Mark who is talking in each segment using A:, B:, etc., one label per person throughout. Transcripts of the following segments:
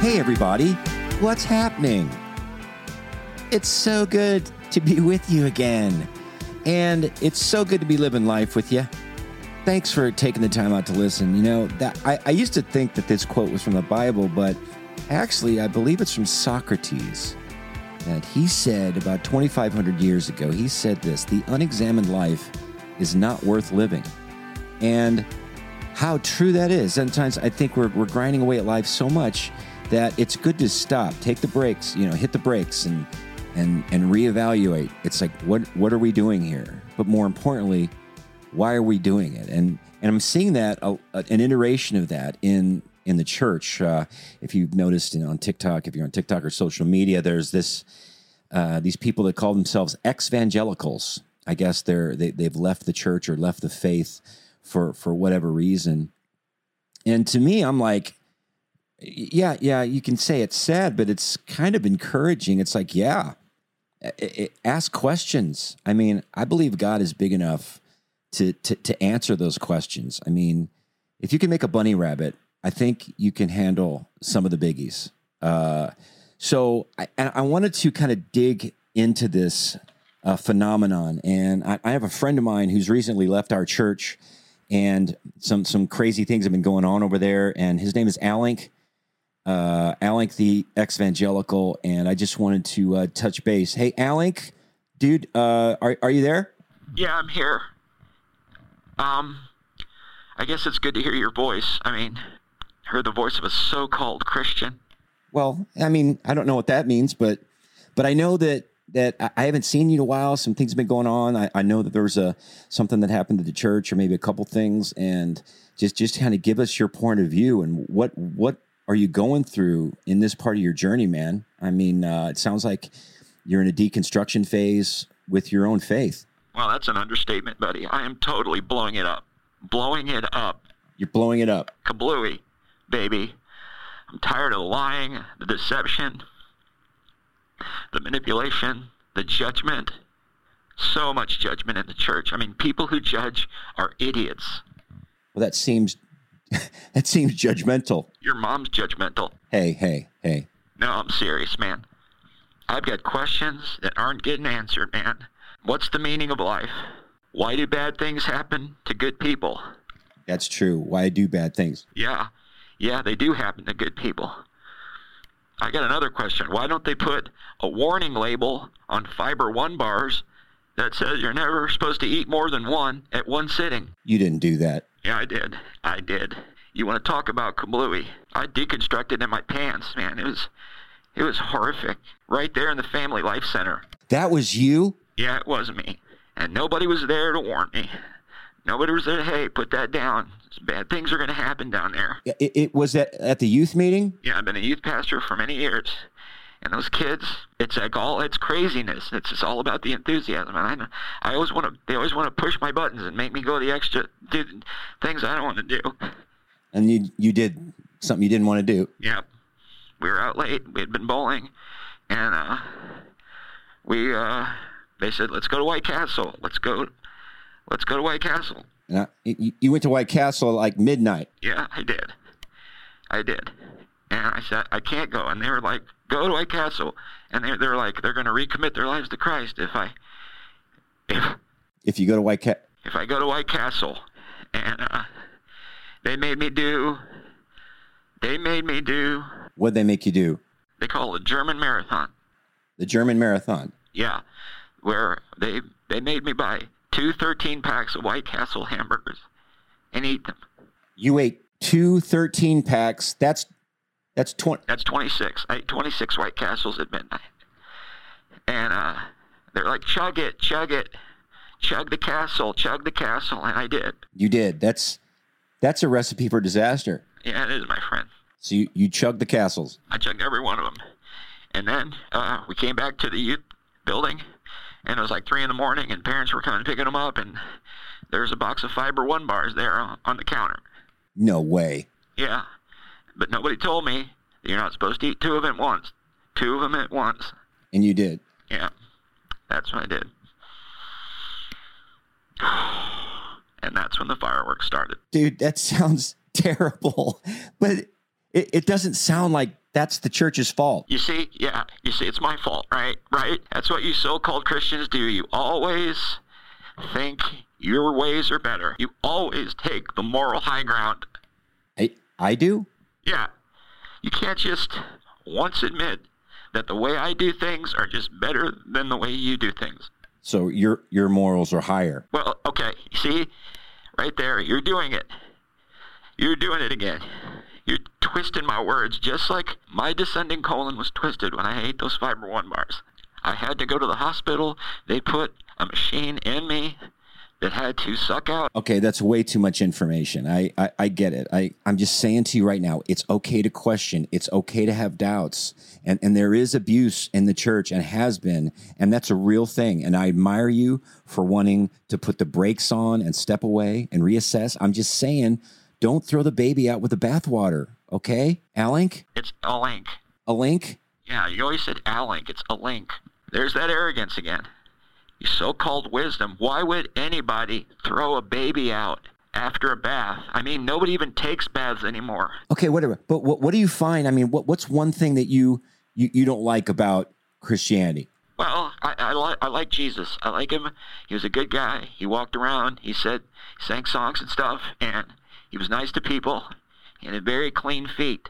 A: Hey, everybody, what's happening? It's so good to be with you again. And it's so good to be living life with you. Thanks for taking the time out to listen. You know, that I, I used to think that this quote was from the Bible, but actually, I believe it's from Socrates. That he said about 2,500 years ago, he said this the unexamined life is not worth living. And how true that is. Sometimes I think we're, we're grinding away at life so much that it's good to stop, take the breaks, you know, hit the brakes and and and reevaluate. It's like what what are we doing here? But more importantly, why are we doing it? And and I'm seeing that a, a- an iteration of that in in the church. Uh, if you've noticed you know, on TikTok, if you're on TikTok or social media, there's this uh, these people that call themselves ex-evangelicals. I guess they're they, they've left the church or left the faith for for whatever reason. And to me, I'm like, yeah, yeah, you can say it's sad, but it's kind of encouraging. It's like, yeah, I- I- ask questions. I mean, I believe God is big enough to, to to answer those questions. I mean, if you can make a bunny rabbit, I think you can handle some of the biggies. Uh, so I, and I wanted to kind of dig into this uh, phenomenon, and I, I have a friend of mine who's recently left our church, and some some crazy things have been going on over there. And his name is Alink uh, Alink the ex evangelical, and I just wanted to uh, touch base. Hey, Alink, dude, uh, are are you there?
B: Yeah, I'm here. Um, I guess it's good to hear your voice. I mean, heard the voice of a so-called Christian.
A: Well, I mean, I don't know what that means, but but I know that that I- I haven't seen you in a while. Some things have been going on. I, I know that there was a something that happened at the church, or maybe a couple things, and just just kind of give us your point of view and what what are you going through in this part of your journey, man? I mean, uh, it sounds like you're in a deconstruction phase with your own faith.
B: Well, that's an understatement, buddy. I am totally blowing it up. Blowing it up.
A: You're blowing it up.
B: Kablooey, baby. I'm tired of lying, the deception, the manipulation, the judgment. So much judgment in the church. I mean, people who judge are idiots.
A: Well, that seems that seems judgmental.
B: Your mom's judgmental.
A: Hey, hey, hey.
B: No, I'm serious, man. I've got questions that aren't getting answered, man. What's the meaning of life? Why do bad things happen to good people?
A: That's true. Why I do bad things?
B: Yeah, yeah, they do happen to good people. I got another question. Why don't they put a warning label on Fiber One bars that says you're never supposed to eat more than one at one sitting?
A: You didn't do that.
B: Yeah, I did. I did. You want to talk about kablooey? I deconstructed in my pants, man. It was, it was horrific. Right there in the Family Life Center.
A: That was you?
B: Yeah, it was me. And nobody was there to warn me. Nobody was there. Hey, put that down. Bad things are going to happen down there.
A: It, it- it was at, at the youth meeting?
B: Yeah, I've been a youth pastor for many years. And those kids, it's like all it's craziness. It's just all about the enthusiasm. And I, I always want to. They always want to push my buttons and make me go the extra do things I don't want to do.
A: And you you did something you didn't want to do.
B: Yep. We were out late. We had been bowling, and uh, we uh, they said, "Let's go to White Castle. Let's go, let's go to White Castle."
A: And I, you, you went to White Castle at like midnight.
B: Yeah, I did. I did. And I said, "I can't go." And they were like, "Go to White Castle," and they they're like, "They're going to recommit their lives to Christ if I if
A: If you go to White Castle,
B: if I go to White Castle, and uh, they made me do." They made me do.
A: what'd they make you do?
B: They call it a German marathon.
A: The German marathon.
B: Yeah, where they they made me buy two 13 packs of White Castle hamburgers and eat them.
A: You ate two 13 packs. That's that's 20.
B: That's 26. I ate 26 White Castles at midnight. And uh, they're like, chug it, chug it, chug the castle, chug the castle, and I did.
A: You did. That's that's a recipe for disaster.
B: Yeah, it is, my friend.
A: So you, you chugged the castles.
B: I chugged every one of them. And then uh, we came back to the youth building, and it was like 3 in the morning, and parents were coming picking them up, and there's a box of Fiber One bars there on, on the counter.
A: No way.
B: Yeah, but nobody told me that you're not supposed to eat two of them at once. Two of them at once.
A: And you did.
B: Yeah, that's what I did. And that's when the fireworks started.
A: Dude, that sounds terrible. But it, it doesn't sound like that's the church's fault.
B: You see, yeah, you see, it's my fault, right? Right? That's what you so called Christians do. You always think your ways are better, you always take the moral high ground.
A: I I do?
B: Yeah. You can't just once admit that the way I do things are just better than the way you do things.
A: So your your morals are higher.
B: Well, okay. You see, right there, you're doing it. You're doing it again. You're twisting my words just like my descending colon was twisted when I ate those fiber one bars. I had to go to the hospital. They put a machine in me that had to suck out.
A: Okay, that's way too much information. I, I, I get it. I, I'm just saying to you right now, it's okay to question. It's okay to have doubts. And and there is abuse in the church and has been, and that's a real thing. And I admire you for wanting to put the brakes on and step away and reassess. I'm just saying, don't throw the baby out with the bathwater, okay? Alink?
B: It's a link.
A: A link?
B: Yeah, you always said a link. It's a link. There's that arrogance again. Your so called wisdom. Why would anybody throw a baby out after a bath? I mean, nobody even takes baths anymore.
A: Okay, whatever. But what what do you find? I mean, what what's one thing that you you, you don't like about Christianity?
B: Well, I, I, li- I like Jesus. I like him. He was a good guy. He walked around. He said, he sang songs and stuff, and he was nice to people. He had very clean feet.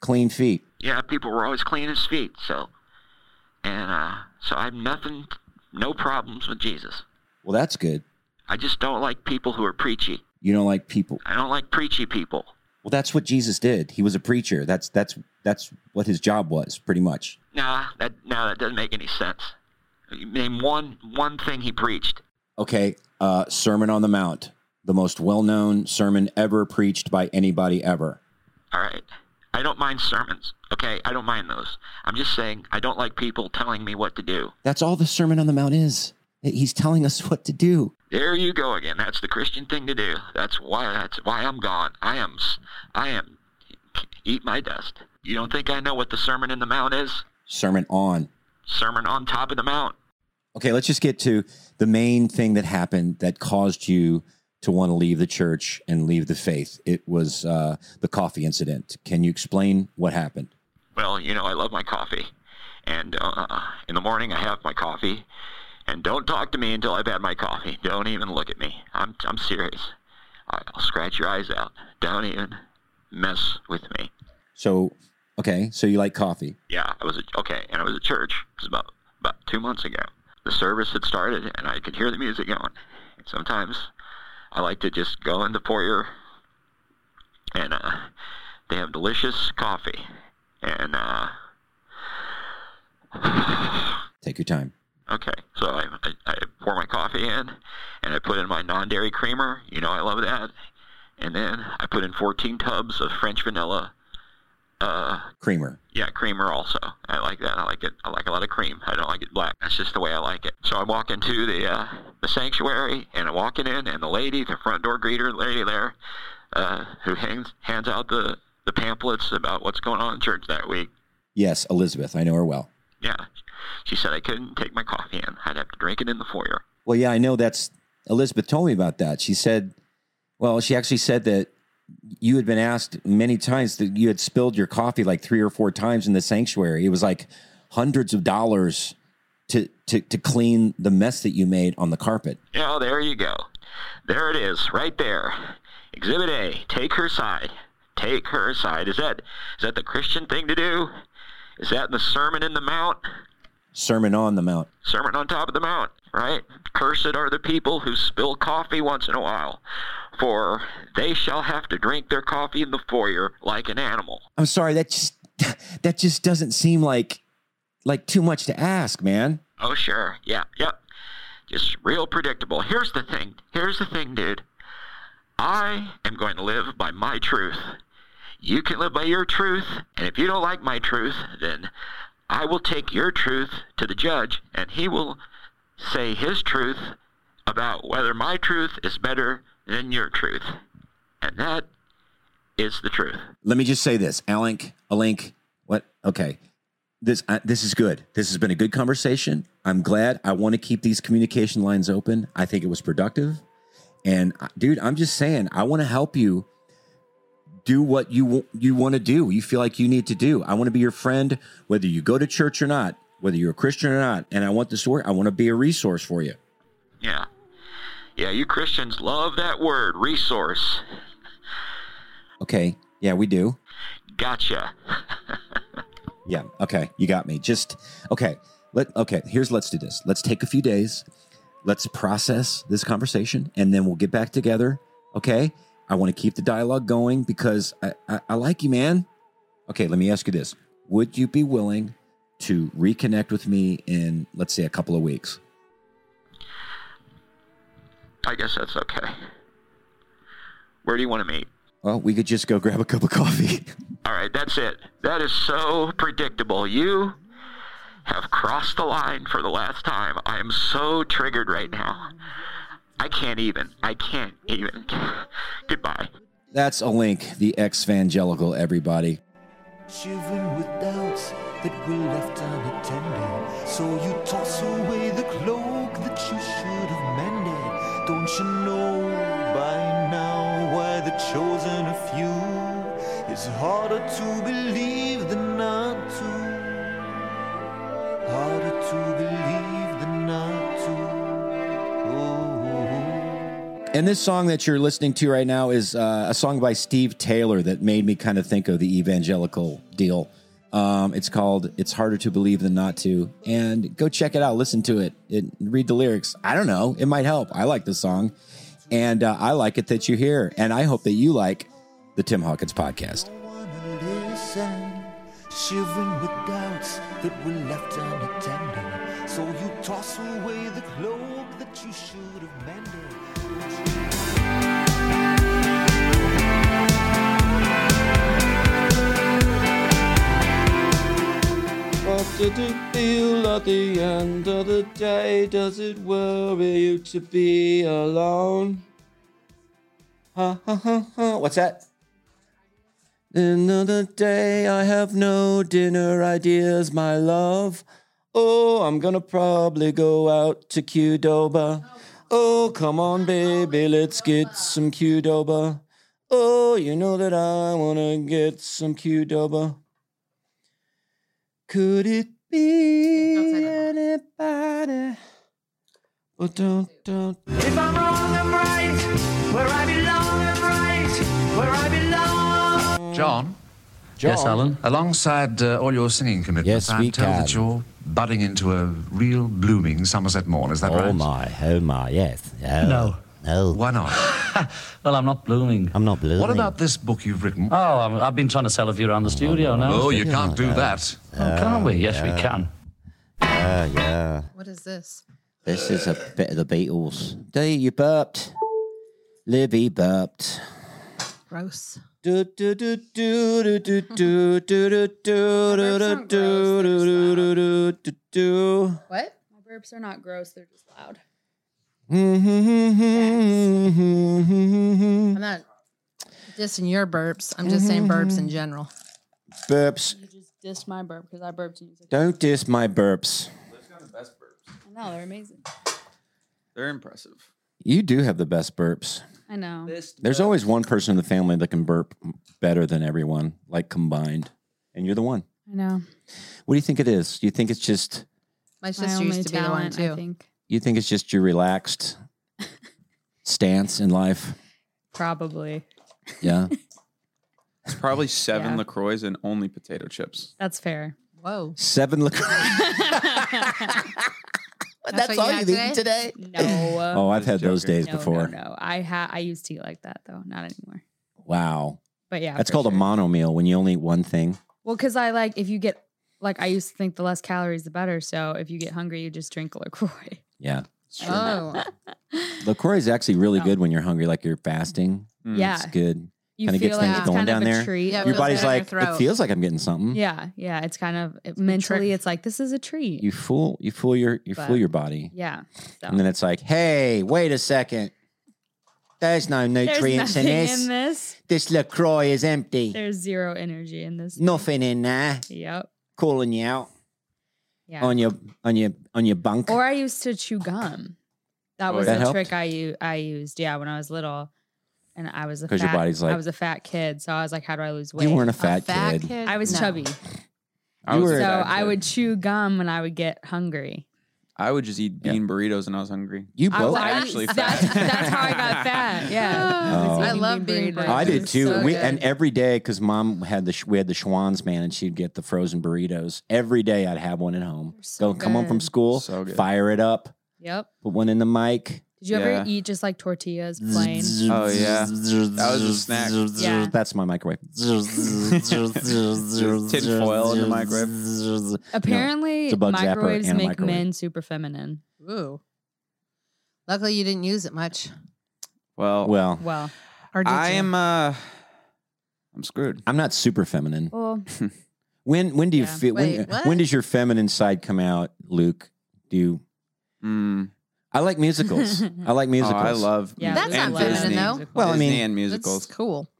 A: Clean feet.
B: Yeah, people were always cleaning his feet. So, and uh, so I have nothing, no problems with Jesus.
A: Well, that's good.
B: I just don't like people who are preachy.
A: You don't like people.
B: I don't like preachy people.
A: Well, that's what Jesus did. He was a preacher. That's that's that's what his job was, pretty much.
B: Nah, that no, that doesn't make any sense. Name one one thing he preached.
A: Okay, uh, Sermon on the Mount, the most well-known sermon ever preached by anybody ever.
B: All right. I don't mind sermons. Okay, I don't mind those. I'm just saying I don't like people telling me what to do.
A: That's all the Sermon on the Mount is. He's telling us what to do.
B: There you go again. That's the Christian thing to do. That's why that's why I'm gone. I am s- I am eat my dust. You don't think I know what the sermon in the mount is?
A: Sermon on.
B: Sermon on top of the mount.
A: Okay, let's just get to the main thing that happened that caused you to want to leave the church and leave the faith. It was uh, the coffee incident. Can you explain what happened?
B: Well, you know, I love my coffee. And uh, in the morning, I have my coffee. And don't talk to me until I've had my coffee. Don't even look at me. I'm, I'm serious. I- I'll scratch your eyes out. Don't even mess with me.
A: So, okay, so you like coffee.
B: Yeah, I was at, okay, and I was at church. It was about about two months ago. The service had started, and I could hear the music going. And sometimes I like to just go in the foyer, and uh, they have delicious coffee. And uh,
A: Take your time.
B: okay, so I, I, I pour my coffee in, and I put in my non-dairy creamer. You know I love that. And then I put in 14 tubs of French vanilla. Uh,
A: Creamer.
B: Yeah, creamer also. I like that. I like it. I like a lot of cream. I don't like it black. That's just the way I like it. So I walk into the uh, the sanctuary and I'm walking in, and the lady, the front door greeter lady there, uh, who hangs hands out the the pamphlets about what's going on in church that week.
A: Yes, Elizabeth. I know her well.
B: Yeah, she said I couldn't take my coffee in. I'd have to drink it in the foyer.
A: Well, yeah, I know that's Elizabeth told me about that. She said, well, she actually said that you had been asked many times that you had spilled your coffee like three or four times in the sanctuary. It was like hundreds of dollars to to to clean the mess that you made on the carpet.
B: Yeah, there you go. There it is, right there. Exhibit A. Take her side. Take her side. Is that is that the Christian thing to do? Is that in the Sermon in the Mount?
A: Sermon on the Mount.
B: Sermon on top of the mount, right? Cursed are the people who spill coffee once in a while, for they shall have to drink their coffee in the foyer like an animal.
A: I'm sorry, that just that just doesn't seem like like too much to ask, man.
B: Oh, sure. Yeah, yep. Just real predictable. Here's the thing. Here's the thing, dude. I am going to live by my truth. You can live by your truth, and if you don't like my truth, then I will take your truth to the judge, and he will say his truth about whether my truth is better than your truth. And that is the truth.
A: Let me just say this, Alink, Alink, what? Okay, this I, this is good. This has been a good conversation. I'm glad. I want to keep these communication lines open. I think it was productive, and uh, dude, I'm just saying, I want to help you do what you wa- you want to do. You feel like you need to do. I want to be your friend, whether you go to church or not, whether you're a Christian or not. And I want this to work. I want to be a resource for you.
B: Yeah. Yeah, you Christians love that word, resource.
A: Okay, yeah, we do.
B: Gotcha.
A: Yeah. Okay. You got me. Just okay. Let okay. Here's let's do this. Let's take a few days. Let's process this conversation, and then we'll get back together. Okay. I want to keep the dialogue going because I, I, I like you, man. Okay. Let me ask you this: Would you be willing to reconnect with me in, let's say, a couple of weeks?
B: I guess that's okay. Where do you want to meet?
A: Well, we could just go grab a cup of coffee.
B: All right, that's it. That is so predictable. You have crossed the line for the last time. I am so triggered right now. I can't even. I can't even. Goodbye.
A: That's a link. The evangelical everybody.
C: shivering with doubts that were left unattended. So you toss away the cloak that you should have mended. Don't you know by now why the chosen of few is harder to believe than not to? Harder to believe than not to. Oh.
A: And this song that you're listening to right now is uh, a song by Steve Taylor that made me kind of think of the evangelical deal. Um, it's called "It's Harder to Believe Than Not to," and go check it out. Listen to it. it read the lyrics. I don't know. It might help. I like the song, and uh, I like it that you're here. And I hope that you like the Tim Hawkins podcast.
C: wanna listen, shivering with doubts that were left unattended. So you toss away the cloak that you should have mended.
D: What did it feel at the end of the day? Does it worry you to be alone? Ha ha ha ha. What's that? Another day, I have no dinner ideas, my love. Oh, I'm gonna probably go out to Qdoba. Oh, come on, baby, let's get some Qdoba. Oh, you know that I wanna get some Qdoba. Could it be anybody? But don't, don't.
E: If I'm wrong, I'm right. Where I belong, I'm right. Where I belong.
F: John?
A: John?
D: Yes, Alan.
F: Alongside uh, all your singing commitments,
G: Yes,
F: I'm
G: we
F: told that
G: can.
F: you're budding into a real blooming Somerset Maugham. Is that
G: Oh
F: right?
G: my, oh my, yes. Oh,
D: No.
G: No.
F: Why not?
D: Well, I'm not blooming.
G: I'm not blooming.
F: What about this book you've written?
D: Oh, I'm, I've been trying to sell a few around the studio now.
F: oh, you can't do that.
D: Oh, can't we? Yes, we can.
G: Uh, yeah.
H: What is this?
G: This is a bit of the Beatles. Dee, you burped. Libby burped.
H: Gross.
D: Do do do do do do do do do do do do do do do
H: aren't gross, they're just
D: do do do.
H: What? My burps are not gross. They're just loud.
D: Mhm.
H: I'm not dissing your burps. I'm just saying burps
A: Mm-hmm.
H: in general.
A: Burps.
H: You just dissed my burp because I burped and you said,
A: Don't diss my burps.
H: I know, they're amazing.
D: They're impressive.
A: You do have the best burps.
H: I know.
A: There's always one person in the family that can burp better than everyone, like combined, and you're the one.
H: I know.
A: What do you think it is? Do you think it's just
H: My sister used to be the one too.
A: you think it's just your relaxed stance in life?
H: Probably.
A: Yeah.
I: It's probably seven
H: Yeah.
I: LaCroix and only potato chips.
H: That's fair. Whoa.
A: Seven liquor.
H: That's, all you eat today? No.
A: Oh, I've had those days
H: no,
A: before.
H: No, no. I ha- I used to eat like that though, not anymore.
A: Wow.
H: But yeah,
A: That's
H: for
A: called a
H: sure.
A: mono meal when you only eat one thing.
H: Well, because I like if you get like I used to think the less calories the better. So if you get hungry, you just drink LaCroix.
A: Yeah.
H: Oh,
A: LaCroix's actually really good when you're hungry, like you're fasting.
J: Mm. Yeah.
A: It's good.
J: You
A: Kind of gets
J: feel
A: things
J: like it's
A: going
J: kind of
A: down
J: a
A: there.
J: treat. Yeah, it
A: Your
J: feels
A: body's
J: good in your
A: like, it
J: throat.
A: feels like I'm getting something.
J: Yeah, yeah. It's kind of it, mentally, it's like this is a treat.
A: You fool, you fool your, you fool
J: But-
A: your body.
J: yeah. So.
A: And then it's like, hey, wait a second. There's no
J: There's
A: nutrients
J: nothing
A: in this.
J: in this.
A: This LaCroix is empty.
J: There's zero energy in this.
A: Nothing in there.
J: Yep.
A: Calling you out
J: Yeah.
A: on your on your on your bunk.
J: Or I used to chew gum. That
A: Oh,
J: was
A: yeah.
J: a
A: That
J: trick I u- I used. Yeah, when I was little, and I was a
A: 'Cause your
J: fat-
A: body's like-
J: I was a fat kid, so I was like, how do I lose weight?
A: You weren't a fat fat kid. kid?
J: I was
H: No.
J: chubby,
I: I was
J: so
I: a fat
J: I
I: kid.
J: would chew gum when I would get hungry.
I: I would just eat bean burritos when I was hungry.
A: You
J: I
I: I was
J: both-
I: actually fat.
J: That's, that's how I got fat. Yeah,
A: Oh.
J: was
H: I
J: eating
H: love
J: bean
H: bean
J: burritos.
H: burritos.
A: I did
H: It's
A: too.
H: so
A: we
H: good.
A: and every day because mom had the sh- we had the Schwann's man and she'd get the frozen burritos every day. I'd have one at home.
J: so
A: Go come home from
J: good.
A: school,
I: So good.
A: fire it up,
J: Yep.
A: put one in the mic.
J: Did you
I: Yeah.
J: ever eat just like tortillas plain?
I: Oh, yeah. That was a snack.
J: Yeah.
A: That's my microwave.
I: tin foil in the
A: microwave.
J: Apparently,
A: it's a bug zapper
J: microwaves
A: and a
J: make
A: microwave.
J: men super feminine.
H: Ooh. Luckily, you didn't use it much.
I: Well,
A: Well,
J: Well,
H: Or did
I: I
H: you?
I: am. uh I'm screwed.
A: I'm not super feminine.
J: well,
A: When when do you
J: Yeah.
A: feel when
H: Wait, what?
A: when does your feminine side come out, Luke? Do you
I: Mm.
A: I like musicals. I like
I: Oh,
A: musicals.
I: I love.
J: yeah,
H: That's
J: we
H: not
J: love
H: feminine,
I: Disney.
H: though.
A: Well, I
I: Disney
A: mean-
I: and
H: That's
I: musicals.
H: cool.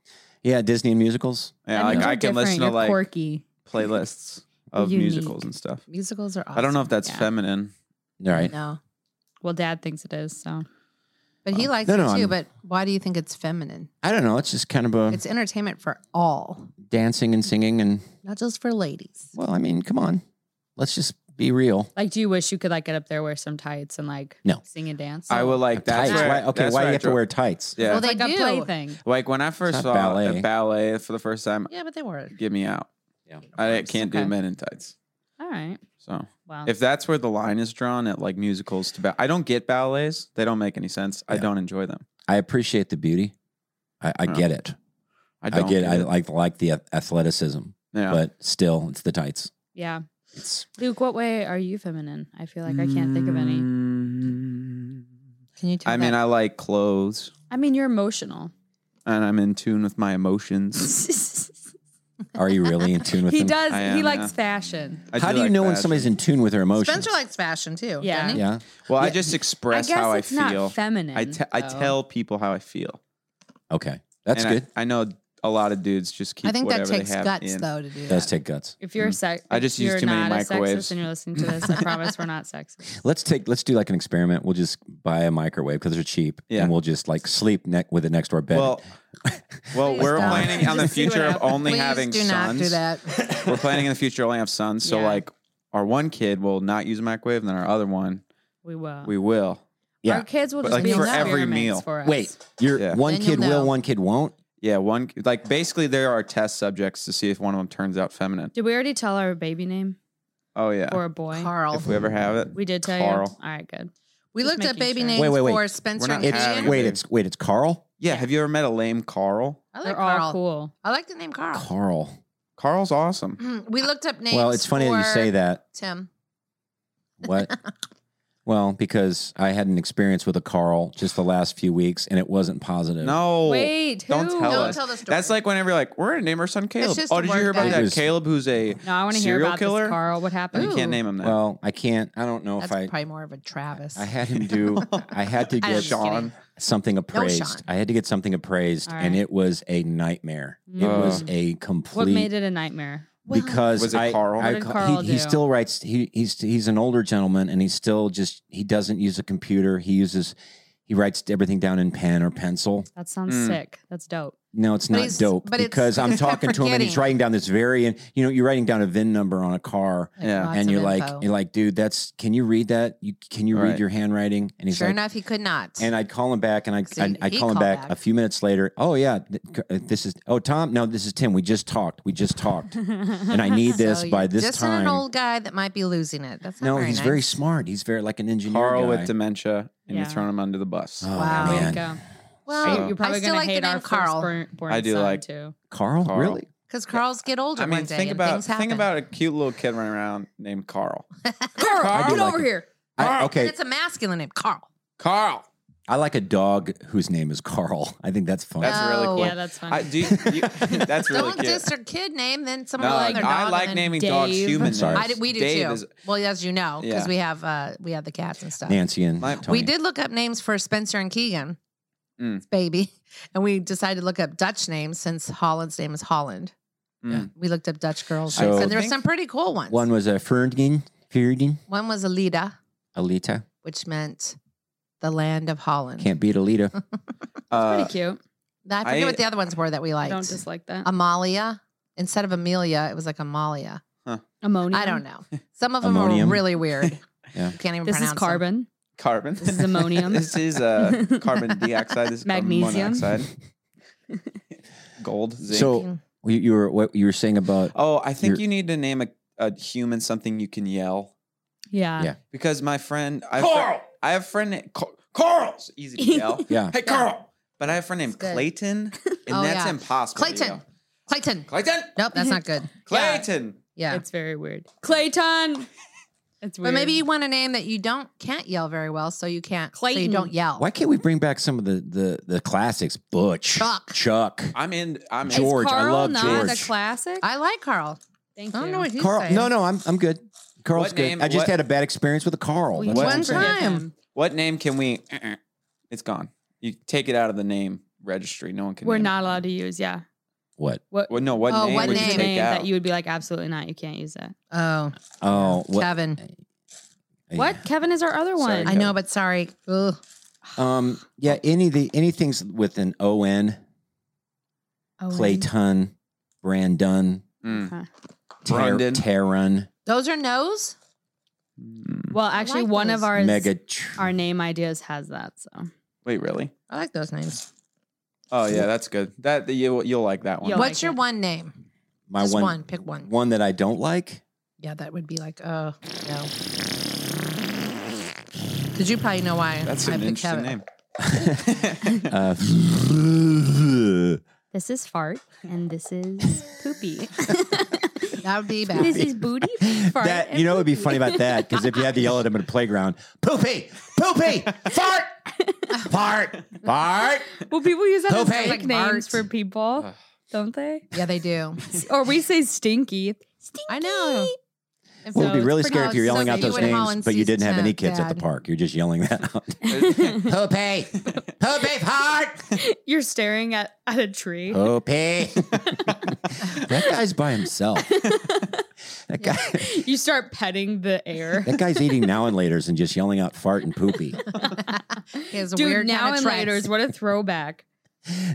A: yeah, Disney and musicals.
I: Yeah,
J: I mean,
I: like
J: you're
I: I can
J: different,
I: listen to
J: you're
I: like
J: quirky.
I: playlists of
J: Unique.
I: musicals and stuff.
H: Musicals are awesome.
I: I don't know if that's
J: Yeah.
I: feminine.
A: All right.
H: No.
J: Well, Dad thinks it is. So
H: But he likes
A: No,
H: it
A: no,
H: too.
A: I'm- Uh,
H: But why do you think it's feminine?
A: I don't know. It's just kind of a
H: It's entertainment for all,
A: dancing and singing and
H: not just for ladies.
A: well, I mean, come on. Let's just be real.
J: Like, do you wish you could like get up there, wear some tights, and like
A: No.
J: sing and dance?
I: I would like that's
A: tights.
I: where-
A: why, okay,
I: that's
A: why
I: where
A: do you
I: I
A: have to
I: draw-
A: wear tights?
I: Yeah,
H: Well, they
J: like a
H: do.
J: plaything.
I: like when I first
A: not
I: saw
A: ballet.
I: a ballet for the first time,
H: Yeah, but they were.
I: get me out.
A: Yeah.
I: I can't do
J: Okay.
I: men in tights.
J: All right.
I: So
J: Wow.
I: if that's where the line is drawn at like musicals to ba- I don't get ballets. They don't make any sense. I
A: Yeah.
I: don't enjoy them.
A: I appreciate the beauty. I, I
I: No.
A: get it.
I: I
A: I,
I: don't
A: get, it. I like like the ath- athleticism,
I: yeah.
A: but still, it's the tights.
J: yeah,
A: It's
J: Luke, what way are you feminine? I feel like I can't think of any.
I: Mm,
H: Can you tell?
I: I mean, I like clothes
J: I mean, you're emotional.
I: and I'm in tune with my emotions.
J: he
A: are you really in tune with them?
J: does.
I: I
J: he
I: am,
J: likes
I: yeah.
J: fashion.
I: I
A: How do you
I: like
A: know when
I: fashion.
A: somebody's in tune with their emotions?
H: Spencer likes fashion too.
J: Yeah.
H: doesn't he?
A: yeah.
I: Well, I
A: Yeah.
I: just
J: I
I: express
J: guess
I: how I
J: it's not
I: feel.
J: feminine.
I: I, te- I
J: though.
I: tell people how I feel.
A: Okay. That's
I: And I-
A: good.
I: I, know a lot of dudes just keep
H: I think that
I: whatever
H: takes
I: they have
H: guts
I: in.
H: though to do.
A: It does
H: that.
A: take guts.
J: If you're a sex,
I: Mm. I just
J: if
I: used
J: you're
I: too many
J: not
I: microwaves.
J: A sexist and you're listening to this, I promise we're not sexist.
A: Let's take let's do like an experiment. We'll just buy a microwave because they're cheap,
I: Yeah.
A: and we'll just like sleep ne- with the next door bed.
I: Well, well,
H: Please
I: we're
H: don't.
I: planning on the
J: Just see what
I: future of
J: happens.
I: only
H: Please
I: having
H: do not
I: sons.
H: do that.
I: We're planning in the future only have sons. So
J: Yeah.
I: like our one kid will not use a microwave, and then our other one
J: We will.
I: we will.
A: Yeah.
J: Our kids will
I: But,
J: just
I: like,
J: be
I: for every
J: experiments
I: meal.
J: For us.
A: Wait, you're
I: Yeah.
A: one
H: Then
A: kid
H: you'll
A: will,
H: know.
A: one kid won't.
I: Yeah, one like basically there are test subjects to see if one of them turns out feminine.
J: Did we already tell our baby name
I: Oh yeah,
J: or a boy?
H: Carl.
I: if we ever have it.
J: We did tell
I: Carl.
J: you. All right, good.
H: We
J: Just
H: looked up
J: making
H: baby
J: sure.
H: names
A: Wait, wait, wait.
H: for Spencer
I: We're not
H: and
A: It's
I: having
H: Ian.
I: it.
A: wait, it's wait, it's Carl.
I: Yeah, have you ever met a lame Carl?
H: I
J: They're
H: like
J: all
H: Carl.
J: cool.
H: I like the name Carl.
A: Carl.
I: Carl's awesome.
H: Mm, We looked up names.
A: well, it's funny that you say
H: for
A: that.
H: Tim.
A: What? well, because I had an experience with a Carl just the last few weeks, and it wasn't positive.
I: No,
J: Wait, who?
I: Oh, don't tell
H: Don't
I: us.
H: tell the story.
I: That's like whenever you're like, we're gonna name our son Caleb.
H: just
I: Oh,
H: a
I: did you
H: word
I: hear about
H: guy.
I: that
A: It was-
I: Caleb who's a
J: No, I want to hear
I: serial
J: about
I: killer?
J: this, Carl. What
I: and
J: happened?
I: you can't name him that.
A: Well, I can't. I don't know
H: That's
A: if I.
H: probably more of a Travis.
A: I had him do. I had to
H: I
A: get
H: was just kidding.
A: something appraised.
H: Sean.
A: I had to get something appraised,
J: All
A: and
J: right.
A: it was a nightmare. It
J: Mm.
A: was a complete.
J: what made it a nightmare?
A: because
I: Was it
A: I,
I: Carl?
A: I,
J: What did Carl
A: he, he
J: do?
A: still writes. He, he's he's an older gentleman, and he still just he doesn't use a computer. He uses he writes everything down in pen or pencil.
J: That sounds
I: Mm.
J: sick. That's dope.
A: No, it's
H: But
A: not
H: he's-
A: dope
H: but it's-
A: because I'm talking to him and he's
H: forgetting.
A: writing down this very and you know you're writing down a VIN number on a car
H: Like,
I: Yeah.
H: lots
A: and
H: of
A: you're
H: info.
A: like you're like dude that's can you read that you can you read
I: Right.
A: your handwriting and he's
H: sure
A: like
H: enough, he could not.
A: and I'd call him back and I'd,
H: See,
A: I'd, I'd
H: he
A: call him
H: called
A: back,
H: back.
A: a few minutes later oh yeah th- c- this is oh Tom no this is Tim we just talked we just talked and I need this
H: So
A: by
H: you're
A: this
H: just
A: time
H: an old guy that might be losing it. That's not
A: no,
H: very
A: he's
H: nice.
A: very smart. He's very like an engineer.
I: Carl
A: guy.
I: with dementia, and
J: Yeah.
I: you're throwing him under the bus.
A: Oh,
H: Wow.
J: Way to
A: man.
J: go.
H: Well,
I: So-
J: You're probably
H: I still
J: gonna
H: like the
J: hate our
H: name Carl.
J: firstborn born
I: I do
J: son,
I: like-
J: too.
A: Carl?
I: Carl.
A: Really?
H: because Carls get older
I: I mean,
H: one day
I: think
H: and
I: about
H: things happen.
I: think about a cute little kid running around named Carl.
J: Carl,
A: I do
J: get
A: like
J: over
A: him.
J: here.
A: I,
H: And
A: okay,
H: it's a masculine name, Carl.
I: Carl.
A: I like a dog whose name is Carl. I think that's fun.
I: That's really
H: Oh,
I: cool.
H: yeah, that's funny.
I: I, do you, you- that's really
H: Don't
I: cute.
H: diss her kid name, then someone
I: No,
H: will like their dog.
I: I
H: and
I: like
H: then
I: naming
H: Dave.
I: dogs human names.
H: I did- we do
I: Dave
H: too.
I: is-
H: well, as you know, because
I: Yeah.
H: we have uh, we have the cats and stuff.
A: Nancy and Tony.
H: We did look up names for Spencer and Keegan,
I: Mm.
H: It's baby, and we decided to look up Dutch names since Holland's name is Holland.
I: Mm.
H: We looked up Dutch girls,
A: So-
H: names, and there were some pretty cool ones.
A: One was a Ferndgen, Ferndgen,
H: One was Alida,
A: Alita.
H: which meant the land of Holland.
A: Can't beat Alita.
I: Uh,
J: Pretty cute.
H: I forget
I: I-
H: what the other ones were that we
J: I
H: liked.
J: don't dislike that.
H: Amalia instead of Amelia, it was like Amalia.
J: Ammonia.
H: I don't know. Some of them are
A: Ammonium.
H: really weird.
A: Yeah.
H: You can't even
J: This is
H: pronounce them.
J: carbon.
I: Carbon.
J: This is ammonium.
I: this is uh, carbon dioxide. This is carbon
J: Magnesium.
I: monoxide. Gold. Zinc.
A: So you, you were what you were saying about
I: oh, I think
A: You're-
I: you need to name a, a human something you can yell
J: Yeah.
A: Yeah.
I: because my friend I have, Carl! I have a friend named Car- Carl's easy to yell.
A: yeah.
I: Hey Carl. But I have a friend named
H: It's good.
I: Clayton, and
H: Oh,
I: that's
H: yeah.
I: impossible. to
H: Clayton.
I: yell.
H: Clayton.
I: Clayton.
H: Nope, that's not good. Yeah.
I: Clayton.
H: Yeah.
J: It's very weird. Clayton. It's weird.
H: But maybe you want a name that you don't can't yell very well, so you can't so you
J: Clayton.
H: don't yell.
A: why can't we bring back some of the the, the classics? Butch,
H: Chuck.
A: Chuck.
I: I'm in. I'm
J: Is
I: in.
A: George, I
J: Carl
A: love
J: not
A: George.
J: a classic.
H: I like Carl.
J: Thank
H: I
J: you.
H: don't know what he's
A: Carl.
H: saying.
A: No, no, I'm I'm good. Carl's
I: What
A: good.
I: name-
A: I just
I: what-
A: had a bad experience with a Carl.
J: We
A: That's all
H: One
A: I'm
J: forgive
A: saying.
H: time.
J: him.
I: What name can we? uh-uh, It's gone. You take it out of the name registry. No one can.
J: We're
I: name it.
J: not allowed to use. Yeah.
A: What?
I: Well, no, what
H: Oh,
I: name
H: what
I: would
H: name?
I: you
J: Which
I: take
J: name
I: out?
J: that you would be like, absolutely not. You can't use that.
H: Oh,
A: Oh, what?
H: Kevin.
A: yeah.
J: What? Kevin is our other
I: Sorry,
J: one.
H: I know, but sorry. Ugh.
A: Um, yeah, any of the anything's with an O N,
J: Oh, and-
A: Clayton, Brandon,
I: Mm.
J: Okay.
A: Ter-
I: Brandon.
A: Terran,
H: Those are no's.
I: Mm.
J: Well, actually,
H: like
J: one
H: those.
J: of ours,
A: Mega.
J: our name ideas has that. So
I: Wait, really?
H: I like those names.
I: Oh yeah, that's good. That you you'll like that one.
J: You'll
H: What's
J: like
H: your
J: it.
H: one name?
A: My
H: Just
A: one,
H: one, Pick one.
A: one that I don't like.
H: Yeah, that would be like, oh no. Did you probably know why
I: That's
H: I
I: an
H: picked
I: interesting name.
H: Kevin?
A: Uh,
J: this is fart and this is poopy.
H: That would be bad.
J: this is booty. Fart
A: that
J: and
A: you know it would be
J: poopy.
A: funny about that because if you had to yell at him at a playground, poopy, poopy, fart, fart, fart.
J: Well, people use that as
A: Poopy.
J: nicknames for
H: Fart.
J: people, don't they?
H: yeah, they do.
J: Or we say stinky. Stinky.
H: I know.
J: And
A: Well, it'd
J: so
A: be really
J: it's
A: scary if
H: pretty-
A: you're yelling
H: so
A: out
H: you
A: those
H: would howl
A: names,
H: in
A: but you didn't have any
H: season
A: kids at the
H: bad.
A: park. You're just yelling that out. poopy, poopy, fart.
J: pretty- You're staring at, at a tree.
A: Poopy. that guy's by himself. That guy.
J: You start petting the air.
A: That guy's eating now and later's and just yelling out fart and poopy.
H: He has a
J: Dude,
H: weird
J: now
H: kind of
J: and
H: trends.
J: later's what a throwback.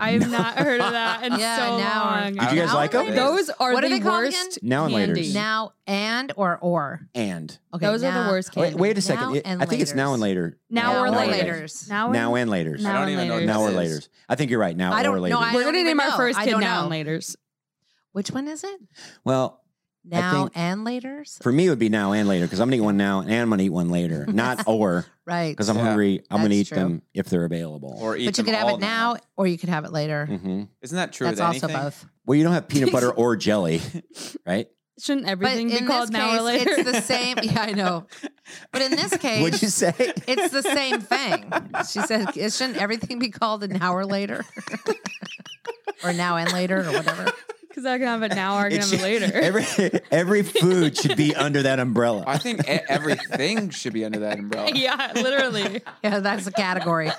J: I have not heard of that in
H: Yeah,
J: so
H: now
J: long.
H: and-
A: Did you guys
H: Now
A: like them?
H: and later.
J: Those are
H: What are
J: the
H: they called again?
J: worst
A: Now and laters.
J: candy.
H: Now and or or.
A: And
H: Okay,
J: Those are the
H: now-
J: worst
A: wait,
J: candy.
A: wait a second.
H: Now
A: It-
H: and
A: I think it's now
H: laters.
A: and later.
J: Now or
H: or
J: later.
H: laters.
J: Now, and-
A: Now and later's.
J: Now
I: I don't
J: and
I: even know
J: laters.
A: Now or
I: This is-
A: later's. I think you're right. Now
H: I don't
A: or
H: know.
A: later's.
H: I
J: We're
H: don't
J: gonna
H: even
J: name our
H: know.
J: first
H: I
J: kid
H: don't
J: now
H: know.
J: and later's.
H: Which one is it?
A: well,
H: Now
A: think-
H: and later's.
A: for me, it would be now and later because I'm going to eat one now and I'm going to eat one later. Not or
H: Right.
A: because I'm
I: Yeah.
A: hungry. I'm going to eat
H: That's
A: them if they're available.
I: or eat
H: But you
I: them
H: could have
I: all
H: it now or you could have it later.
A: Mhm.
I: Isn't that true?
H: That's
I: with
H: also
I: anything?
H: both.
A: Well, you don't have peanut butter or jelly, right?
J: Shouldn't
H: But
J: everything
H: in
J: be called
H: this
J: now or
H: case,
J: later?
H: it's the same. Yeah, I know. But in this case,
A: What'd you say?
H: It's the same thing. She said, shouldn't everything be called an hour later? or now and later or whatever.
J: Because I can have it now or I can
A: It
J: have
A: should-
J: it later.
A: Every, every food should be under that umbrella.
I: I think e- everything should be under that umbrella.
J: yeah, literally.
H: Yeah, that's a category.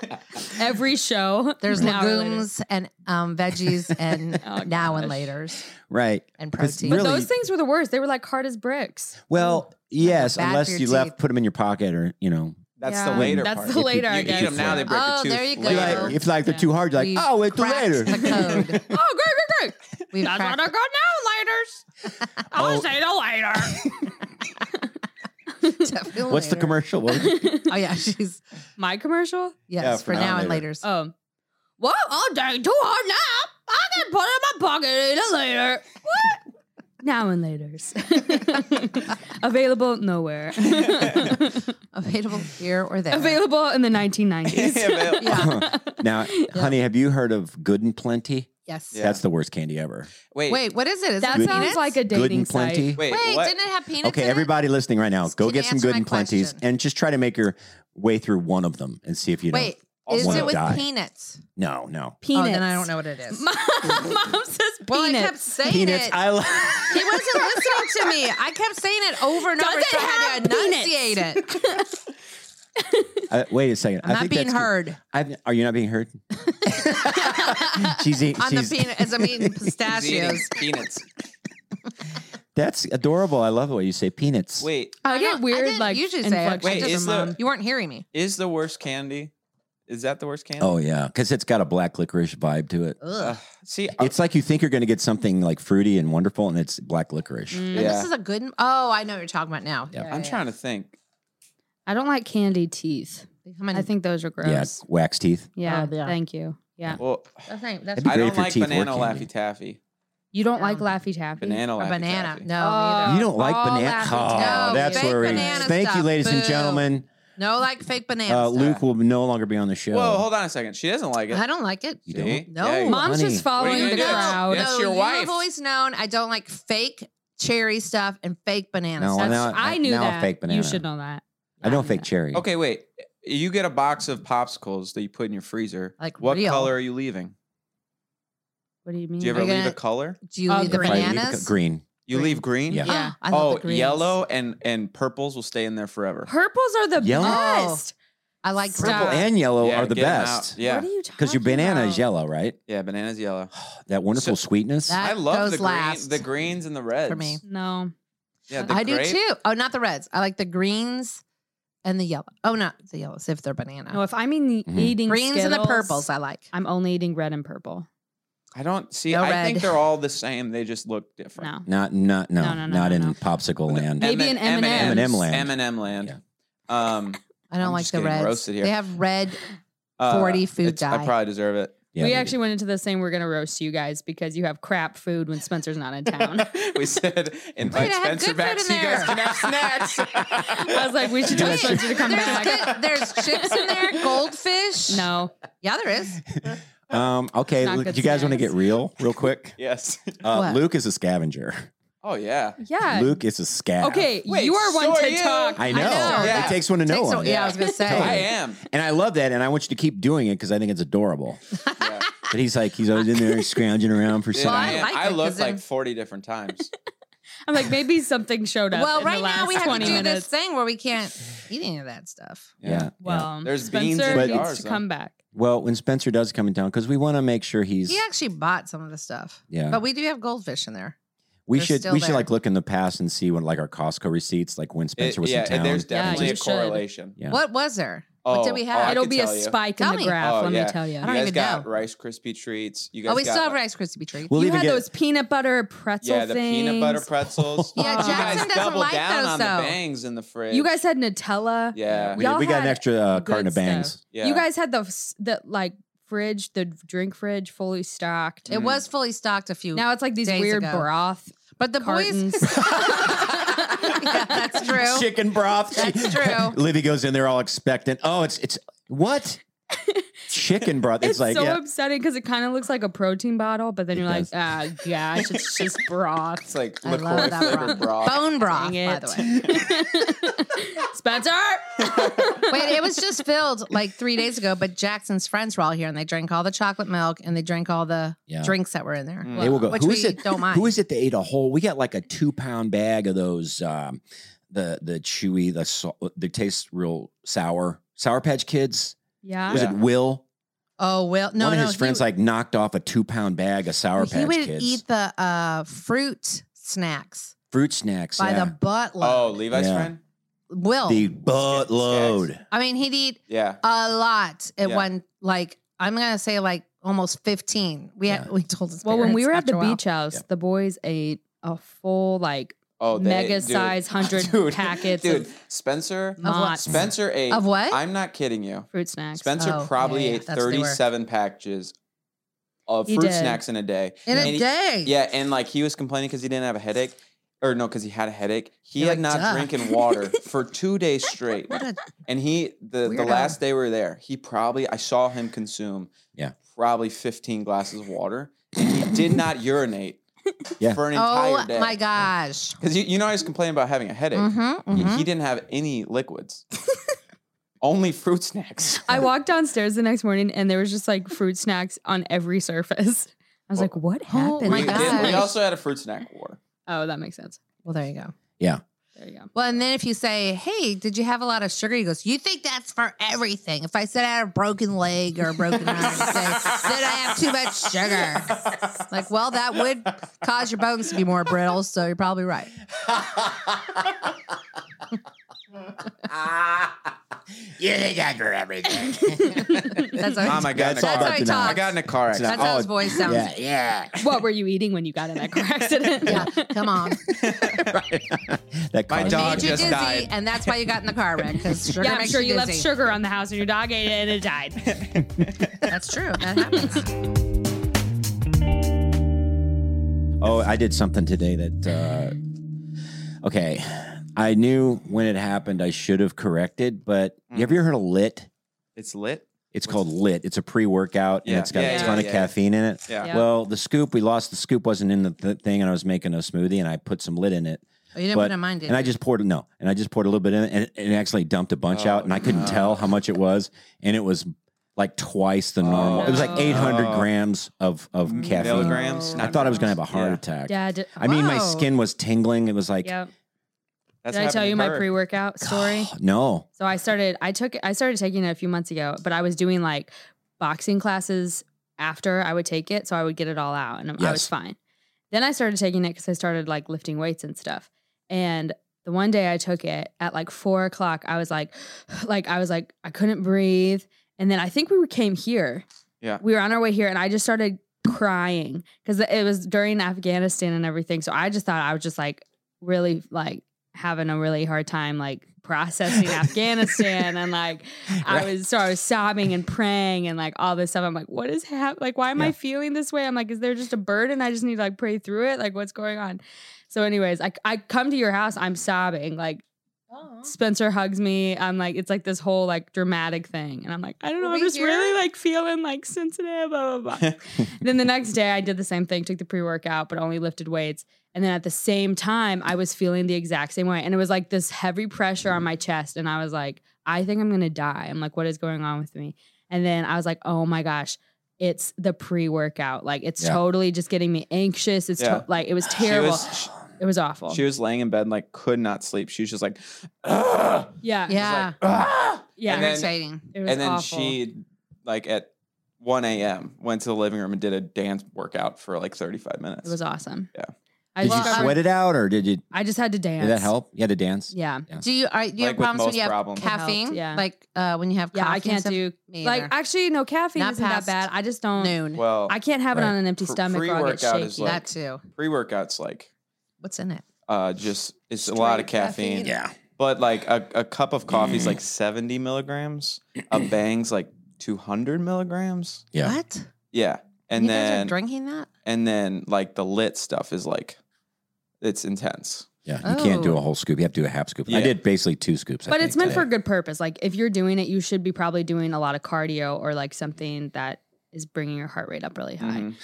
J: Every show.
H: There's
J: an hour later.
H: legumes and um, veggies and
J: Oh,
H: now and
J: gosh.
H: laters
A: right.
H: and
A: 'Cause
H: protein.
J: But
A: really-
J: those things were the worst. They were like hard as bricks.
A: Well, yes,
H: bad for
A: unless
H: your
A: you left,
H: teeth.
A: put them in your pocket or, you know.
I: That's
J: Yeah.
I: the later
J: That's
I: part.
J: the
I: If you-
J: later,
I: You,
J: I
I: eat
J: guess.
I: them now, they break
H: Oh,
I: a tooth
H: there you go.
A: You're
I: later.
A: like, if like they're too hard, you're like,
H: We've
A: oh, wait till
H: cracked
A: later.
H: The code.
J: Oh, great, great, great.
H: We've
J: That's
H: cracked
J: what I got now, laters.
A: Oh.
J: I'll say the later.
H: Definitely
A: What's the
H: later.
A: commercial? What was it?
H: Oh yeah, she's
J: My commercial?
H: yes
A: Yeah,
H: for, now, and later. laters.
J: Um, well, I'll take two hard now. I can put it in my pocket and eat it later. What? now and later's. Available nowhere.
H: Available here or there.
J: Available in the 1990s.
I: Yeah, but-
H: Yeah.
A: now, honey, have you heard of Good and Plenty?
H: Yes.
A: That's the worst candy ever.
H: Wait. Wait, what is it? Is
J: that
H: it
J: sounds
H: peanuts?
J: like a
A: Good
J: dating
A: and
J: site.
A: plenty.
H: Wait, didn't it have peanuts?
A: Okay,
H: in it?
A: everybody listening right now, go
H: Can
A: get
H: you
A: some
H: answer
A: good
H: my
A: and plenties
H: question?
A: and just try to make your way through one of them and see if you don't.
H: Wait, is
A: wanna
H: it with
A: die.
H: peanuts?
A: No, no.
H: Oh, then I don't know what it is. Mom
J: says peanuts.
H: Well, I kept saying
A: Peanuts.
H: it.
A: I love.
H: he wasn't listening to me. I kept saying it over and over.
J: Does
H: so
J: it
H: I had to
J: have peanuts?
H: enunciate it.
A: Uh, wait a second.
H: I'm
A: I
H: not
A: think
H: being
A: that's good.
H: heard.
A: I've, are you not being heard? she's eat-
H: On
A: she's,
H: the peanut, as I'm eating pistachios.
I: peanuts.
A: That's adorable. I love the way you say peanuts.
I: Wait,
J: I get
H: I
J: weird
H: didn't
J: like
H: usually say it.
J: inflection.
I: Wait,
H: I just-
I: is the-
H: you weren't hearing me.
I: is the worst candy? Is that the worst candy?
A: Oh yeah, because it's got a black licorice vibe to it.
H: Ugh.
I: See, I-
A: It's like you think you're going to get something like fruity and wonderful, and it's black licorice.
H: And
I: Yeah.
H: Mm, This is a good. Oh, I know what you're talking about now.
A: Yeah.
H: Yeah,
I: I'm
H: yeah.
I: trying to think.
J: I don't like candy teeth.
H: They come in-
J: I think those are
A: Yeah,
J: gross.
A: wax teeth.
J: Yeah.
K: Oh, yeah.
J: Thank you. Yeah.
I: Well,
H: That's not- that's
A: It'd be
I: I
A: great
I: don't
A: if your
I: like
A: teeth were
I: banana
A: candy.
I: Laffy Taffy.
J: You don't
H: Yeah.
J: like Laffy Taffy?
I: Banana
H: a
I: Laffy
H: banana.
I: Taffy.
H: No,
J: Oh.
H: neither.
A: You don't like
J: all
A: banana?
J: laffy
A: Oh,
J: taffy.
A: that's
H: Fake
A: where we.
H: banana
A: Thank you,
H: stuff.
A: ladies and
H: Boo.
A: gentlemen.
H: no, like fake bananas.
A: Uh, Luke will no longer be on the show.
I: Whoa, hold on a second. She doesn't like it.
H: I don't like it.
A: You
I: See?
A: don't?
H: No.
I: Yeah, you-
J: Mom's
A: Honey.
J: just
I: What are you
J: following the
I: gonna do?
J: crowd.
I: That's
H: no,
I: your
H: you
I: wife.
H: have always known I don't like fake cherry stuff and fake banana
A: No,
H: stuff.
A: now-
J: I knew
A: now a
J: that.
A: fake banana.
J: You should know that.
A: I don't
J: knew
A: fake
J: that.
A: cherry.
I: Okay, wait. You get a box of popsicles that you put in your freezer.
H: Like
I: what
H: real.
I: color are you leaving?
J: What do you mean?
I: Do you ever
H: Are you
I: leave a
H: gonna-
I: color?
H: Do you
J: Oh,
H: leave the
A: If I leave the
H: bananas?
A: co- green.
I: You leave green.
A: Yeah.
H: Yeah. I love
I: Oh,
H: the greens.
I: yellow and and purples will stay in there forever.
J: Purples are the
A: Yellow?
J: best.
H: I like
J: Purple
H: green.
A: Purple and yellow
I: Yeah,
A: are the
I: get 'em out.
A: best
I: Yeah,
J: What are you talking
A: because your banana
J: about?
A: is yellow, right?
I: yeah. Bananas yellow.
A: That wonderful sweetness.
H: That
I: I love
H: goes
I: the green,
H: last
I: the greens and the reds
H: for me.
J: No.
I: Yeah, the
H: I
I: grape,
H: do too. Oh, not the reds. I like the greens and the yellow. Oh, not the yellows if they're banana. Mm-hmm.
J: No, if I mean the
I: Mm-hmm.
A: Mhm.
J: E-, eating
H: greens and the
J: Skittles,
H: purples I like.
J: I'm only eating red and purple.
I: I don't see.
H: No
I: I think
H: red.
I: they're all the same. They just look different.
J: No.
A: Not, not, no,
J: No, no, no,
A: not
J: no,
A: in
J: no.
A: popsicle land.
J: Maybe an M&M.
A: M&M land.
I: M and M land. Um,
H: I don't
I: I'm
H: like
I: just
H: the
I: getting
H: reds.
I: roasted here.
H: They have red.
I: uh,
H: 40 food
I: it's- I
H: dye.
I: probably deserve it.
A: Yeah,
J: we
A: you
J: actually went into this saying we're going to roast you guys because you have crap food when Spencer's not in town.
I: we said
H: Wait,
I: invite
H: I have
I: Spencer
H: good
I: back
H: food in
I: so you guys
H: there.
I: can have snacks.
J: I was like, we should tell
H: Wait,
J: Spencer to come
H: there's,
J: back.
H: good- there's chips in there, goldfish.
J: No.
H: Yeah, there is.
A: did. Um, okay,
J: Not
A: Luke,
J: good
A: do you guys want to
J: snacks.
A: get real, real quick?
I: yes.
A: Uh,
H: What?
A: Luke is a scavenger.
I: Oh yeah.
J: Yeah.
A: Luke is a scab.
J: okay,
I: Wait,
J: you are one
I: so are
J: to
I: you.
J: talk.
A: I know.
H: know.
I: Yeah.
A: It takes one to know
H: Takes
A: one.
H: a- yeah, I was gonna say.
I: I am.
A: And I love that, and I want you to keep doing it because I think it's adorable.
I: Yeah.
A: But he's like, he's always in there scrounging around for
I: Yeah,
H: Well,
I: I,
H: I
A: something.
I: am.
H: like
I: I
H: it 'cause
I: looked
H: then-
I: like 40 different times.
J: I'm like, maybe something showed up.
H: Well,
J: in the
H: right now
J: last
H: we have to
J: 20
H: do
J: minutes.
H: this thing where we can't eat any of that stuff.
A: Yeah. yeah.
J: Well,
I: There's beans
J: Spencer
A: in
J: needs
I: jars,
J: to
I: though.
J: come back.
A: Well, when Spencer does come in town, because we want to make sure he's
H: He actually bought some of the stuff,
A: yeah.
H: but we do have goldfish in there.
A: we
H: they're
A: should
H: still
A: we should
H: there.
A: like look in the past and see when like our Costco receipts, like when Spencer
I: It-
A: was
I: yeah,
A: in town.
I: and there's
J: Yeah,
I: definitely
J: you
I: a
J: should.
I: correlation.
A: Yeah.
H: What was there?
I: Oh,
H: what did we
I: oh,
H: have?
I: I
J: It'll
I: could
J: be a
I: tell you.
J: spike
H: Tell
J: in the
H: me.
J: graph,
I: Oh,
J: let
I: yeah.
J: me tell you.
H: I don't
I: you guys
H: even
I: got
H: know.
I: Rice Krispie treats. You guys
H: oh, we
I: got
H: still have Rice Krispie treats.
A: we'll
J: you
A: even
J: had
A: get
J: those peanut butter pretzel
I: yeah, the peanut butter
J: things.
I: pretzels.
H: Yeah,
I: you guys
H: Jackson doesn't
I: doubled
H: like
I: down
H: those,
I: on
H: though.
I: the bangs in the fridge.
J: You guys had Nutella.
I: yeah,
A: we,
J: Y'all
A: did, we got an
J: had
A: extra uh,
J: good
A: carton of
J: stuff.
A: bangs.
I: yeah.
J: You guys had the f- the like fridge, the drink fridge, fully stocked. Mm.
H: It was fully stocked a few.
J: now it's like these
H: Days
J: weird
H: ago.
J: broth.
H: but the
J: cartons.
H: boys. yeah, that's true.
A: Chicken broth.
H: That's true.
A: Livy goes in there all expectant. Oh, it's it's what? Chicken broth. It's,
J: It's,
A: like
J: so
A: yeah.
J: upsetting because it kind of looks like a protein bottle, but then
A: It
J: you're
A: does.
J: like, ah, gosh, it's just broth.
I: It's like
H: I
I: liqueur flavored
H: love that broth.
I: broth.
H: Bone broth,
J: Dang
H: by
J: it.
H: the way.
J: Spencer,
H: Wait, it was just filled like three days ago, but Jackson's friends were all here and they drank all the chocolate milk and they drank all the
A: Yeah.
H: drinks that were in there.
A: They will go.
H: Which
A: Who
H: we
A: is it?
H: don't mind.
A: Who is it that ate a whole? We got like a two pound bag of those. Um, the the chewy the salt, they taste real sour. Sour Patch Kids.
J: yeah,
A: Was it Will?
H: Oh, well, no,
A: One of
H: no.
A: his friends
H: he,
A: like knocked off a two pound bag of Sour
H: he
A: Patch
H: would
A: Kids.
H: eat the uh, fruit snacks
A: Fruit snacks.
H: by
A: yeah.
H: the buttload.
I: Oh, Levi's
A: Yeah.
I: friend.
H: Will.
A: the buttload.
H: I mean, he'd eat
I: Yeah,
H: a lot at
I: Yeah.
H: one, like, I'm going to say like almost 15. We had,
A: Yeah.
H: we told his
J: Well, when we
H: parents
J: were at
H: after
J: the
H: a while.
J: beach house,
A: Yeah.
J: the boys ate a full like
I: Oh, they-
J: mega
I: dude.
J: size hundred
I: Dude,
J: packets
I: Dude,
J: of
I: Spencer.
H: what?
J: Mott's
I: Spencer ate.
H: Of what?
I: I'm not kidding you.
J: fruit snacks.
I: Spencer
H: Oh,
I: probably
H: yeah, yeah,
I: ate
H: that's what they were.
I: 37 packages of
J: He
I: fruit
J: did.
I: snacks in a day.
H: in
I: And
H: a
I: he-
H: day.
I: Yeah, and like he was complaining because he didn't have a headache. or no, because he had a headache. He
H: You're
I: had
H: like,
I: not
H: "Duh."
I: drinking water for two days straight. and he the the
H: weirdo.
I: last day we were there, he probably I saw him consume
A: yeah
I: probably fifteen glasses of water, and he did not urinate
A: yeah.
I: for an entire
H: Oh
I: day.
H: my gosh.
I: Because you, you know I was complaining about having a headache.
H: Mhm,
I: He-
H: mhm.
I: He didn't have any liquids, only fruit snacks.
J: I walked downstairs the next morning and there was just like fruit snacks on every surface. I was like, what
H: oh
J: happened?
I: we, did- we also had a fruit snack war.
J: Oh, that makes sense.
H: Well, there you go.
A: Yeah.
J: There you go.
H: Well, and then if you say, "Hey, did you have a lot of sugar?" He goes, "You think that's for everything?" If I said I had a broken leg or a broken arm, he'd say, "Then I have too much sugar." Like, well, that would cause your bones to be more brittle, so you're probably right.
G: You think that for everything.
H: That's how he-
I: Mom, I got in a
H: that's
I: car.
H: how he
I: I
H: talks.
I: got in a car accident.
H: That's how
J: Oh,
H: his voice sounds.
G: yeah.
J: What were you eating when you got in that car accident?
H: yeah, come on.
A: That
I: My
A: caused-
I: dog
H: Made you
I: just
H: dizzy,
I: died.
H: and that's why you got in the car wreck because sugar
J: yeah, I'm
H: makes
J: sure you left
H: dizzy.
J: sugar on the house and your dog ate it and it died.
H: That's true. That happens.
A: Oh, I did something today that. Uh, okay, I knew when it happened. I should have corrected, but you ever heard of lit?
I: Mm-hmm. It's lit.
A: It's called Lit. It's a pre-workout and
I: Yeah.
A: it's got
I: Yeah,
A: a
I: yeah,
A: ton of
I: yeah.
A: caffeine in it.
I: Yeah.
J: Yeah.
A: Well, the scoop we lost the scoop wasn't in the th- thing, and I was making a smoothie, and I put some Lit in it.
H: Oh, you didn't
A: But-
H: put it in mine, did
A: and I
H: you?
A: just poured no, and I just poured a little bit in, it, and it, and it actually dumped a bunch
I: Oh,
A: out, and I couldn't tell how much it was, and it was like twice the normal. It was like
J: no.
A: 800 grams of of caffeine.
I: Oh. Mm, Milligrams.
A: I thought I was gonna have a heart attack.
J: Dad,
A: I mean, my
H: Wow.
A: skin was tingling. It was like,
J: yeah.
I: That's
J: Did I
I: happened
J: tell
I: to
J: you my
I: her.
J: pre-workout story?
A: no,
J: So I started I took I started taking it a few months ago, but I was doing like boxing classes after I would take it, so I would get it all out and I was
A: Yes.
J: fine. Then I started taking it cuz I started like lifting weights and stuff. And the one day I took it at like 4 o'clock, I was like like I was like I couldn't breathe. And then I think we came here.
I: Yeah.
J: We were on our way here and I just started crying cuz it was during Afghanistan and everything. So I just thought I was just like really like having a really hard time like processing Afghanistan and like I was so I was sobbing and praying and like all this stuff. I'm like, what is happening? Like, why am I
A: Yeah.
J: feeling this way? I'm like, is there just a burden? I just need to like pray through it. Like, what's going on? So, anyways, I I come to your house, I'm sobbing. Like Spencer hugs me. I'm like, it's like this whole like dramatic thing. And I'm like, I don't know,
H: Were
J: I'm
H: we
J: just
H: here?
J: really like feeling like sensitive, blah blah blah. then the next day I did the same thing, took the pre-workout, but only lifted weights. And then at the same time, I was feeling the exact same way. And it was like this heavy pressure on my chest. And I was like, I think I'm gonna die. I'm like, what is going on with me? And then I was like, oh my gosh, it's the pre-workout. Like it's
A: Yeah.
J: totally just getting me anxious. It's to-
I: Yeah.
J: like it was
I: She
J: terrible.
I: was-
J: it was awful.
I: She was laying in bed, like could not sleep. She was just like, "Ugh."
J: yeah.
H: yeah,
J: Yeah.
I: And then-
H: irritating.
J: it was
I: and then
J: awful.
I: she, like at 1 a.m., went to the living room and did a dance workout for like 35 minutes.
J: It was awesome.
I: Yeah.
J: I
A: did
J: just,
A: you
J: got-
A: sweat it out, or did you?
J: I just had to dance.
A: Did that help? You had to dance.
J: Yeah.
H: Do you are do you
I: Like with
H: have problems when
I: most
H: you have
I: problems. It
J: helped,
H: caffeine?
J: yeah.
H: Like uh, when you have
J: Yeah,
H: coffee
J: I
H: and
J: can't
H: stuff?
J: do
H: Me
J: like
H: either.
J: actually no caffeine
H: Not
J: isn't that
H: past
J: bad. I just don't
H: noon.
I: Well,
J: I can't have it
A: Right.
J: on an empty
I: Pre-
J: stomach or I'll get
I: pre-workout
J: shaky.
I: is like-
H: that too.
I: pre workouts, like,
H: What's in it?
I: uh, just it's a lot of
H: Straight
I: caffeine.
H: caffeine.
G: Yeah.
I: But like a, a cup of coffee is like 70 milligrams, a bang's like 200 milligrams.
A: Yeah.
H: What?
I: Yeah. And
H: you guys
I: then,
H: are drinking that?
I: and then like the lit stuff is like, it's intense.
A: Yeah, you can't do
H: Oh.
A: a whole scoop. You have to do a half scoop.
I: Yeah.
A: I did basically two scoops. I
J: but it's
A: think,
J: meant for a good purpose. Like if you're doing it, you should be probably doing a lot of cardio or like something that is bringing your heart rate up really high.
I: Mhm.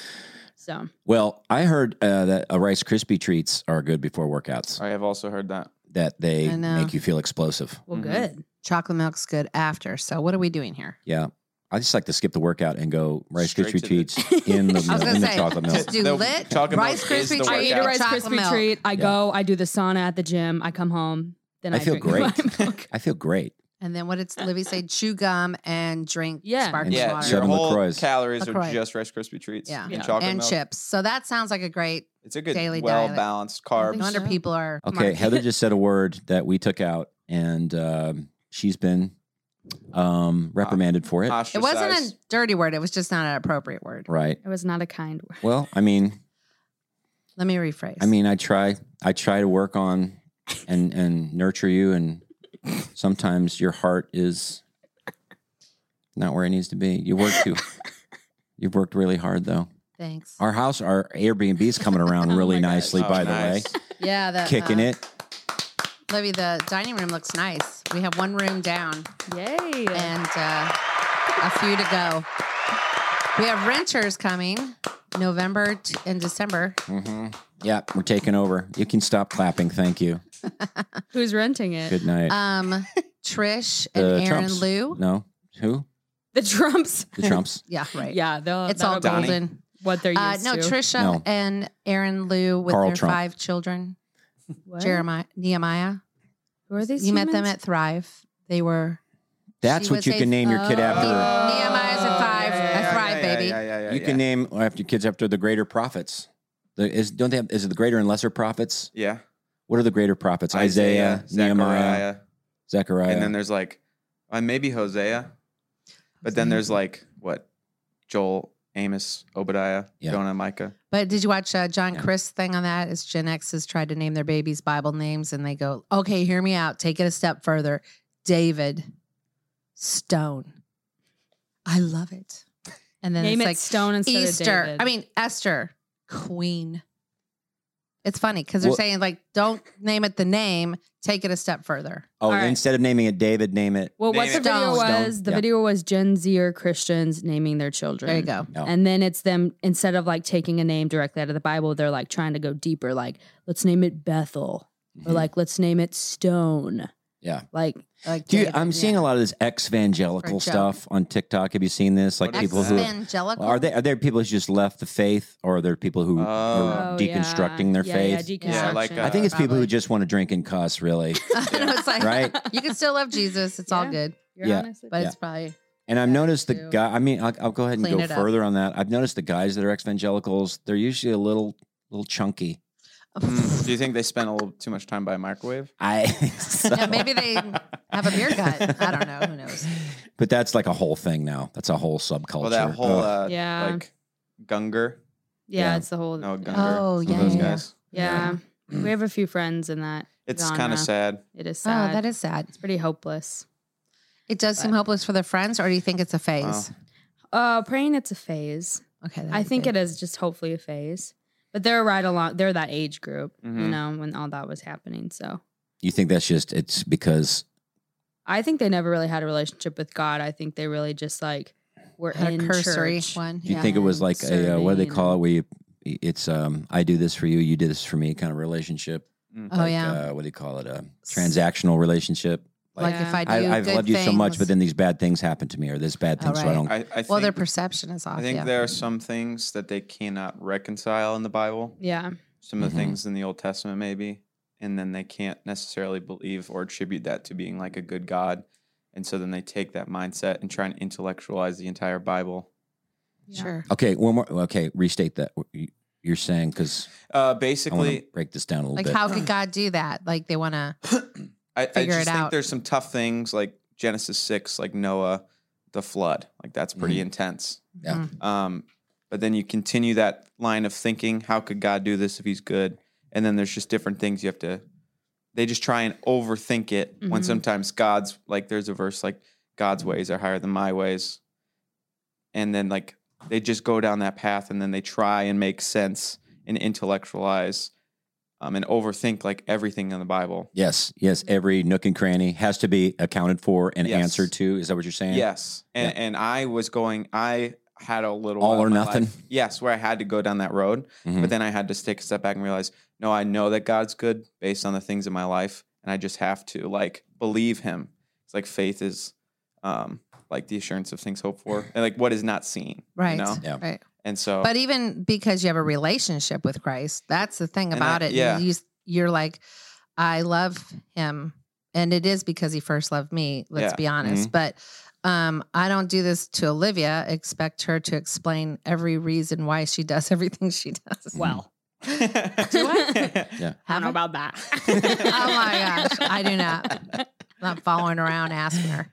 J: So
A: Well, I heard uh, that uh, Rice Krispie treats are good before workouts.
I: I have also heard that.
A: That they
H: I know.
A: make you feel explosive.
J: well,
I: Mhm.
J: good.
H: Chocolate milk's good after. So what are we doing here?
A: Yeah, I just like to skip the workout and go Rice
I: Straight
A: Krispie
I: to the-
A: treats in the,
H: I was
A: milk-
H: gonna
A: in the
H: say,
A: chocolate milk.
H: just do
I: The
H: lit
I: chocolate milk
H: Rice
I: is the
H: Krispie treat.
J: I eat a
I: workout.
J: Rice
H: chocolate
J: Krispie
H: milk.
J: treat. I go. I do the sauna at the gym. I come home. Then I,
A: I feel
J: drink my
A: great.
J: milk.
A: I feel great.
H: And then what did Livy say? Chew gum and drink
J: Yeah.
H: sparkling
A: And
I: Yeah,
H: water.
I: your
A: Seven
I: whole
A: LaCroix.
I: calories
H: LaCroix.
I: are just Rice Krispie treats.
H: Yeah.
I: and
J: Yeah.
I: chocolate
H: and
I: milk.
H: chips. So that sounds like a great.
I: It's a good,
H: daily
I: well
H: diet.
I: balanced
H: No
I: carbs.
H: wonder
J: so.
H: people are.
A: Okay,
H: marking-
A: Heather just said a word that we took out, and um, she's been um, reprimanded for it.
H: It
I: ostracized.
H: wasn't a dirty word. It was just not an appropriate word.
A: right.
J: It was not a kind word.
A: Well, I mean,
H: Let me rephrase.
A: I mean, I try, I try to work on and and nurture you, and sometimes your heart is not where it needs to be. You work too. You've worked really hard, though.
H: thanks.
A: Our house, our Airbnb's coming around really
J: my gosh.
A: nicely,
I: Oh,
A: by
I: nice.
A: the way.
H: Yeah, the
A: kicking
H: uh,
A: it.
H: Libby, the dining room looks nice. We have one room down.
J: Yay!
H: And uh, a few to go. We have renters coming November t- and December.
A: Mm-hmm. Yep, we're taking over. You can stop clapping. Thank you.
J: Who's renting it?
A: Good night.
H: Um, Trish and
A: The
H: Aaron
A: Trumps.
H: Lou.
A: No, who?
J: The Trumps.
A: The Trumps.
H: yeah, right.
J: Yeah, they'll,
H: It's all
J: that'll be
H: golden.
J: What they're used
H: Uh, no,
J: to.
H: Trisha
A: No.
H: and Aaron Lou with
A: Carl
H: their
A: Trump.
H: five children.
J: What?
H: Jeremiah, Nehemiah.
J: Who are these?
H: You met them
J: humans?
H: at Thrive. They were.
A: That's
H: she
A: what
H: was
A: you
H: a- Oh.
A: can name your kid after.
H: Nehemiah's at five. at Thrive, baby.
A: you can name after kids after the greater prophets. The, is don't they have? Is it the greater and lesser prophets?
I: Yeah.
A: What are the greater prophets? Isaiah,
I: Isaiah,
A: Nehemiah, Zechariah.
I: And then there's like, uh, maybe Hosea, but then there's like what, Joel, Amos, Obadiah, Jonah, Micah.
H: But did you watch uh, John Chris thing on that? Is Gen X has tried to name their babies Bible names, and they go, "Okay, hear me out. Take it a step further. David, Stone. I love it." And then
J: Name
H: it's
J: it
H: like
J: Stone instead of
H: Easter.
J: David.
H: I mean Esther, Queen. It's funny because they're
A: Well-
H: saying like, "Don't name it the name. Take it a step further."
A: oh,
J: All right.
A: instead of naming it David, name it.
J: Well, what the video was the
A: Yeah.
J: video was Gen Z or Christians naming their children.
H: There you go.
A: Yeah.
J: And then it's them instead of like taking a name directly out of the Bible, they're like trying to go deeper. Like let's name it Bethel, or like let's name it Stone.
A: Yeah.
J: Like
H: like
A: Dude, I'm seeing a lot of this ex-evangelical
H: Or Joe.
A: stuff on TikTok. Have you seen this? Like people who
H: Evangelical.
A: are there are there people who just left the faith, or are there people who
I: Oh.
A: are
I: Oh,
A: deconstructing their
J: yeah, yeah,
A: faith?
I: Yeah, like uh,
A: I think it's people who just want to drink and cuss, really.
H: And it's like,
A: Right?
H: You can still love Jesus. It's all good.
A: You're Yeah. honestly
H: but
A: Yeah.
H: it's probably
A: And I've noticed the guy. I mean, I'll, I'll go ahead and
H: Clean
A: go
H: it up.
A: further on that. I've noticed the guys that are evangelicals. They're usually a little, little chunky.
I: Mm, Do you think they spent a little too much time by a microwave?
A: I. so-
H: yeah, maybe they have a beer gut. I don't know. Who knows?
A: But that's like a whole thing now. That's a whole subculture.
I: Well, that whole
A: Ugh.
I: uh,
J: Yeah.
I: like Gunger.
J: yeah,
A: yeah.
J: it's the whole
I: No, Gunger.
H: Oh,
I: some of
H: yeah,
I: those
H: yeah, yeah.
I: guys.
J: yeah. we have a few friends in that.
I: It's
J: genre.
I: kind of sad.
J: It is
H: Oh,
J: sad.
H: that is sad.
J: It's pretty hopeless.
H: It does seem hopeless for the friends, or do you think it's a phase?
J: Uh, praying it's a phase.
H: Okay,
J: I think it is just hopefully a phase. But they're right along. They're that age group, you
I: Mm-hmm.
A: Mhm.
J: know, when all that was happening. So
A: You think that's just it's because
J: I think they never really had a relationship with God. I think they really just like were
H: Had a
J: in
H: cursory
J: church.
H: one.
A: you think it was like a uh, what do they call it? Where you, it's um, I do this for you, you do this for me, kind of relationship.
H: Oh,
A: Like,
H: yeah.
A: Uh, what do you call it? A transactional relationship.
H: Like, if I do
A: have
H: good
A: loved you so much,
H: things-
A: but then these bad things happen to me, or this bad thing,
H: Oh,
A: so I
H: right.
A: don't.
I: I, I
H: well, their
I: think,
H: perception is off.
I: I think
H: yeah.
I: there are some things that they cannot reconcile in the Bible.
J: Yeah.
I: Some of
A: Mhm.
I: the things in the Old Testament, maybe, and then they can't necessarily believe or attribute that to being like a good God, and so then they take that mindset and try and intellectualize the entire Bible.
H: Sure.
A: Okay, one more. Okay, restate that. what you- You're saying because
I: Uh,
A: I want to
I: basically,
A: break this down a little
H: Like,
A: bit.
H: how could God do that? Like, they want to.
I: I, I
H: figure it
I: just think
H: out.
I: there's some tough things like Genesis six, like Noah, the flood, like that's pretty intense.
A: Yeah.
H: Mm.
I: Um, but then you continue that line of thinking, how could God do this if he's good? And then there's just different things you have to they just try and overthink it when
H: Mm-hmm.
J: Mhm.
I: sometimes God's like there's a verse like God's ways are higher than my ways. And then like they just go down that path and then they try and make sense and intellectualize um, and overthink like everything in the Bible.
A: Yes, yes. Every nook and cranny has to be accounted for and
I: Mm-hmm. Yes.
A: answered to. Is that what you're saying?
I: Yes. And and I was going I had a little
A: All
I: while
A: or
I: in my
A: nothing?
I: life- yes, where I had to go down that road,
A: Mhm.
I: but then I had to take a step back and realize, no, I know that God's good based on the things in my life, and I just have to like believe Him. It's like faith is um like the assurance of things hoped for, and like what is not seen,
H: Right.
I: You know?
H: Right.
I: And
A: Oh.
I: so,
H: But even because you have a relationship with Christ, that's the thing
I: And
H: about
I: I-
H: it.
I: yeah.
H: You, you're like, I love him. And it is because he first loved me, let's
I: Yeah.
H: be honest.
A: Mm-hmm.
I: Mhm.
H: But um, I don't do this to Olivia, expect her to explain every reason why she does everything she does.
J: Well,
H: do I?
A: Yeah.
J: I don't know about that.
H: oh my gosh. I do not. Not following around asking her,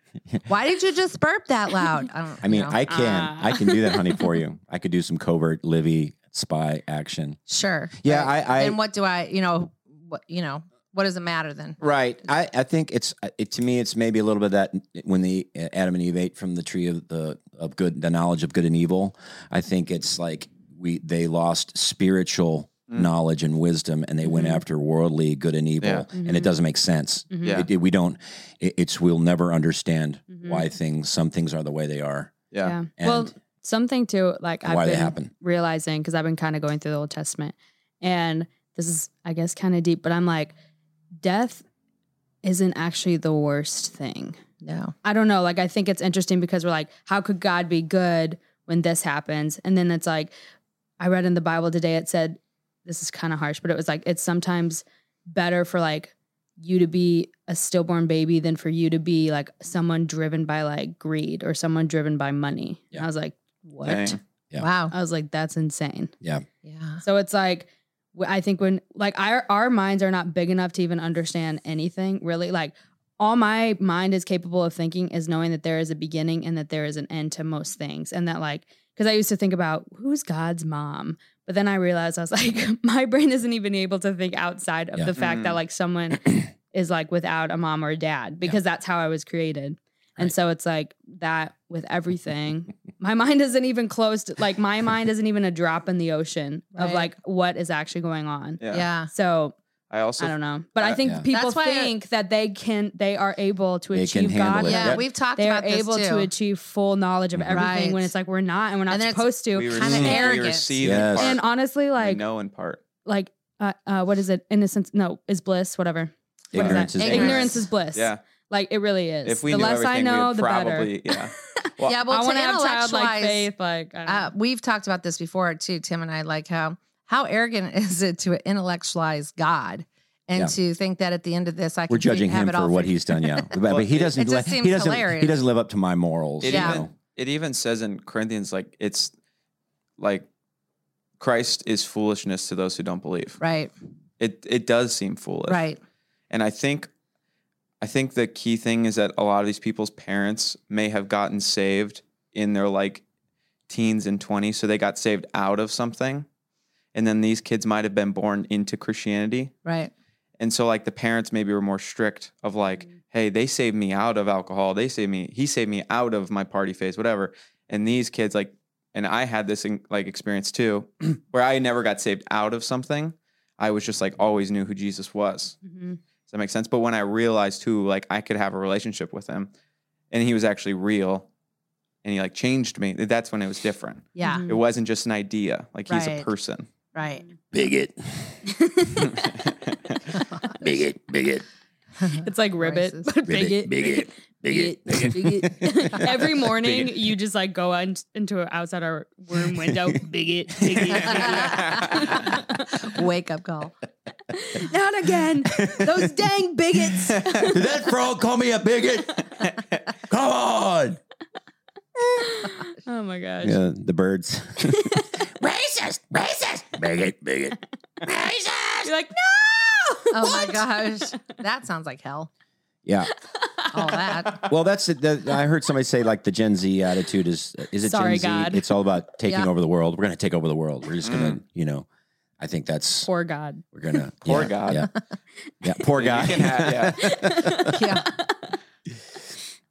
H: why did you just burp that loud? I don't
A: I mean,
H: you know.
A: I can, I can do that, honey, for you. I could do some covert Livy spy action.
H: Sure.
A: Yeah, I- I-
H: And what do I, you know, what you know, what does it matter then?
A: Right. I, I think it's uh, it, to me it's maybe a little bit that when the uh, Adam and Eve ate from the tree of the of good the knowledge of good and evil, I think it's like we they lost spiritual
I: Mm.
A: knowledge and wisdom, and they went after worldly good and evil,
I: Mm-hmm. Yeah.
J: Mm-hmm.
A: and it doesn't make sense.
I: Mhm. Yeah.
A: It- it- we don't. it- it's we'll never understand why things, some things are the way they are.
J: Mm-hmm. Yeah.
A: And
J: well, something too, like
A: and
J: I've
A: why they
J: been
A: happen.
J: realizing because I've been kind of going through the Old Testament, and this is, I guess, kind of deep, but I'm like, death isn't actually the worst thing.
H: No.
J: I don't know. Like, I think it's interesting because we're like, how could God be good when this happens? And then it's like, I read in the Bible today, it said, this is kind of harsh, but it was like, it's sometimes better for like you to be a stillborn baby than for you to be like someone driven by like greed or someone driven by money. And I was like, what?
A: Dang. Yeah.
H: Wow.
J: I was like, that's insane.
A: Yeah.
H: Yeah.
J: So it's like wh- I think when like our our minds are not big enough to even understand anything really. Like all my mind is capable of thinking is knowing that there is a beginning and that there is an end to most things, and that like because I used to think about who's God's mom, but then I realized I was like my brain isn't even able to think outside of
H: Yeah.
J: the fact that
H: Mm.
J: like someone is like without a mom or a dad because that's how I was created. And so it's like that with everything. my mind isn't even close to like my mind isn't even a drop in the ocean of
H: Right.
J: like what is actually going on.
I: Yeah.
H: Yeah.
J: So
I: I also
J: I don't know. But I think people
H: That's why I-
J: think that they can they are able to
A: They can
J: achieve
A: handle
J: God.
A: it. Yeah, Yep.
H: we've talked
J: they
H: about
J: are
H: this
J: able
H: too.
J: to achieve full knowledge of everything
H: Right.
J: when it's like we're not and we're not
H: And then it's-
J: supposed to.
I: we
H: kinda
I: receive, we
H: arrogant.
I: receive
A: Yes.
I: in part.
J: And honestly,
I: we
J: like
I: know in part.
J: like uh, uh what is it? Innocence no, is bliss, whatever. What
A: Ignorance
J: that?
A: is
J: ignorance.
A: bliss.
J: is bliss.
I: Yeah.
J: Like it really is.
I: If we
J: the
I: knew
J: less
I: everything,
J: I know,
I: we would
J: the better.
I: probably yeah. Well,
H: yeah,
J: I
H: well,
J: want
H: to
J: to have childlike
H: intellectualize,
J: faith. Like I don't
H: uh, we've talked about this before too, Tim and I. Like how how arrogant is it to intellectualize God and
A: Yeah.
H: to think that at the end of this, I
A: We're
H: can
A: judging
H: have
A: him
H: it all
A: for what
H: figured-
A: he's done. Yeah, but,
I: Well,
A: but he
I: it-
A: doesn't.
H: It just
A: li-
H: seems
A: he doesn't.
H: hilarious.
A: He doesn't live up to my morals.
I: It,
A: you
H: Yeah.
A: know?
I: even, it even says in Corinthians, like it's like Christ is foolishness to those who don't believe.
H: Right,
I: It it does seem foolish,
H: right,
I: And I think I think the key thing is that a lot of these people's parents may have gotten saved in their like teens and 20s, so they got saved out of something, and then these kids might have been born into Christianity.
H: right.
I: And so like the parents maybe were more strict of like, hey, they saved me out of alcohol. They saved me, he saved me out of my party phase, whatever. And these kids like, and I had this in, like experience too, where I never got saved out of something. I was just like always knew who Jesus was.
B: Mm-hmm.
H: Mm-hmm.
J: Mhm.
I: Does that make sense? But when I realized who like I could have a relationship with him, and he was actually real, and he like changed me. That's when it was different.
H: Yeah,
J: Mm-hmm.
I: It wasn't just an idea. Like he's a
H: Right.
I: person.
H: right.
A: Bigot. Bigot. Bigot.
J: It's like ribbit,
H: Racist.
J: but bigot.
A: Bigot. Bigot. Bigot.
J: bigot. Every morning, you just like go out into a- outside our room window, bigot, bigot, bigot.
H: Wake up call.
J: Not again. Those dang bigots.
A: Did that frog call me a bigot? Come on.
J: Oh my gosh.
A: Yeah, the birds. racist. Racist. Bigot. Bigot. Racist.
J: You're like, no.
H: Oh my gosh, that sounds like hell.
A: Yeah.
H: All that.
A: Well, that's it. That, I heard somebody say like the Gen Z attitude is is it
J: Sorry,
A: Gen Z?
J: God.
A: It's all about taking
H: Yeah.
A: over the world. We're gonna take over the world. We're just gonna, you know, I think that's
J: Poor God.
A: we're gonna
I: Mm. Poor
A: yeah,
I: God.
A: Yeah, yeah poor
I: You
A: guy.
I: can have- yeah.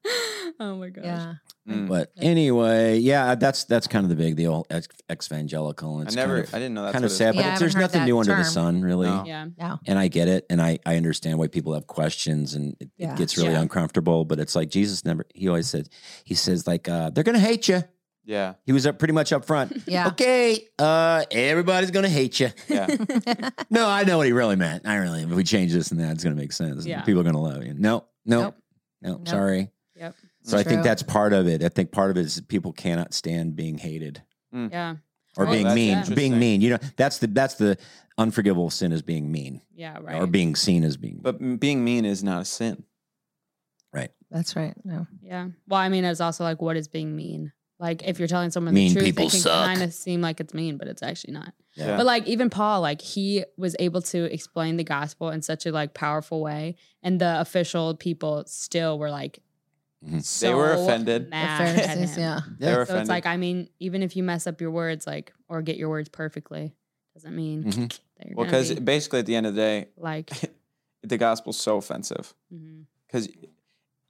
H: Yeah,
J: Oh my gosh.
H: yeah.
I: Mm.
A: But anyway, yeah, that's that's kind of the big deal, ex- evangelical. And
I: I
A: it's
I: never,
A: kind of,
I: I didn't know that's
A: kind of
I: what it
A: sad,
I: was
A: but
H: Yeah, I
A: it's, there's
H: haven't heard
A: nothing
H: that
A: new under the
H: term.
A: sun, really.
I: No.
J: Yeah.
H: No.
A: And I get it, and I I understand why people have questions, and it,
H: Yeah.
A: it gets really
J: Yeah.
A: uncomfortable. But it's like Jesus never. He always said, he says like uh, they're gonna hate you.
I: Yeah.
A: He was up pretty much up front.
H: Yeah.
A: Okay, uh, everybody's gonna hate you.
I: Yeah.
A: No, I know what he really meant. I really, if we change this and that, it's gonna make sense.
J: Yeah.
A: People are gonna love you. No, no,
H: Nope.
A: no.
H: Nope.
A: Sorry.
J: Yep.
A: So I
H: True.
A: think that's part of it. I think part of it is that people cannot stand being hated
J: Yeah.
A: or
J: Well,
A: being
J: Oh, that's
A: mean.
I: interesting.
A: Being mean. You know, that's the that's the unforgivable sin is being mean
J: Yeah. Right.
A: or being seen as being.
I: But m- being mean is not a sin.
H: That's right. No.
J: Yeah. Well, I mean, it's also like, what is being mean? Like, if you're telling someone
A: Mean
J: the truth,
A: people
J: it can
A: suck.
J: kind of seem like it's mean, but it's actually not.
I: Yeah.
J: But like, even Paul, like, he was able to explain the gospel in such a like powerful way, and the official people still were like,
A: Mhm.
J: so
I: Mm-hmm. were offended. The
J: Mad at
H: Pharisees,
J: him.
H: yeah.
I: They were
J: So it's
I: offended.
J: like, I mean, even if you mess up your words, like, or get your words perfectly, doesn't mean
A: Mhm.
J: that you're
I: Mm-hmm.
J: gonna
I: well, because
J: be
I: basically at the end of the day,
J: like,
I: the gospel's so offensive
J: mhm.
I: because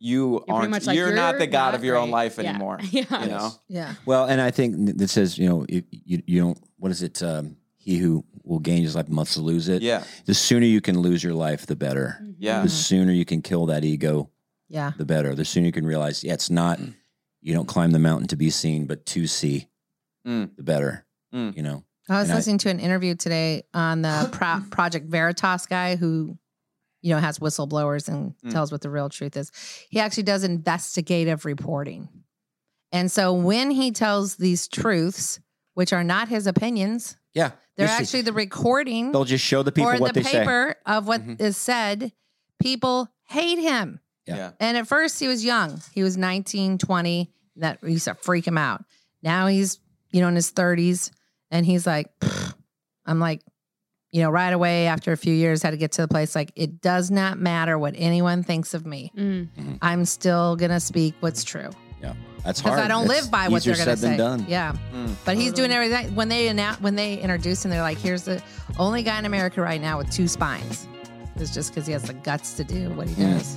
I: you
J: pretty
I: aren't,
J: much like,
I: you're, not
J: "You're
I: the god
J: not
I: of your own
J: great."
I: life
J: Yeah.
I: anymore.
J: Yeah.
I: You know?
H: Yeah.
A: Well, and I think that says you know you you, you don't what is it um, he who will gain his life, must lose it.
I: Yeah.
A: The sooner you can lose your life, the better.
J: Mm-hmm.
I: Yeah.
A: The sooner you can kill that ego,
H: Yeah.
A: the better. The sooner you can realize, yeah, it's not, you don't climb the mountain to be seen, but to see,
I: Mm.
A: the better, you know?
H: I was
A: And I-
H: listening to an interview today on the Pro- Project Veritas guy who, you know, has whistleblowers and
K: Mm.
H: tells what the real truth is. He actually does investigative reporting. And so when he tells these truths, which are not his opinions,
A: Yeah.
H: they're
A: You'll see.
H: actually the recording
A: They'll just show the people
H: or
A: what
H: the
A: they say.
H: paper of what is
A: Mhm.
H: said. People hate him.
A: Yeah.
H: And at first he was young. He was 19, 20. That used to freak him out. Now he's, you know, in his 30s and he's like, "Pfft." I'm like, you know, right away after a few years, had to get to the place like, it does not matter what anyone thinks of me.
A: Mm-hmm.
H: I'm still going to speak what's true.
A: Yeah. That's hard.
H: Because I don't
A: That's
H: live by what
A: easier
H: they're going to
A: said
H: say.
A: than done.
H: Yeah. But he's doing everything. When they announce, when they introduce him, they're like, here's the only guy in America right now with two spines. It's just because he has the guts to do what he
A: Mm.
H: does.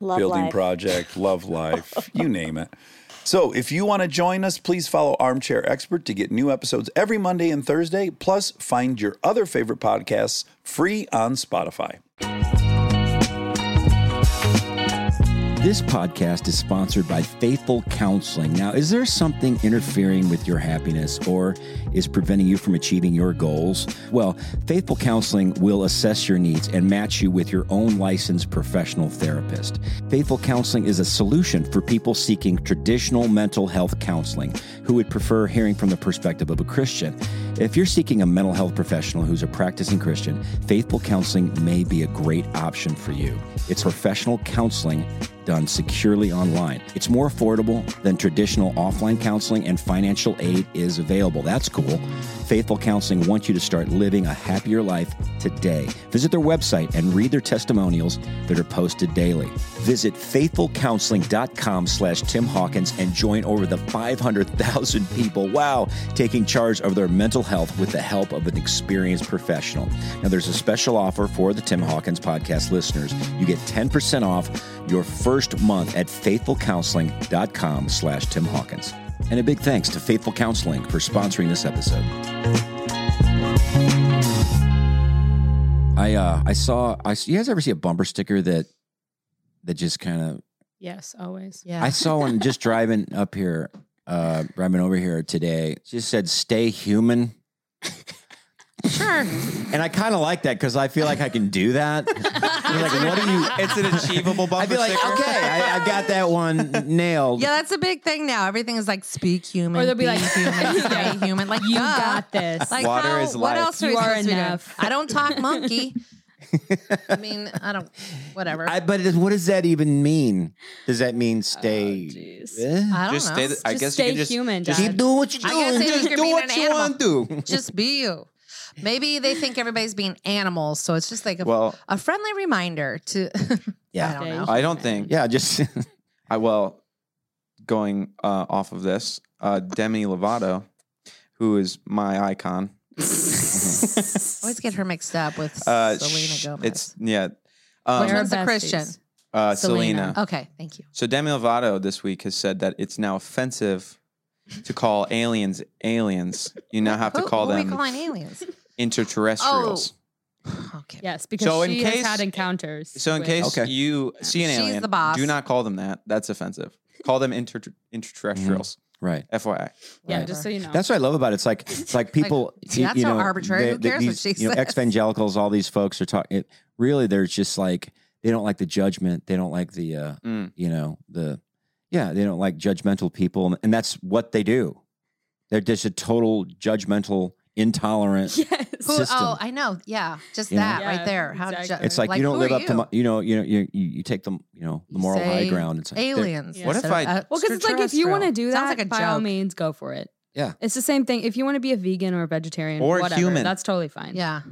L: Love
M: building
L: life.
M: project, love life, you name it. So if you want to join us, please follow Armchair Expert to get new episodes every Monday and Thursday. Plus, find your other favorite podcasts free on Spotify.
A: This podcast is sponsored by Faithful Counseling. Now, is there something interfering with your happiness or is preventing you from achieving your goals? Well, Faithful Counseling will assess your needs and match you with your own licensed professional therapist. Faithful Counseling is a solution for people seeking traditional mental health counseling who would prefer hearing from the perspective of a Christian. If you're seeking a mental health professional who's a practicing Christian, Faithful Counseling may be a great option for you. It's professional counseling done securely online. It's more affordable than traditional offline counseling, and financial aid is available. That's cool. Faithful Counseling wants you to start living a happier life today. Visit their website and read their testimonials that are posted daily. Visit faithfulcounseling.com slash Tim Hawkins and join over the 500,000 people, wow, taking charge of their mental health with the help of an experienced professional. Now, there's a special offer for the Tim Hawkins podcast listeners. You get 10% off your first month at faithfulcounseling.com slash Tim Hawkins. And a big thanks to Faithful Counseling for sponsoring this episode. I uh I saw I you guys ever see a bumper sticker that that just kind of
J: Yes, always.
A: I saw one just driving up here, uh, driving over here today. It Just said "Stay human,"
H: Sure.
A: and I kind of like that because I feel like I can do that. You're like, what are you?
I: It's an achievable bumper
A: I feel like
I: sticker.
A: okay, I, I got that one nailed.
H: Yeah, that's a big thing now. Everything is like speak human,
J: Or they'll be
H: be
J: like-
H: human,
J: Yeah.
H: stay human. Like
J: You
H: duh.
J: got this.
H: Like
A: Water
H: how,
A: is
H: What
A: life.
H: else are we
J: You are
H: supposed to be doing?
J: enough.
H: I don't talk monkey. I mean, I don't. Whatever.
A: I, but it- what does that even mean? Does that mean stay? Eh?
H: I don't Oh, Just know. stay the- I Just guess you can stay just- human, just- Dad.
A: keep doing what you're
H: I guess
A: doing.
H: it
A: Just
H: could
A: do
H: mean
A: what
H: an
A: you
H: animal.
A: want to.
H: just be you. Maybe they think everybody's being animals, so it's just like a,
I: Well-
H: a friendly reminder to.
A: Yeah.
H: I don't know.
I: I don't think.
A: Yeah, just.
I: I well, going uh, off of this, uh, Demi Lovato, who is my icon.
H: I always get her mixed up with
I: Uh, sh-
H: Selena Gomez.
I: It's yeah. um,
H: Which one's the Christian?
I: Uh, Selena.
H: Okay, thank you.
I: So Demi Lovato this week has said that it's now offensive to call aliens aliens. You now have to
H: Who-
I: call
H: who are we
I: them
H: calling aliens?
J: Oh,
H: Oh,
I: interterrestrials.
J: Yes, because
I: So in
J: she
I: case-
J: has had encounters.
I: So in
J: with-
I: case you see an
J: She's
I: alien,
J: the boss.
I: do not call them that. That's offensive. Call them inter- interterrestrials.
A: Mm-hmm. Right.
I: FYI.
J: Yeah, just so you know.
A: That's what I love about it. It's like it's like people.
J: Like,
A: you-
J: that's
A: you
J: so
A: know,
J: arbitrary. Who cares what
A: these,
J: she
A: You know,
J: says?
A: evangelicals, all these folks are talking. Really, they're just like they don't like the judgment. They don't like the uh, you know the yeah. They don't like judgmental people, and, and that's what they do. They're just a total judgmental, intolerant.
H: Who,
A: System.
H: oh, I know. Yeah, just
A: You know?
H: that
J: Yeah,
H: right there. How ju-
A: It's like, you don't
H: who
A: live
H: are
A: up to
H: you?
A: my, you know you know you you, you take them you know the moral high
H: say
A: ground. It's like they're-
H: aliens.
J: Well, because it's like if you want to do that, by all means, go for it.
A: Yeah.
J: It's the same thing. If you want to be a vegan or a vegetarian
A: Or a
J: whatever,
A: human.
J: that's totally fine.
H: Yeah.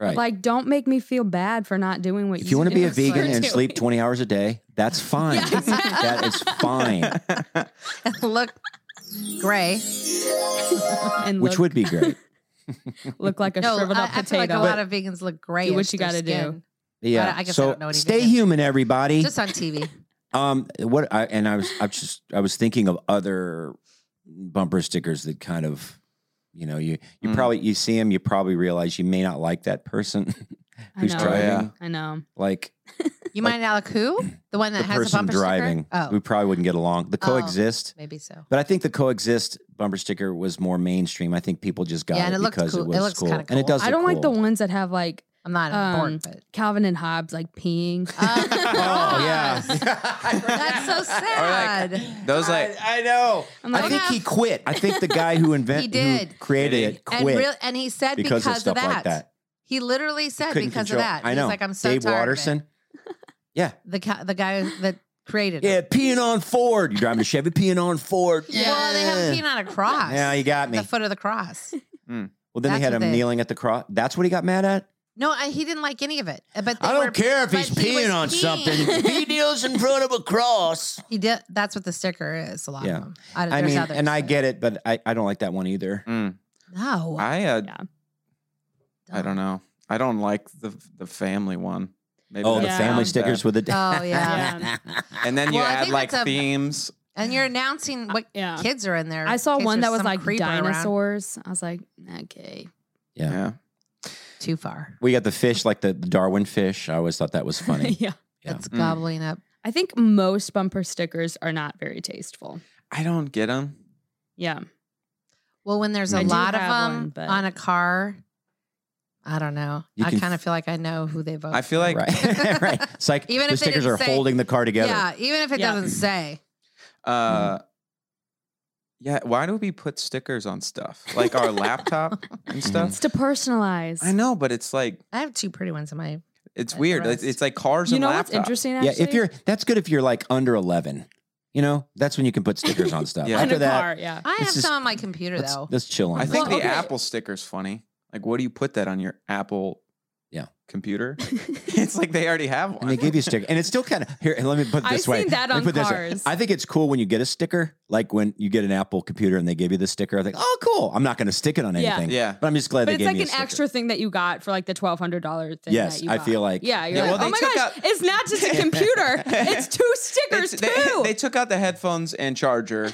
A: Right.
J: Like, don't make me feel bad for not doing what
A: if you want to be a
J: guys
A: vegan
J: are
A: and
J: doing.
A: sleep 20 hours a day, that's fine. that is fine,
H: look gray.
J: and
A: which would be great.
J: look like a
H: no,
J: shriveled
H: I,
J: up
H: I feel like a
J: potato.
H: lot of vegans look gray.
J: what you gotta do.
A: Yeah.
H: I guess I
A: so
H: don't know any
A: stay
H: vegan.
A: human, everybody.
H: Just on TV.
A: Um, what I and I was I was just I was thinking of other bumper stickers that kind of, you know, you you
I: Mm.
A: probably you see them, you probably realize you may not like that person
J: I
A: who's
J: know.
A: driving.
J: I know.
A: Like
H: You might not like who? The one that
A: the
H: has a
A: person
H: bumper
A: driving,
H: sticker? Oh.
A: we probably wouldn't get along. The
H: Oh,
A: coexist,
H: maybe so.
A: But I think the coexist bumper sticker was more mainstream. I think people just got
J: Yeah, and
A: it
J: it looked
A: because
J: cool.
A: it was
J: It looks
A: cool.
J: kinda
A: and it does.
J: I
A: look
J: don't like the
A: cool.
J: ones that have like um,
H: I'm not on board,
J: Calvin and Hobbes like peeing.
A: Oh yeah,
H: That's so sad.
I: Those like
A: I know.
H: I'm
A: I
H: like-
A: think he quit. I think the guy who
H: He
A: invented who
H: did.
A: created it quit
H: and real and he said because,
A: because of stuff
H: that.
A: like that.
H: He literally said
A: Couldn't
H: because
A: control-
H: of that.
A: I
H: He's
A: know.
H: like I'm so
A: Dave
H: tired. of it.
A: Watterson. Yeah.
H: The ca- the guy that created it.
A: Yeah, peeing on Ford. You're driving a Chevy peeing on Ford. Yeah.
H: Well, they have peeing on a cross.
A: Yeah, you got me.
H: The foot of the cross.
A: Well, then they
H: That's
A: had
H: what
A: him
H: they-
A: kneeling at the cross. That's what he got mad at?
H: No, I, he didn't like any of it. Uh, But they
A: I don't
H: were-
A: care if
H: but
A: he's
H: he was
A: peeing on
H: peeing.
A: something. He deals in front of a cross.
H: He did. That's what the sticker is. A lot of
A: Yeah.
H: them. I,
A: I
H: there's
A: mean,
H: others.
A: and I get it, but I, I don't like that one either.
I: Mm.
H: no.
I: I uh,
H: I
I: don't know. I don't like the the family one. Maybe
A: Oh, the
I: that's
A: family
I: bad.
A: stickers with the.
H: Oh yeah.
I: and then you
H: Well, I
I: add
H: think
I: like
H: that's a-
I: themes.
H: And you're announcing what kids are in there.
J: I saw
H: in case
J: one that
H: there's
J: was
H: some
J: like
H: creeper around.
J: dinosaurs. I was like, okay.
A: Yeah.
H: Too far.
A: We got the fish, like the, the Darwin fish. I always thought that was funny. Mm.
J: yeah.
A: That's
H: gobbling up.
J: I think most bumper stickers are not very tasteful.
I: I don't get them.
J: Yeah.
H: Well, when there's a
J: I do
H: lot of
J: have
H: them
J: one, but-
H: on a car, I don't know.
A: You
H: I
A: can-
H: kind of feel like I know who they vote.
I: I feel like
A: right. It's like
H: Oh. Even
A: the
H: if they
A: stickers
H: didn't
A: are
H: say-
A: holding the car together. Mm-hmm.
H: Yeah, even if it
J: Yeah.
H: doesn't say.
I: Uh, yeah. Why do we put stickers on stuff like our laptop and
J: It's
A: Mm-hmm.
I: stuff?
J: to personalize.
I: I know, but it's like
H: I have two pretty ones in my.
I: it's weird. It's, it's like cars
J: You
I: and
J: know
I: laptops.
J: what's interesting,
A: Yeah, if
J: actually?
A: you're that's good if you're like under eleven. You know, that's when you can put stickers on stuff.
I: Yeah.
A: After
I: In a
A: that,
I: car,
J: yeah.
H: I
A: It's
H: have
A: just-
H: some on my computer
A: let's,
H: though.
A: let's chill on.
I: I think
A: that.
I: the Apple sticker's funny. Like, what do you put that on your Apple?
A: Yeah.
I: Computer. it's like they already have one.
A: And they give you a sticker, and it's still kind of here. Let me put it
J: I've
A: this way.
J: seen that
A: Let me
J: on
A: put it this way.
J: cars.
A: I think it's cool when you get a sticker, like when you get an Apple computer and they give you the sticker. I think, oh, cool. I'm not going to stick it on
J: Yeah.
A: anything.
I: Yeah.
A: But I'm just
J: But
A: glad they
J: it's
A: gave
J: like
A: me
J: an
A: a sticker.
J: extra thing that you got for like the twelve hundred dollar thing.
A: Yes,
J: that you
A: I
J: got.
A: feel like-
J: yeah, you're like,
I: Yeah, well,
J: oh
I: they
J: my
I: took
J: gosh,
I: out-
J: it's not just a computer, it's two stickers
I: They,
J: too.
I: they took out the headphones and charger,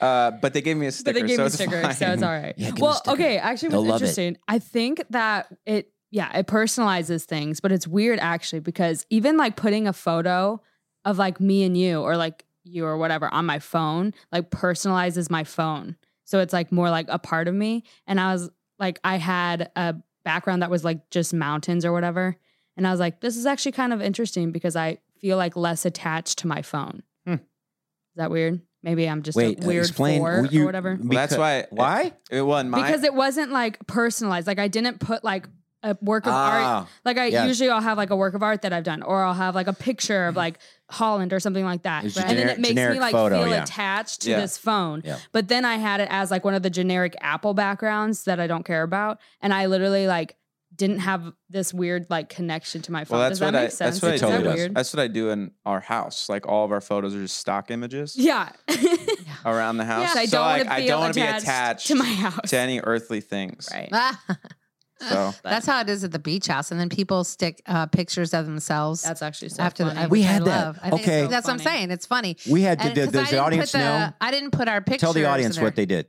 I: uh, but they gave me a
J: but
I: sticker.
J: they gave
I: so
J: me
I: it's
J: stickers,
I: fine.
J: so it's all right. well, okay, actually,
I: They'll
J: what's
I: love it.
J: interesting, I think that it, yeah, it personalizes things, but it's weird actually because even like putting a photo of like me and you or like you or whatever on my phone, like personalizes my phone. So it's like more like a part of me. And I was like, I had a background that was like just mountains or whatever. And I was like, this is actually kind of interesting because I feel like less attached to my phone.
I: Hmm. uh,
J: Is that weird? Maybe I'm just
A: Wait,
J: a weird
A: explain.
J: four
A: You-
J: or whatever.
I: Well, that's why.
A: Why?
I: It, well, in my,
J: because it wasn't like personalized. Like I didn't put like a work of
I: Ah,
J: art. Like I
I: yeah.
J: usually I'll have like a work of art that I've done, or I'll have like a picture
I: Mm-hmm.
J: of like Holland or something like that.
A: It's
J: and then
A: generic-
J: it makes me
A: generic
J: like
A: photo,
J: feel
A: yeah.
J: attached to
A: Yeah.
J: this phone.
A: Yeah.
J: But then I had it as like one of the generic Apple backgrounds that I don't care about, and I literally like didn't have this weird like connection to my phone.
I: well, that's
J: Does
I: what
J: that make
I: I.
J: sense?
I: That's what I
J: Is
I: do.
J: that weird?
I: That's what I do in our house. Like all of our photos are just stock images
J: Yeah.
I: around the house.
J: Yes, I
I: so
J: don't wanna
I: like, I
J: feel
I: don't want to be
J: attached
I: attached
J: to my house.
I: to any earthly things.
J: Right.
H: Ah,
I: So
H: that's how it is at the beach house, and then people stick uh, pictures of themselves.
J: That's actually so
H: after
J: funny.
H: The,
A: We
H: which I
A: had that.
H: love. I think
A: Okay.
H: it's- that's what I'm saying. It's funny.
A: We had to
H: And-
A: do-
H: 'cause
A: does
H: I
A: the
H: didn't put
A: audience
H: the-
A: know?
H: I didn't put our pictures.
A: Tell the
H: in
A: audience
H: there.
A: what they did.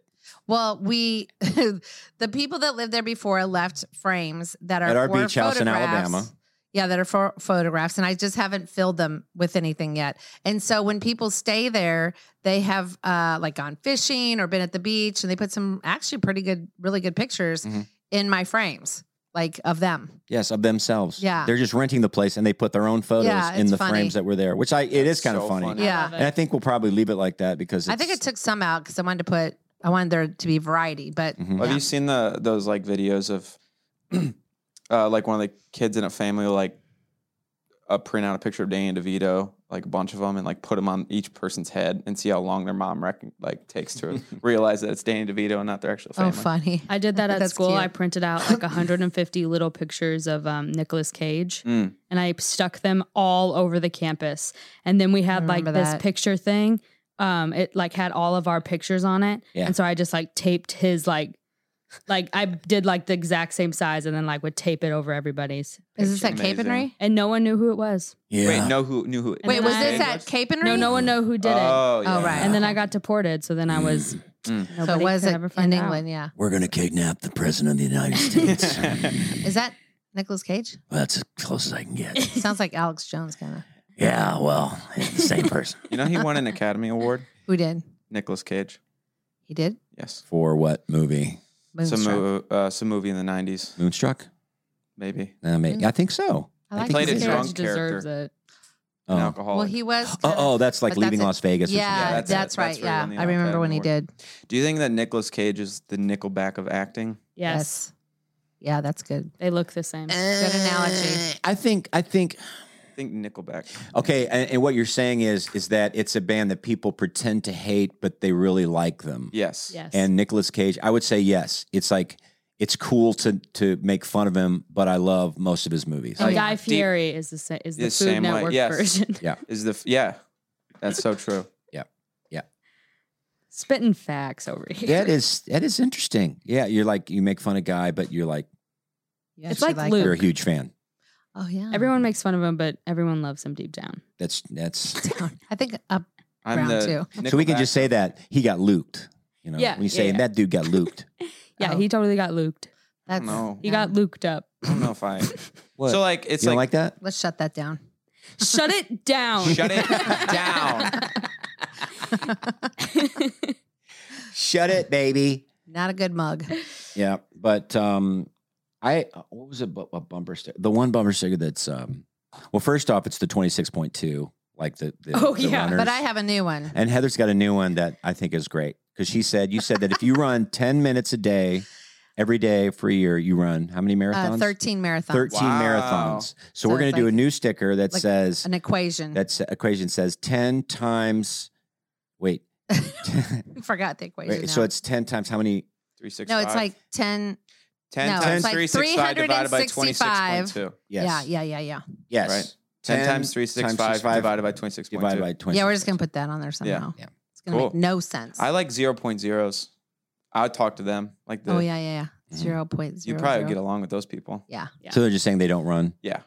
H: Well, we the people that lived there before left frames that are
A: At our
H: for
A: beach house in
H: photographs.
A: Alabama.
H: Yeah, that are for photographs, and I just haven't filled them with anything yet. And so when people stay there, they have uh, like gone fishing or been at the beach, and they put some actually pretty good, really good pictures
A: Mm-hmm.
H: in my frames, like of them.
A: Yes, of themselves.
H: Yeah.
A: They're just renting the place and they put their own photos
H: Yeah,
A: in
H: it's
A: the
H: funny.
A: frames that were there, which I it is kind of
H: so
A: funny.
H: funny. Yeah. I love it.
A: And I think we'll probably leave it like that because it's,
H: I think I took some out because I wanted to put, I wanted there to be variety, but
I: Have
A: Mm-hmm.
H: yeah.
I: you seen the those like videos of uh, like one of the kids in a family will, like uh, print out a picture of Danny DeVito like a bunch of them and like put them on each person's head and see how long their mom rec- like takes to realize that it's Danny DeVito and not their actual family.
H: Oh, funny.
J: I did that at
H: That's
J: school.
H: cute.
J: I printed out like 150 little pictures of um, Nicolas Cage
I: Mm.
J: and I stuck them all over the campus. And then we had like
H: remember
J: this
H: that.
J: picture thing. Um, it like had all of our pictures on it.
H: Yeah.
J: And so I just like taped his like like I did like the exact same size and then like would tape it over everybody's.
H: Is this at
J: picture.
H: Capenry?
J: And no one knew who it was.
I: Wait, know who knew who?
J: And
H: Wait,
J: then
H: was
J: I-
H: this at Capenry?
J: No, no one know who did it.
I: Oh, yeah.
H: Oh, right.
J: And then I got deported. So then I was
E: Mm.
H: So it
J: nobody
H: was
J: could
H: at-
J: ever
H: in
J: find out.
H: England, yeah.
D: We're going to kidnap the president of the United States.
H: Is that Nicolas Cage?
D: Well, that's as close as I can get.
H: Sounds like Alex Jones, kind of.
D: Yeah, well, it's the same person.
I: You know he won an Academy Award.
H: Who did?
I: Nicolas Cage.
H: He did?
I: Yes.
A: For what movie?
I: Some,
H: Moonstruck.
I: mo- uh, some movie in the '90s,
A: Moonstruck?
I: maybe.
A: Uh, maybe, I think so.
H: Mm. I like
A: think
I: Played
A: he
I: a
A: did.
I: drunk
J: deserves
I: character,
J: it.
I: an
A: Oh.
I: alcoholic.
H: Well, he was.
A: Oh, oh, that's like
H: But that's
A: leaving
H: it.
A: Las Vegas. or
H: Yeah,
A: something.
H: that's,
I: that's it.
H: right.
I: That's where he
H: yeah,
I: won the
H: I remember when he
I: Academy
H: did.
I: Do you think that Nicolas Cage is the Nickelback of acting?
J: Yes.
H: Yeah, that's good.
J: They look the same.
H: Good analogy.
A: Eh. I think. I think.
I: I think Nickelback.
A: Okay, and, and what you're saying is is that it's a band that people pretend to hate, but they really like them.
I: Yes.
J: Yes.
A: And Nicolas Cage, I would say yes. It's like it's cool to to make fun of him, but I love most of his movies.
J: And
I: Like,
J: Oh, Guy
I: Oh, deep-
J: Fieri is the same. Is the
I: The
J: Food
I: same way,
J: Network
I: yes.
J: version.
A: Yeah,
I: Is the f- yeah? That's so true.
J: Spitting facts over here.
A: that is that is interesting. Yeah, you're like you make fun of Guy, but you're like
H: You
J: It's
H: actually
J: like
H: him.
J: Luke.
A: you're a huge fan.
H: Oh yeah.
J: Everyone makes fun of him, but everyone loves him deep down.
A: That's that's
H: I think up
I: I'm
H: Round
I: the
H: two.
A: so we can
I: Nickelback-
A: just say that he got looped. You know,
J: Yeah,
A: when you say
J: yeah, yeah.
A: that dude got looped.
J: Yeah,
H: Oh.
J: he totally got looped.
H: that's.
I: No.
J: He got looped up.
I: I don't know if I.
A: What?
I: So like it's
A: you don't
I: like,
A: like that?
H: Let's shut that down.
J: Shut it down.
I: shut it down.
A: Shut it, baby.
H: Not a good mug.
A: Yeah, but um, I what was it? bu- A bumper sticker. The one bumper sticker that's um, well, first off, it's the twenty six point two, like the, the
J: Oh,
A: the
J: yeah,
A: runners.
H: But I have a new one. Uh,
A: and Heather's got a new one that I think is great because she said you said that if you run ten minutes a day, every day for a year, you run how many marathons?
H: Uh, Thirteen marathon.
A: 13
I: Wow.
A: marathons. So,
H: So
A: we're gonna
H: it's
A: do a
H: like-
A: new sticker that
H: like
A: says
H: An equation.
A: that s- equation says ten times. Wait,
H: Forgot the equation.
A: wait, so
H: now.
A: it's ten times how many?
I: Three six.
H: no, it's like ten.
I: ten
H: no, it's
I: times
H: like
I: three six five divided by twenty six
H: 365.
I: point two.
A: Yes.
H: Yeah, yeah, yeah, yeah.
A: Yes.
I: Right. Ten, times three six
A: times
I: five
A: 65
I: divided by twenty six point
A: divided by
I: two.
A: twenty.
H: yeah, we're just gonna put that on there somehow.
A: Yeah.
H: It's gonna make
I: Cool.
H: no sense.
I: I like zero point zeros. I would talk to them. Like the,
H: oh yeah, yeah, yeah. Zero point
I: you
H: zero.
I: probably would
H: zero.
I: get along with those people.
H: Yeah.
J: Yeah.
A: So they're just saying they don't run.
I: Yeah.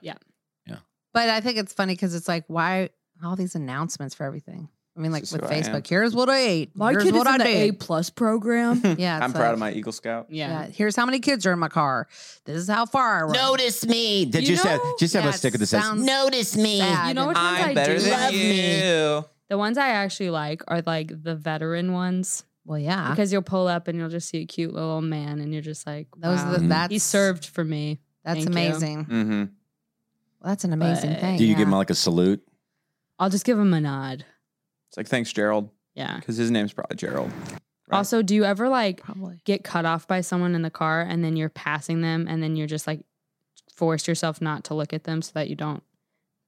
H: But I think it's funny because it's like, why all these announcements for everything? I mean, like
I: This is
H: with
I: who I am.
H: Facebook, here's what I ate. here's what I did.
J: plus program.
H: Yeah, it's
I: I'm proud
H: like-
I: of my Eagle Scout.
J: Yeah.
H: Yeah, here's how many kids are in my car. This is how far I run.
A: Notice me. They
J: You
A: just have
J: know-
A: just have
H: Yeah,
A: a
H: it
A: sticker that says
H: sounds
A: "Notice me."
H: sad.
J: You know which ones
I: I'm
J: I
I: better
J: do
I: than
J: like?
I: you.
J: The ones I actually like are like the veteran ones
H: Well, yeah,
J: because you'll pull up and you'll just see a cute little old man and you're just like,
H: those
J: wow,
H: are the,
A: Mhm.
H: that's
J: he served for me.
H: That's
J: Thank you.
H: amazing.
I: Mm-hmm.
H: Well, that's an amazing
J: But-
H: thing.
A: Do you
H: Uh, yeah.
A: give them like a salute?
J: I'll just give him a nod.
I: It's like thanks Gerald
J: Yeah.
I: because his name's probably Gerald. Right.
J: Also, do you ever like
H: probably?
J: get cut off by someone in the car and then you're passing them and then you're just like force yourself not to look at them so that you don't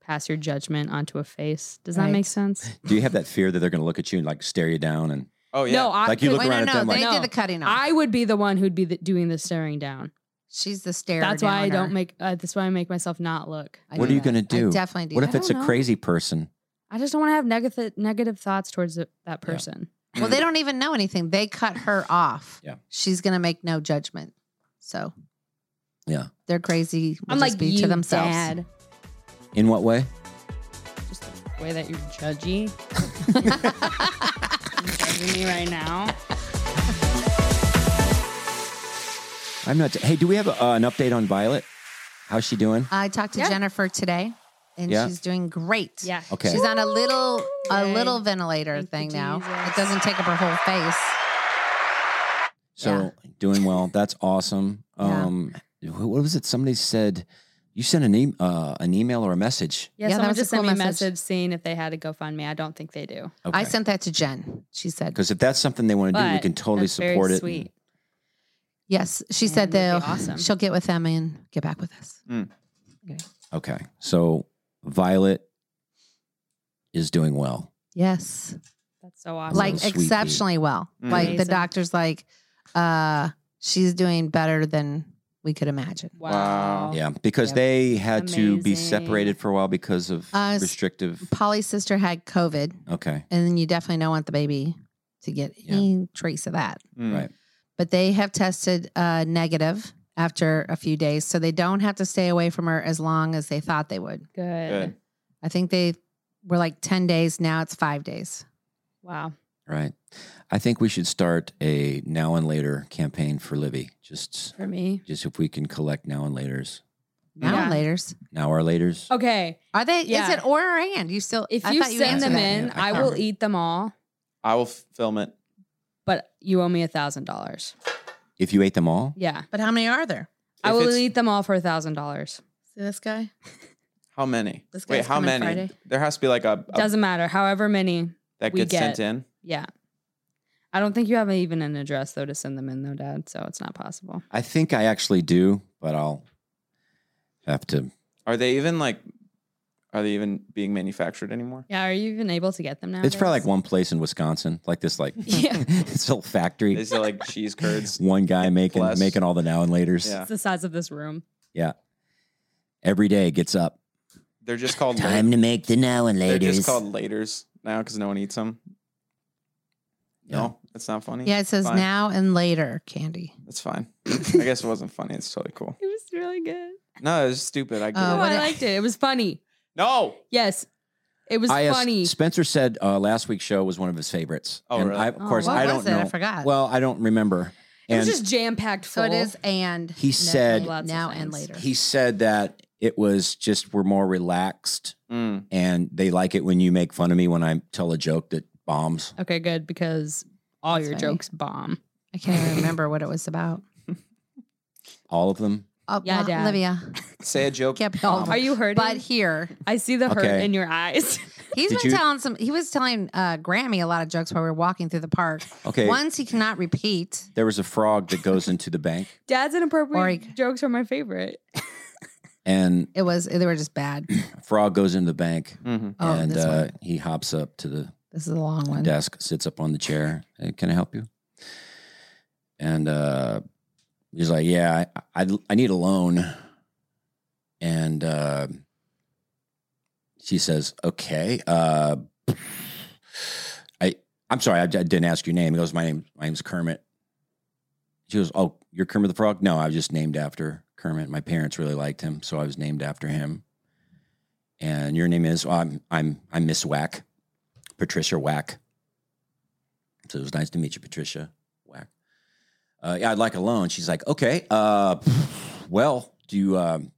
J: pass your judgment onto a face. Does that
H: Right.
J: make sense?
A: Do you have that fear that they're going to look at you and like stare you down? And
I: Oh yeah.
J: No, I
A: Like you
J: could-
A: look
H: Wait, no,
A: around at
H: no,
A: them
H: they
A: like-
H: did the cutting off.
J: I would be the one who'd be the, doing the staring down.
H: She's the stare.
J: that's why I
H: downer.
J: don't make uh, that's why I make myself not look.
H: I
A: what
H: do
A: are you
H: that.
A: going to
H: I
A: do?
H: definitely do.
A: What
H: that.
A: if it's a
J: don't know.
A: crazy person?
J: I just don't want to have negative negative thoughts towards th- that person.
H: Well, they don't even know anything. They cut her off.
A: Mm. Yeah.
H: She's gonna make no judgment. So
A: Yeah.
H: they're crazy. will
J: I'm
H: just
J: like
H: be
J: you,
H: to themselves.
J: Dad.
A: In what way?
J: Just the way that you're judgy. You're judging me right now.
A: I'm not. hey, do we have uh, an update on Violet? How's she doing?
H: I talked to
J: Yeah.
H: Jennifer today, and
A: Yeah.
H: she's doing great.
J: Yeah.
A: Okay.
H: She's on a little a
J: Yay.
H: little ventilator
J: Thank you,
H: thing now.
J: Jesus.
H: It doesn't take up her whole face.
A: So doing well. That's awesome.
H: Yeah.
A: Um, wh- what was it? Somebody said you sent an, e- uh, an email or a message.
J: Yeah,
H: Yeah, that
J: someone
H: was a
J: just sent
H: cool
J: me a
H: message.
J: message seeing if they had a GoFundMe. I don't think they do.
H: I sent that to Jen. She said
A: because if that's something they want to do, we
J: But
A: can totally
J: that's very
A: support it.
J: Sweet.
H: yes. She
J: Man,
H: said
J: that'd
H: they'll
J: be awesome.
H: she'll get with them and get
A: Hmm.
H: back with us.
A: Okay. So Violet is doing well.
H: Yes.
J: That's so awesome.
H: Like
A: Little sweet
H: exceptionally
A: pea.
H: well.
A: Mm.
H: Like the
J: Amazing.
H: doctor's like, uh, she's doing better than we could imagine.
J: Wow.
A: Yeah, because they had to be separated for a while because of
H: Uh, s-
A: restrictive.
H: Polly's sister had COVID,
A: Okay.
H: and then you definitely don't want the baby to get any trace of that.
A: Right.
H: But they have tested uh, negative after a few days, so they don't have to stay away from her as long as they thought they would.
J: Good.
I: Good.
H: I think they were like 10 days. Now it's five days.
J: Wow.
A: Right. I think we should start a now and later campaign for Livy. Just
J: For me.
A: Just if we can collect now and laters.
H: Now and laters.
A: Now or laters.
J: Okay.
H: Are they? Is it or or and? You still?
J: If
H: I
J: you
H: thought you
J: send
H: answered
J: them
H: that.
J: in,
H: Yeah, I
J: I
H: can't
J: will
H: remember.
J: eat them all,
I: I will f- film it.
J: but you owe me a thousand dollars.
A: If you ate them all,
J: Yeah.
H: But how many are there?
J: I
I: If
J: will
I: it's-
J: eat them all for a thousand dollars.
H: See this guy?
I: How many?
J: This
I: Wait,
J: guy's
I: how
J: coming
I: many?
J: Friday.
I: There has to be like a, a-
J: Doesn't matter. However many
I: that
J: we
I: gets
J: get.
I: sent in.
J: Yeah. I don't think you have even an address though to send them in though, Dad. So it's not possible.
A: I think I actually do, but I'll have to.
I: Are they even like? Are they even being manufactured anymore?
J: Yeah. Are you even able to get them now?
A: It's probably like one place in Wisconsin, like this, like
J: Yeah.
A: this little factory.
I: Is it like cheese curds?
A: one guy making
I: Plus-
A: making all the now and laters.
J: It's the size of this room.
A: Yeah. Every day gets up.
I: They're just called
A: Time to make the now and
I: They're
A: laters.
I: just called laters now because no one eats them. No, that's not funny.
H: Yeah, it says
I: Fine.
H: now and later candy.
I: That's fine. I guess it wasn't funny. It's totally cool.
J: It was really good.
I: No, it was stupid. I get
J: Oh,
I: it.
J: I liked it. It was funny.
I: No.
J: Yes. It was
A: I asked-
J: funny.
A: Spencer said uh, last week's show was one of his favorites.
I: Oh,
A: and
I: really?
A: I, of
J: Oh,
A: course,
J: what
A: I
J: was
A: don't
J: it?
A: know.
J: I forgot.
A: Well, I don't remember.
J: it was
A: And
J: just jam packed
H: So
J: full.
H: it is and.
A: He
H: no,
A: said-
H: and now and later.
A: he said that it was just we're more relaxed,
I: Mm.
A: and they like it when you make fun of me when I tell a joke that bombs.
J: Okay, good because all your
H: funny.
J: jokes bomb.
H: I can't even remember what it was about.
A: All of them.
H: Oh,
J: Yeah,
H: well,
J: Dad.
H: Olivia.
I: Say a joke.
J: Are you hurting?
H: But here,
J: I see the hurt
A: Okay.
J: in your eyes.
H: he's
A: Did
H: been
A: you-
H: telling some. He was telling uh, Grammy a lot of jokes while we were walking through the park.
A: Okay.
H: ones he cannot repeat.
A: There was a frog that goes into the bank,
J: Dad's inappropriate jokes are my favorite.
A: and
H: It was they were just bad.
A: a frog goes into the bank,
I: Mm-hmm.
H: Oh,
A: and
H: this
A: uh,
H: one.
A: he hops up to the
H: This is a long one.
A: desk, sits up on the chair. Hey, can I help you? And uh, he's like, Yeah, I, I, I need a loan. And uh, she says, Okay. Uh, I, I'm sorry, I, I didn't ask your name. He goes, My name, my name's Kermit. She goes, Oh, you're Kermit the Frog? No, I was just named after Kermit. My parents really liked him, so I was named after him. And your name is, oh, I'm, I'm, I'm Miss Whack, Patricia Whack. So it was nice to meet you, Patricia Whack. Uh, yeah, I'd like a loan. She's like, okay, uh, well, do you, um,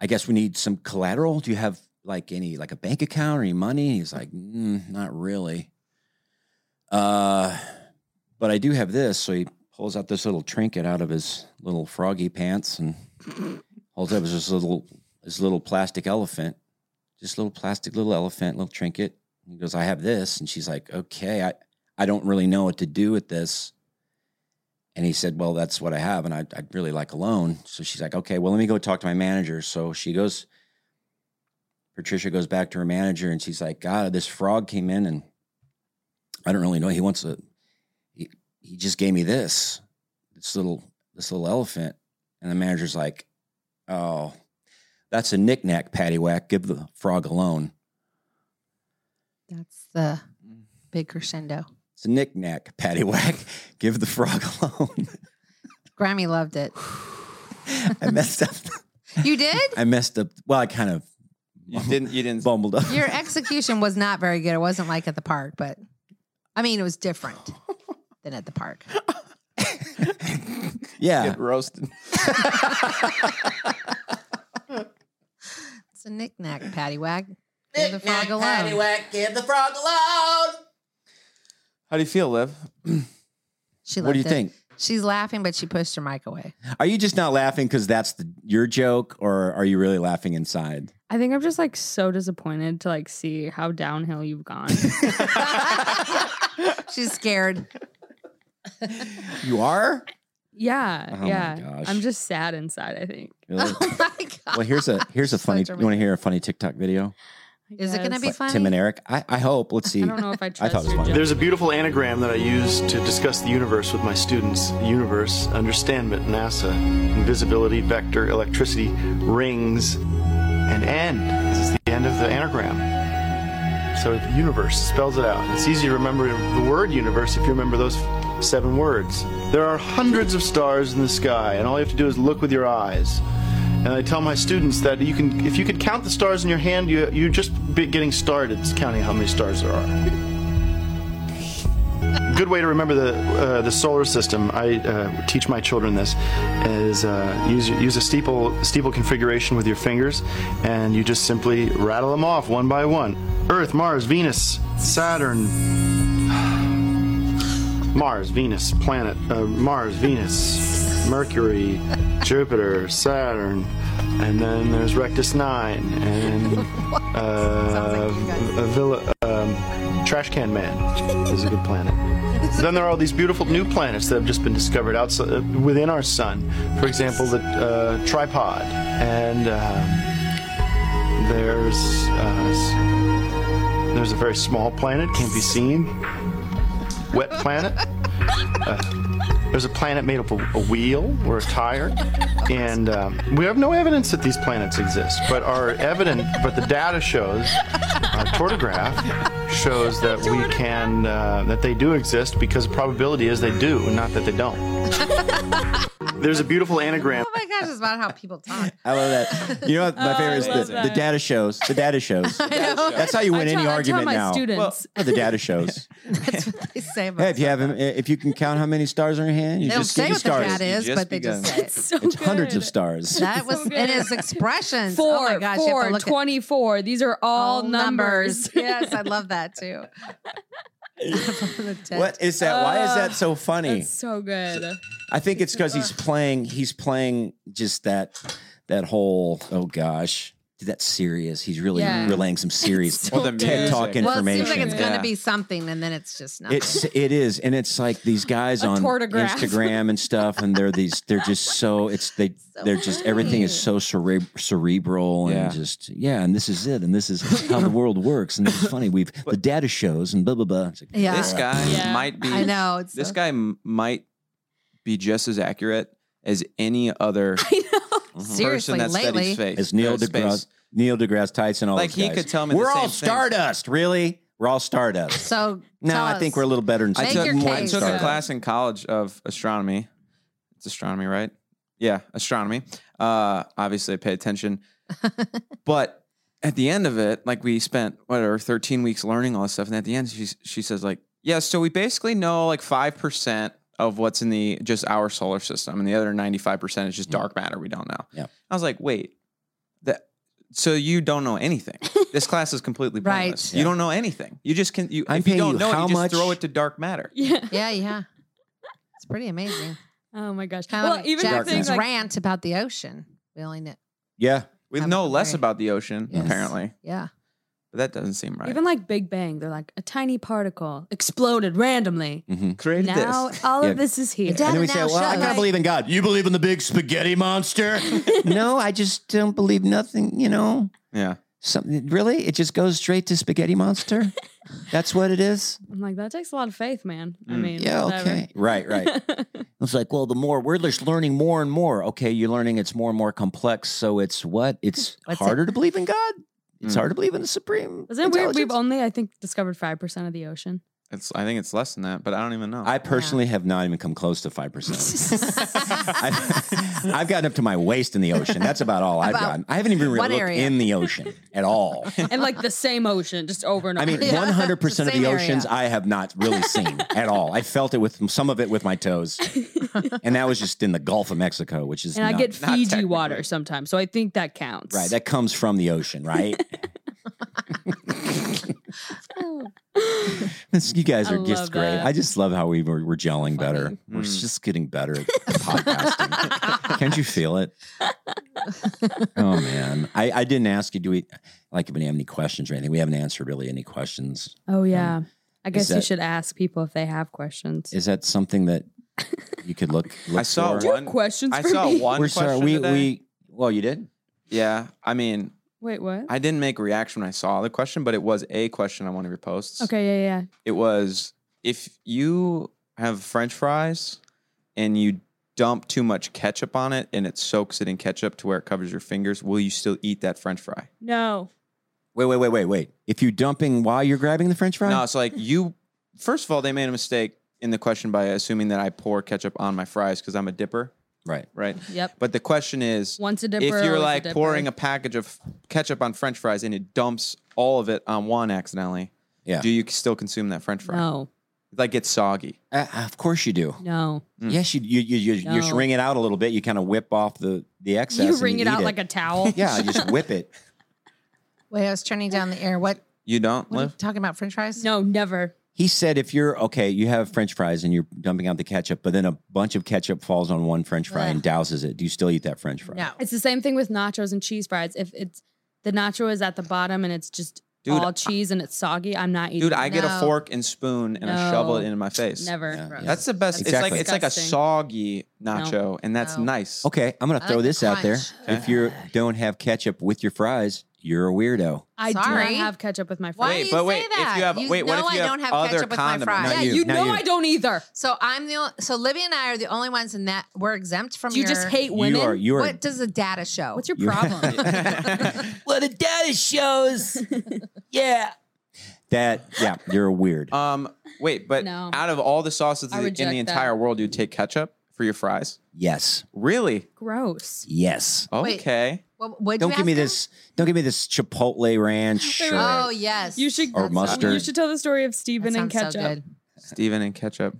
A: I guess we need some collateral. Do you have like any, like a bank account or any money? And he's like, mm, not really. Uh, but I do have this. So he pulls out this little trinket out of his little froggy pants and holds up his little his little plastic elephant, just little plastic little elephant, little trinket. He goes, I have this, and she's like, okay, I I don't really know what to do with this. And he said, well, that's what I have, and I'd, I'd really like a loan. So she's like, okay, well, let me go talk to my manager. So she goes. Patricia goes back to her manager and she's like, God, this frog came in and I don't really know. He wants a he, he just gave me this this little this little elephant and the manager's like oh that's a knickknack paddywhack give the frog a loan
H: That's the big crescendo.
A: it's a knickknack paddywhack give the frog a loan
H: Grammy loved it.
A: i messed up
H: You did.
A: i messed up well i kind of you
I: didn't you didn't
A: bumbled up
H: Your execution was not very good. It wasn't like at the park, but I mean, it was different than at the park.
A: yeah
I: Get roasted.
H: It's a knick-knack, paddywhack. Give the frog alone.
G: give the frog a loan.
I: How do you feel, Liv?
H: She
A: What do
H: loved
A: you
H: it.
A: think?
H: She's laughing, but she pushed her mic away.
A: are you just not laughing because that's the, your joke or are you really laughing inside
J: I think I'm just like so disappointed to like see how downhill you've gone.
H: She's scared.
A: you are
J: yeah.
A: Oh my
J: yeah.
A: gosh.
J: I'm just sad inside, I think.
A: Really?
H: Oh my god.
A: well here's a here's a funny you want to hear a funny tiktok video
H: Is it going to be funny?
A: Tim and Eric. I, I hope. Let's see.
H: I don't know if I
A: thought it was funny.
K: There's a beautiful anagram that I use to discuss the universe with my students. Universe, understandment, NASA, invisibility, vector, electricity, rings, and end. This is the end of the anagram. So universe spells it out. It's easy to remember the word universe if you remember those seven words. There are hundreds of stars in the sky, and all you have to do is look with your eyes. And I tell my students that you can, if you could count the stars in your hand, you, you're just be- getting started counting how many stars there are good way to remember the uh, the solar system. I uh, teach my children this: is uh, use use a steeple steeple configuration with your fingers, and you just simply rattle them off one by one. Earth, Mars, Venus, Saturn. Mars, Venus, planet, uh, Mars, Venus, Mercury, Jupiter, Saturn, and then there's Rectus 9, and uh, a Villa, um, Trash Can Man is a good planet. then there are all these beautiful new planets that have just been discovered outside, uh, within our sun. For example, the uh, tripod, and um, there's uh, s- there's a very small planet, can't be seen, wet planet. Uh, there's a planet made up of a wheel or a tire, and um, we have no evidence that these planets exist, but are evident. But the data shows, our tortograph shows that we can uh, that they do exist because the probability is they do, not that they don't. There's a beautiful anagram.
H: Oh my gosh, it's about how people talk.
A: I love that. You know what? My
H: Oh,
A: favorite
H: I
A: is
H: love
A: the, the
H: that.
A: data shows. The data shows.
H: I know.
A: That's how you win
H: I tell-
A: any
H: I tell
A: argument
H: my
A: now.
H: students.
A: Well, the data shows.
H: They say about
A: hey, if you have, if you can count how many stars are in your hand, you
H: They don't
A: just get
H: say
A: your
H: what the
A: stars.
H: data
A: You
H: is, but they just
A: begun.
H: say it. It's so
A: It's hundreds of stars.
H: That was in his expressions.
J: Four,
H: oh my gosh, you have to
J: four,
H: look at
J: 24. These are all, numbers.
H: numbers. yes, I love that too.
A: What is that? Why is that so funny?
J: so good.
A: I think it's because he's playing. He's playing just that that whole. Oh gosh, that's serious. He's really
H: Yeah.
A: relaying some serious
H: Well, the
A: TED Talk
H: Well,
A: information.
H: it seems like it's going
A: Yeah.
H: to be something, and then it's just nothing.
A: It's it is, and it's like these guys
H: A
A: on
H: tortograph.
A: Instagram and stuff, and they're these they're just so it's they they're just everything is so cere- cerebral and
M: Yeah.
A: just yeah, and this is it, and this is how the world works, and it's funny. We've the data shows and blah blah blah. It's like,
H: Yeah.
I: This guy
H: Yeah.
I: might be.
H: I know, it's
I: this
H: so-
I: guy m- might be just as accurate as any other person
A: Seriously,
I: that
A: lately.
I: studies space.
A: As Neil
I: uh, space.
A: deGrasse Neil deGrasse Tyson, all
I: Like,
A: those
I: he
A: guys.
I: could tell me the
A: we're
I: same
A: all
I: things.
A: stardust, really. We're all stardust.
H: So
A: no,
I: tell
A: I
I: us.
A: think we're a little better than
I: I
A: some-
I: took,
A: more
I: I
A: than
I: took a
A: stardust.
I: class in college of astronomy. It's astronomy, right? Yeah, astronomy. Uh, obviously, I pay attention. but at the end of it, like we spent whatever thirteen weeks learning all this stuff, and at the end, she she says like, yeah, so we basically know like five percent of what's in the just our solar system, and the other ninety five percent is just dark matter we don't know.
A: Mm. Yeah.
I: I was like, wait, that. So you don't know anything. This class is completely
H: Right.
I: pointless.
H: Yeah.
I: You don't know anything. You just can. You,
A: I'm
I: if you
A: paying
I: don't
A: you
I: know, it,
A: how
I: you just
A: much-
I: throw it to dark matter.
J: Yeah.
H: yeah, yeah. It's pretty amazing.
J: Oh my gosh.
H: Kind
J: Well,
H: of like
J: even the
H: Jackson's
J: things like-
H: rant about the ocean. We only know.
A: Yeah.
I: We know less about the ocean, apparently.
H: Yeah.
I: But that doesn't seem right.
J: Even like Big Bang, they're like a tiny particle exploded randomly.
A: Mm-hmm.
I: Created
J: Now all of this is here.
A: And then we say, well, I kind of believe in God. You believe in the big spaghetti monster? no, I just don't believe nothing, you know.
I: Yeah.
A: Something really? It just goes straight to spaghetti monster? That's what it is?
J: I'm like, that takes a lot of faith, man. I
A: Mm.
J: mean,
A: yeah,
J: whatever.
A: okay. Right, right. it's like, well, the more we're just learning more and more. Okay, you're learning it's more and more complex. So it's what? It's
J: What's
A: harder
J: it? Mm.
A: to believe in God. It's harder to believe in the supreme.
J: Isn't it weird? We've
A: intelligence.
J: only, I think, discovered 5% of the ocean.
I: It's I think it's less than that, but I don't even know.
A: I personally have not even come close to 5%. I've, I've gotten up to my waist in the ocean. That's about all I've
J: About
A: gotten. I haven't even really
J: one
A: looked
J: area.
A: in the ocean at all.
J: and like the same ocean, just over and
A: I
J: over.
A: mean, one hundred percent of the oceans I have not really seen at all. I felt it with some of it with my toes, and that was just in the Gulf of Mexico, which is
J: and I
A: not-
J: get Fiji water sometimes. So I think that counts.
A: right. That comes from the ocean, right?
J: Oh.
A: This- you guys
J: I
A: are just
J: love
A: great.
J: that.
A: I just love how we were, we're gelling better. We're
I: Mm.
A: just getting better at podcasting. Can't you feel it? Oh man, I, I didn't ask you. Do we like if we have any questions or anything? We haven't answered really any questions.
J: Oh, yeah. I
A: Um, is
J: guess you
A: that-
J: should ask people if they have questions.
A: Is that something that you could look? look
I: saw
A: for?
I: one- Two questions I for saw me. one
A: We're sorry.
I: question
A: We
I: today.
A: we. Well, you did.
I: yeah. I mean,
J: Wait, what?
I: I didn't make a reaction when I saw the question, but it was a question on one of your posts.
J: Okay, yeah, yeah.
I: It was if you have French fries and you dump too much ketchup on it and it soaks it in ketchup to where it covers your fingers, will you still eat that French fry?
J: No.
A: Wait, wait, wait, wait, wait. If you're dumping while you're grabbing the French fry,
I: No, it's like you. First of all, they made a mistake in the question by assuming that I pour ketchup on my fries because I'm a dipper.
A: Right.
I: Right.
J: Yep.
I: But the question is,
J: Once a dipper,
I: if
J: always
I: you're
J: a
I: like
J: dipper.
I: pouring a package of ketchup on French fries and it dumps all of it on one accidentally,
A: Yeah.
I: do you still consume that French fry?
J: No.
I: Like it's soggy.
A: Uh, of course you do.
J: No.
A: Yes, you you you you, you
J: No.
A: wring it out a little bit. You kind of whip off the the excess.
J: you
A: and
J: wring it
A: eat
J: out like a towel.
A: yeah. Just whip it.
H: Wait, I was turning down the air. What?
I: You don't
H: What are you talking about? French fries?
J: No, never.
A: He said, if you're okay, you have French fries and you're dumping out the ketchup, but then a bunch of ketchup falls on one French fry and douses it. Do you still eat that French fry?
J: No. It's the same thing with nachos and cheese fries. If it's the nacho is at the bottom and it's just
I: Dude,
J: all cheese and it's soggy, I'm not eating.
I: Dude, I get a fork and spoon and I shovel it
J: No.
I: in my face.
J: Never. Yeah, Gross. yeah.
I: That's the best.
J: That's
I: It's like it's like a
J: disgusting.
I: soggy nacho, and that's nice.
A: Okay, I'm gonna
I: I
A: throw
I: like the
A: this out there.
I: crunch.
A: If you don't have ketchup with your fries, you're a weirdo.
J: I do
H: Sorry.
J: not have ketchup with my fries.
H: Why do you say that?
I: if you have- wait, what
H: know
I: if you
H: I
I: have
H: don't have
I: other
H: ketchup with my
I: condiments?
H: fries.
A: Not Yeah, you. you Not know you. I
J: don't either.
H: So I'm the only, so Libby and I are the only ones in that we're exempt from.
J: You
H: your,
J: just hate You women?
A: are- you are-
H: What does the data show? What's
J: your
A: problem?
H: well, the data shows. yeah.
A: That yeah, you're weird.
I: Um, wait, but
H: No.
I: out of all the sauces
J: I
I: in the
J: reject
I: entire
J: that.
I: world, you'd take ketchup for your fries?
A: Yes.
I: Really?
J: Gross.
A: Yes.
H: Wait.
I: Oh, Okay.
H: What, what'd
A: Don't
H: you
A: give me
H: ask
A: this. Don't give me this Chipotle ranch.
H: him?
A: or-
H: Oh yes.
J: You should
A: Or mustard.
J: You should tell the story of Stephen and
H: sounds so
J: ketchup.
I: Steven and ketchup.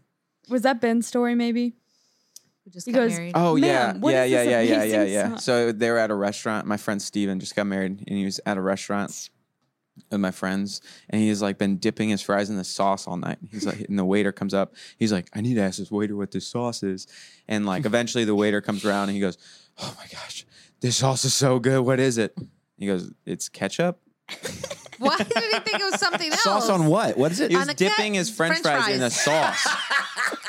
J: Was that Ben's story? Maybe.
H: Just
J: he goes.
I: Oh yeah,
J: "Ma'am, what
I: yeah,
J: is
I: yeah,
J: this
I: yeah, yeah, yeah,
J: amazing
I: yeah.
J: song?"
I: So they were at a restaurant. My friend Steven just got married, and he was at a restaurant with my friends, and he's like been dipping his fries in the sauce all night. He's like, and the waiter comes up. He's like, I need to ask this waiter what this sauce is, and like eventually the waiter comes around and he goes, Oh my gosh, this sauce is so good. What is it? He goes, It's ketchup.
H: Why did he think it was something else?
A: what? What is
I: He
H: On
I: was
H: the cat-
I: dipping his French,
H: French
I: fries in the
H: fries.
I: sauce.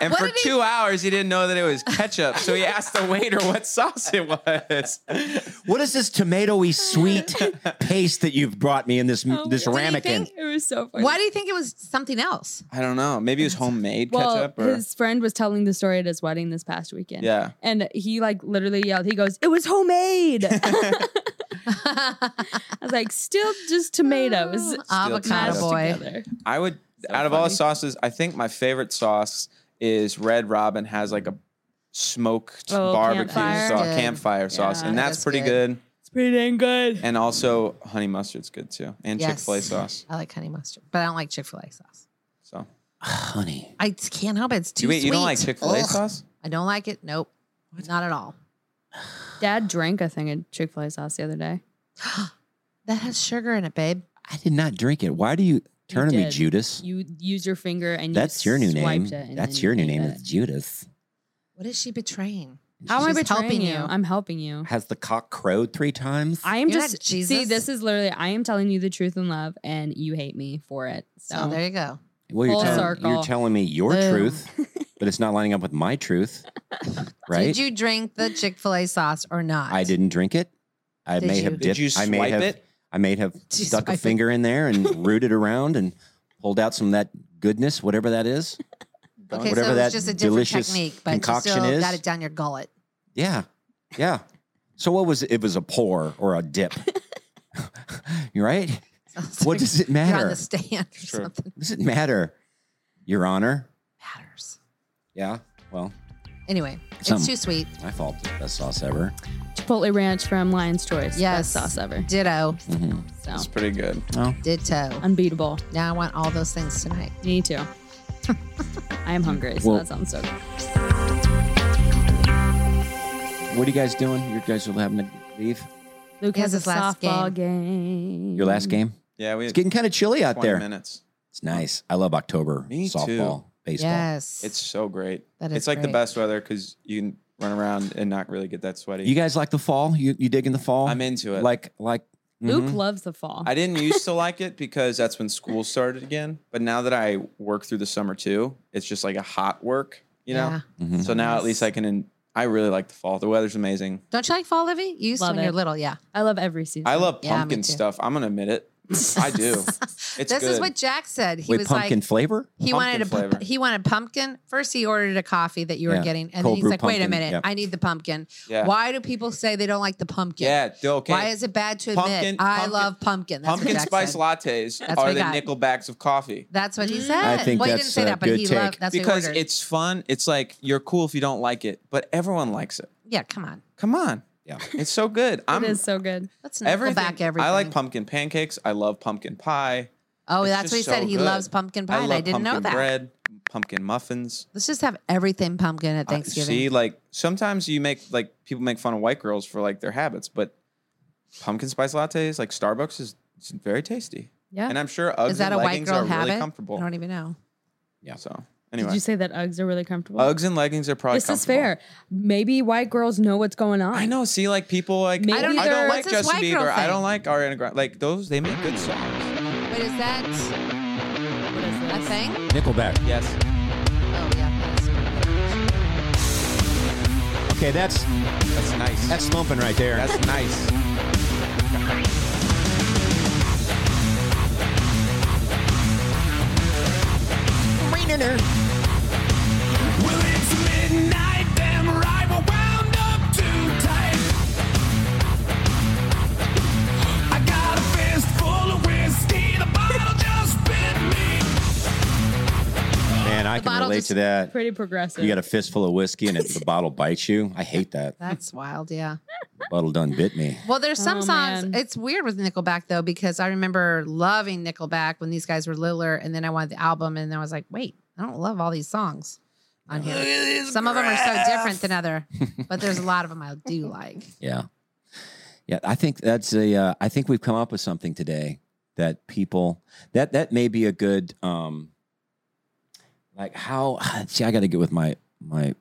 I: And
H: What
I: for
H: did he-
I: two hours, he didn't know that it was ketchup. So he asked the waiter what sauce it was.
A: What is this tomatoey sweet paste that you've brought me in this
J: Oh,
A: this ramekin?
J: It was so funny.
H: Why do you think it was something else?
I: I don't know. Maybe it was homemade
J: Well,
I: ketchup or
J: his friend was telling the story at his wedding this past weekend.
I: Yeah.
J: And he like literally yelled, he goes, It was homemade. I was like, still just tomatoes.
H: avocado
J: mashed
H: boy.
J: together."
I: I would out of all sauces, I think my favorite sauce is Red Robin has like a smoked
J: Oh,
I: barbecue
J: campfire.
I: sauce,
J: Good.
I: campfire sauce.
J: Yeah,
I: and
J: that
I: that's
J: is
I: pretty
J: good.
I: good.
J: It's pretty dang good.
I: And also honey mustard's good too. And
H: Yes.
I: Chick-fil-A sauce.
H: I like honey mustard, but I don't like Chick Fil A sauce.
I: So
A: honey.
H: I can't help it. It's too
I: You- wait, you don't
H: sweet.
I: like Chick-fil-A
H: Ugh.
I: sauce?
H: I don't like it. Nope, not at all.
J: Dad drank a thing of Chick fil A sauce the other day.
H: That has sugar in it, babe.
A: I did not drink it. Why do you turn to
J: You
A: me,
J: did.
A: Judas?
J: You used your finger and you
A: That's your new name.
J: swiped it and
A: That's
J: then
A: your
J: you
A: new
J: ate
A: name.
J: it.
A: It's Judas.
H: What is she betraying?
J: How am I
H: She's
J: betraying
H: helping
J: you?
H: you.
J: I'm helping you.
A: Has the cock crowed three times?
J: I am
H: You're not
J: just see.
H: Jesus.
J: This is literally I am telling you the truth in love, and you hate me for it. So,
H: So Oh, there you go.
A: Well, you're
J: Full
A: telling, you're
J: circle.
A: telling me your
H: Boom.
A: truth, but it's not lining up with my truth, right?
H: Did you drink the Chick Fil A sauce or not?
A: I didn't drink it. I
H: Did
A: may
H: you?
A: have
H: Did
A: dipped.
I: you
A: I may
I: swipe
A: have.
I: it?
A: I may have
H: you
A: stuck a
H: swipe it?
A: finger in there and rooted around and pulled out some of that goodness, whatever that is.
H: Okay,
A: whatever
H: so it
A: that
H: was just a different
A: delicious
H: technique, but
A: concoction
H: you still
A: is.
H: got it down your gullet.
A: Yeah, yeah. So what was it? It was a pour or a dip. You're right. what does it
H: You're
A: matter?
H: on the stand or something.
A: Does it matter, Your Honor?
H: Matters.
A: Yeah. Well,
H: Anyway,
A: Some-
H: it's too sweet.
A: my fault. Best sauce ever.
J: Chipotle Ranch from Lion's Choice. Best
H: Yes.
J: sauce ever.
H: Ditto.
A: Mhm.
I: It's pretty good.
A: Oh,
H: Ditto.
J: Unbeatable.
H: Now I want all those things tonight.
J: Me too. I am hungry, so
A: Well-
J: that sounds so good.
A: what are you guys doing? You guys are having to leave.
J: Luke
H: He has
J: has,
H: his
J: a
H: last
J: softball game.
A: Your last game.
I: Mm. Yeah, we
A: It's getting kind of chilly out
I: 20
A: there.
I: minutes.
A: It's nice. I love October
I: Me too.
A: softball, baseball.
H: Yes.
I: It's so great.
H: That
I: it's
H: is
I: like the
H: great.
I: best weather because you can run around and not really get that sweaty.
A: You guys like the fall? You you dig in the fall?
I: I'm into it.
A: Like like
J: Luke
A: mhm.
J: loves the fall.
I: I didn't used to like it because that's when school started again. But now that I work through the summer too, it's just like a hot work, you know.
H: Yeah.
A: Mhm.
I: So now at least I can en- I really like the fall. The weather's amazing.
H: Don't you like fall, Livy? You used to
J: Love
H: when you were
J: it.
H: little, yeah.
J: I love every season.
I: I love
H: Yeah, me
I: pumpkin
H: too.
I: stuff. I'm gonna admit it. I do. It's
H: this is
I: good.
H: what Jack said. He
I: Wait,
H: was
I: pumpkin
H: like
I: flavor?
H: He
I: Pumpkin
H: wanted a pu-
I: flavor.
H: he wanted pumpkin. First, he ordered a coffee that you were
I: Yeah.
H: getting, and
I: Cold
H: then he's
I: brew
H: like, "Wait a
I: pumpkin,
H: minute,
I: yeah.
H: I need the pumpkin."
I: Yeah.
H: Why do people say they don't like the pumpkin?
I: Yeah, d- okay.
H: Why is it bad to admit
I: Pumpkin-
H: I
I: pumpkin-
H: love pumpkin? That's what
I: pumpkin
H: Jack
I: spice
H: said.
I: lattes
H: That's what
I: are
H: I
I: the
H: got.
I: nickel backs of coffee.
H: That's what he
J: Mm.
H: said.
I: I think
H: well, he
I: that's
H: didn't say
I: a
H: that, but
I: good
H: he
I: take.
H: loved. That's what he
I: because
H: ordered.
I: it's fun. It's like you're cool if you don't like it, but everyone likes it.
H: yeah, come on.
I: Come on. Yeah. It's so good. I'm
J: it is so good.
H: Let's
I: everything,
H: back everything.
I: I like pumpkin pancakes. I love pumpkin pie.
H: Oh,
I: It's
H: that's
I: just
H: what he said.
I: so
H: He
I: good.
H: loves pumpkin pie,
I: I
H: and
I: love
H: I didn't know
I: pumpkin
H: that.
I: Bread, pumpkin muffins.
H: Let's just have everything pumpkin at Thanksgiving.
I: See, like sometimes you make like people make fun of white girls for like their habits, but pumpkin spice lattes, like Starbucks, is it's very tasty.
J: Yeah.
I: and I'm sure Uggs
H: is that
I: and
H: a white
I: leggings
H: girl
I: are
H: habit?
I: really
H: I
I: comfortable.
H: don't even know.
I: Yeah. So
J: Did
I: anyway,
J: you say that Uggs are really comfortable?
I: Uggs and leggings are probably
J: This is fair. Maybe white girls know what's going on. I
I: know. See, like people like
J: Maybe
I: I don't,
J: they're- What's
I: like
J: this
I: Justin
J: white girl
I: Bieber. I
J: thing?
I: don't like Ariana Grande. Like those, they make good songs.
H: But is that a thing?
A: Nickelback.
I: Yes.
H: Oh yeah.
A: Mm. Okay, that's
I: that's nice.
A: That's slumping right there.
I: That's nice.
E: Well, it's midnight, damn right, we're wound up too tight. I got a fist full of whiskey, the bottle just bit me.
A: Man, I
J: The
A: can
J: bottle
A: relate
J: just-
A: to that.
J: Pretty progressive.
A: You got a fistful of whiskey and it, the bottle bites you. I hate that.
H: That's wild. Yeah.
A: bottle done bit me.
H: Well, there's some
J: Oh,
H: songs.
J: man.
H: It's weird with Nickelback though, because I remember loving Nickelback when these guys were littler, and then I wanted the album, and I was like, wait, I don't love all these songs on here. Some of them are so different than other, but there's a lot of them I do like.
A: Yeah. Yeah, I think that's a. Uh, I think we've come up with something today that people that that may be a good um like how see I got to get with my my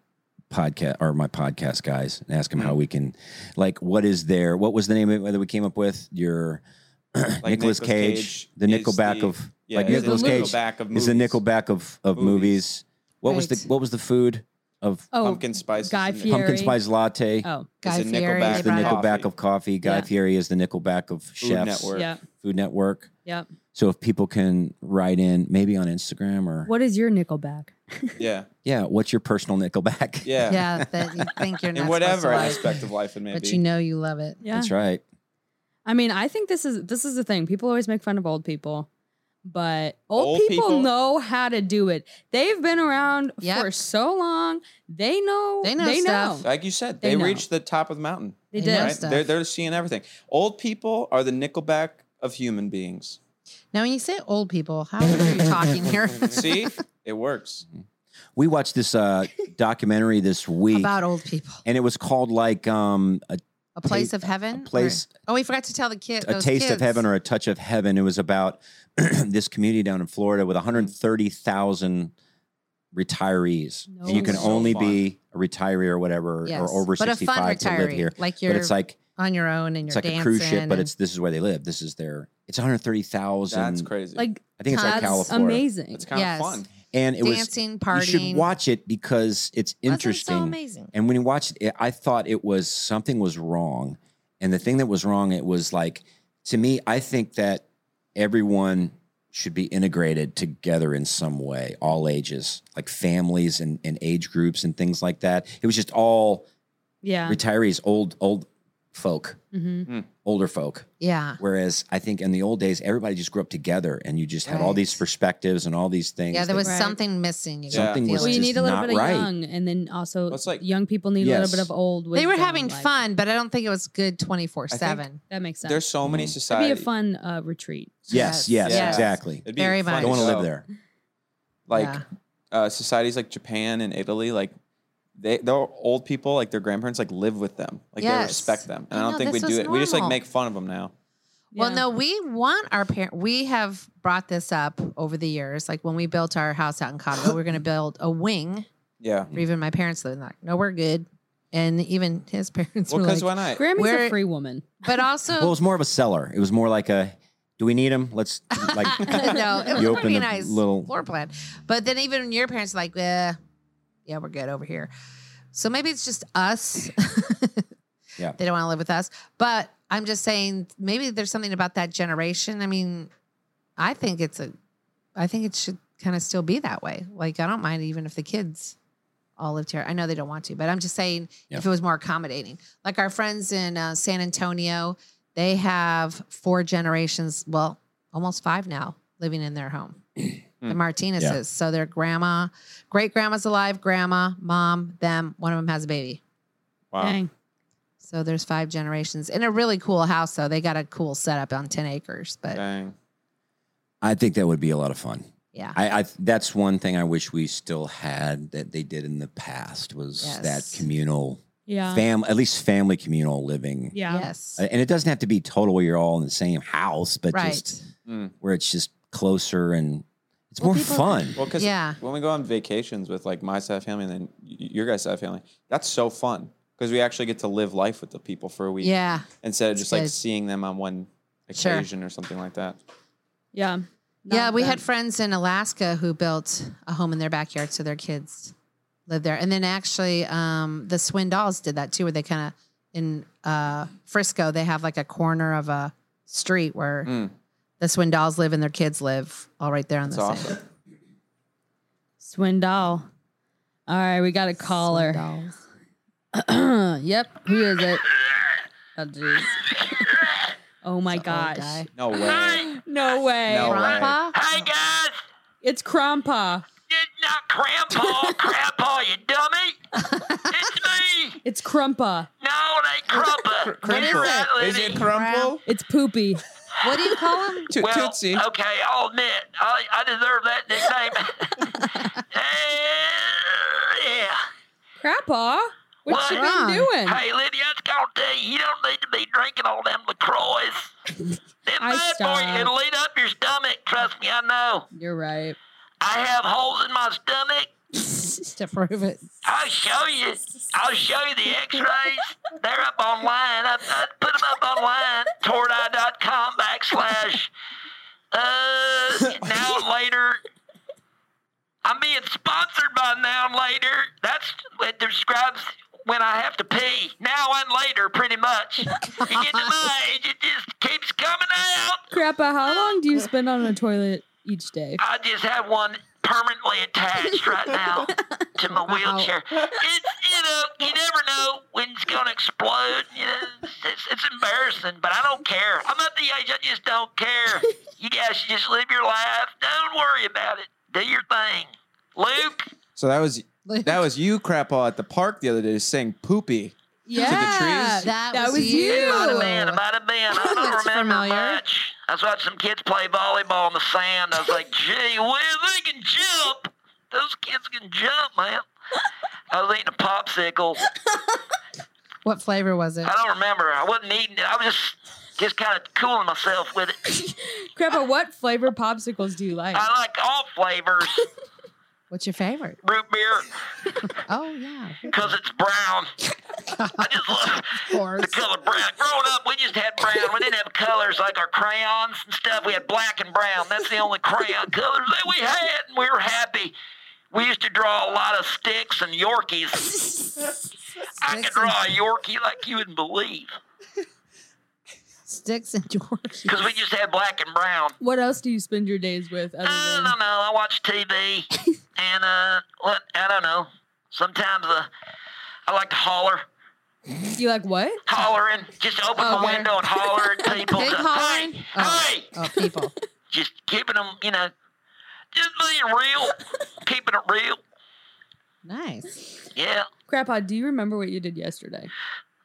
A: podcast or my podcast guys and ask them
I: Mm-hmm.
A: how we can like what is their what was the name of it that we came up with your Nicholas
I: Nicolas
A: Nicolas Cage,
I: Cage
A: the
I: is
A: Nickelback
I: the-
A: of
I: yeah,
A: like
I: is the
A: Nicolas Cage
I: Nickelback of
A: is the Nickelback of of movies. What was the
J: Right.
A: what was the food of
J: Oh,
I: pumpkin spice.
J: Guy
A: Pumpkin
J: Fieri.
A: spice latte.
J: Oh,
H: Guy
I: It's a Fieri Nickelback
A: Is the
I: of
A: Nickelback
I: coffee.
A: of coffee. Guy
J: Yeah.
A: Fieri is the Nickelback of chefs.
I: Network.
J: Yeah.
A: Food Network.
J: Yep.
A: So if people can write in, maybe on Instagram or
J: What is your Nickelback?
I: Yeah.
A: yeah, what's your personal Nickelback?
I: Yeah.
H: Yeah, that you think you're not
I: in
H: supposed to
I: whatever
H: like,
I: aspect of life it may
H: but
I: be.
H: you know you love it.
J: Yeah.
A: that's right.
J: I mean, I think this is this is the thing. People always make fun of old people, but old,
I: Old
J: people,
I: people-
J: know how to do it. They've been around
H: Yep.
J: for so long. They know.
H: They know
J: They
H: stuff.
J: know.
I: like you said,
J: They
I: they,
J: know.
I: reached the top of the mountain.
J: They They did. know stuff.
I: They're, they're seeing everything. Old people are the Nickelback of human beings.
H: Now, when you say old people, how old are you talking here?
I: See, it works.
A: We watched this uh, documentary this week,
H: About old people.
A: and it was called like um, a,
H: A place
A: Ta-
H: of heaven? or-
A: place-
H: oh, we forgot to tell the kid.
A: a
H: those
A: taste of
H: kids.
A: heaven or a touch of heaven. It was about this community down in Florida with 130,000 retirees.
H: No
A: and you can
H: way.
A: only
I: So fun.
A: be a retiree or whatever,
H: Yes.
A: or over
H: But a fun
A: 65 to live
H: retiree,
A: here.
H: like
A: but
H: you're
A: it's like
H: on your own and
A: it's
H: you're
A: like
H: dancing.
A: a cruise ship, but
H: and-
A: it's this is where they live. This is their. It's 130,000.
I: That's crazy.
J: Like
A: I think it's like
J: that's
A: California.
J: Amazing.
I: It's kind
H: Yes.
I: of fun.
A: And it
H: dancing,
A: was You
H: partying.
A: should watch it because it's interesting.
H: amazing.
A: And when you watched it, I thought it was something was wrong. And the thing that was wrong, it was like to me, I think that everyone should be integrated together in some way, all ages, like families and, and age groups and things like that. It was just all
J: Yeah.
A: retirees, old old folk,
J: Mhm.
A: older folk.
H: Yeah.
A: Whereas I think in the old days, everybody just grew up together and you just had all
H: Right.
A: these perspectives and all these things.
H: Yeah, there
A: that-
H: was
J: Right.
H: something missing. You could
A: Something
H: feel
A: was
J: Well,
H: it.
J: you
A: just
J: need a little
A: not
J: bit of
A: right.
J: young, and then also
I: It's like-
J: young people need a
A: Yes.
J: little bit of old.
H: They were
J: wisdom,
H: having
J: like-
H: fun, but I don't think it was good 24 7.
J: That makes sense.
I: There's so
H: Mm-hmm.
I: many
J: It'd be a
I: societies.
J: fun uh, retreat.
A: Yes, yes,
H: Yes.
A: exactly.
I: It'd be
H: Very
I: fun
H: much.
A: Don't want to
I: go.
A: live there.
I: Like
H: Yeah.
I: uh, societies like Japan and Italy, like they their old people, like their grandparents, like live with them. Like they
H: Yes.
I: respect them. And
H: I
I: I,
H: know,
I: don't think we
H: this
I: do
H: was
I: it. We just like
H: normal.
I: make fun of them now.
H: Well,
J: Yeah.
H: no, we want our parent. We have brought this up over the years. Like when we built our house out in Cottonwood, we we're going to build a wing.
I: Yeah.
A: Mm-hmm.
H: Or even my parents lived like, no, we're good. And even his parents
I: Well,
H: were
I: because
H: like,
I: why not?
J: Grammy's
H: We're-
J: a free woman.
H: but also,
A: Well, it was more of a seller. It was more like a, do we need them? Let's like
H: no, it was
A: You
H: a
A: open
H: pretty
A: a
H: nice
A: little-
H: floor plan. But then even your parents are like, eh, yeah, we're good over here. So maybe it's just us.
A: Yeah.
H: They don't want to live with us. But I'm just saying maybe there's something about that generation. I mean, I think it's a I think it should kind of still be that way. Like I don't mind even if the kids all lived here. I know they don't want to, but I'm just saying
L: Yeah.
H: if it was more accommodating. Like our friends in uh, San Antonio, they have four generations, well, almost five now living in their home.
E: Mm.
H: the Martinez's.
L: Yeah.
H: So their grandma, great grandma's alive, grandma, mom, them, one of them has a baby.
I: Wow.
H: So there's five generations in a really cool house though. They got a cool setup on 10 acres, but
A: I think that would be a lot of fun.
H: Yeah.
A: I, I that's one thing I wish we still had that they did in the past was
H: Yes.
A: that communal,
H: Yeah.
A: fam, at least family communal living.
H: yeah. Yes.
A: Uh, And it doesn't have to be total where you're all in the same house, but
H: Right.
A: just mm. where it's just closer and it's more fun.
I: Well, because
H: Yeah.
I: when we go on vacations with like my side family and then y- your guys' side family, that's so fun because we actually get to live life with the people for a week.
J: Yeah.
I: Instead of
H: It's
I: just
H: good.
I: like seeing them on one
H: Sure.
I: occasion or something like that.
J: Yeah.
H: yeah. We had
J: that-
H: friends in Alaska who built a home in their backyard. So their kids lived there. And then actually, um, the Swin dolls did that too, where they kind of in, uh, Frisco, they have like a corner of a street where the Swin dolls live and their kids live all right there on
I: Mm. That's
H: the
I: awesome.
H: same.
J: Swindoll. All right, we got a caller. yep. Who is it? Oh, jeez. oh my gosh.
I: No way.
J: No way.
I: No way. Grandpa?
J: Hi, guys. It's Grandpa.
E: Grandpa, Grandpa, you dummy!
J: It's Crumpa.
E: No, it ain't Grandpa.
J: What is
E: Rat
J: it?
E: Lenny.
J: It's Poopy.
H: What do you call him?
E: well, Okay, I'll admit, I, I deserve that nickname. Eh, yeah.
J: Grandpa, what you been doing?
E: Hey, Lydia, it's gonna tell you, you don't need to be drinking all them LaCroix. It's
J: I
E: bad for you.
J: stopped.
E: It'll eat up your stomach. Trust me, I know.
J: You're right.
E: I have holes in my stomach.
H: to prove it.
E: I'll show you. I'll show you the x-rays. They're up online. I, I put them up online. Tordeye.com backslash. Uh, now and later. I'm being sponsored by now and later. That's what describes when I have to pee. Now and later, pretty much. You get to my age, it just keeps coming out.
J: Grandpa, how long do you spend on a toilet each day?
E: I just have one permanently attached right now to my wheelchair. It's you know you never know when it's gonna explode. You know, it's, it's, it's embarrassing, but I don't care. I'm at the age I just don't care. You guys should just live your life. Don't worry about it. Do your thing, Luke.
I: So that was that was you, Crapaw, at the park the other day saying poopy.
E: Yeah,
H: that That was was you.
E: It might have been. It might have been. I don't remember much. I was watching some kids play volleyball in the sand. I was like, gee, whiz, they can jump. Those kids can jump, man. I was eating a popsicle.
H: What flavor was it?
E: I don't remember. I wasn't eating it. I was just just kind of cooling myself with it.
J: Grandpa, what flavor popsicles do you like?
E: I like all flavors.
H: What's your favorite?
E: Root beer.
H: Oh yeah.
E: Because it's brown. I just love the color brown. Growing up, we just had brown. We didn't have colors like our crayons and stuff. We had black and brown. That's the only crayon colors that we had, and we were happy. We used to draw a lot of sticks and Yorkies. I could draw a Yorkie like you wouldn't believe.
H: Sticks and Yorkies.
E: Because we just had black and brown.
J: What else do you spend your days with? Other
E: I
J: than
E: don't know. I watch TV, and uh, what I don't know. Sometimes uh, I like to holler. Uh.
J: you like what?
E: hollering. Just open
J: Oh,
E: the
J: okay.
E: window and holler at people.
J: Big
E: Just,
J: hollering?
E: Hey,
J: Oh,
E: hey.
H: people.
E: Just keeping them, you know, just being real, keeping it real.
H: Nice.
E: Yeah.
J: Grandpa, do you remember what you did yesterday?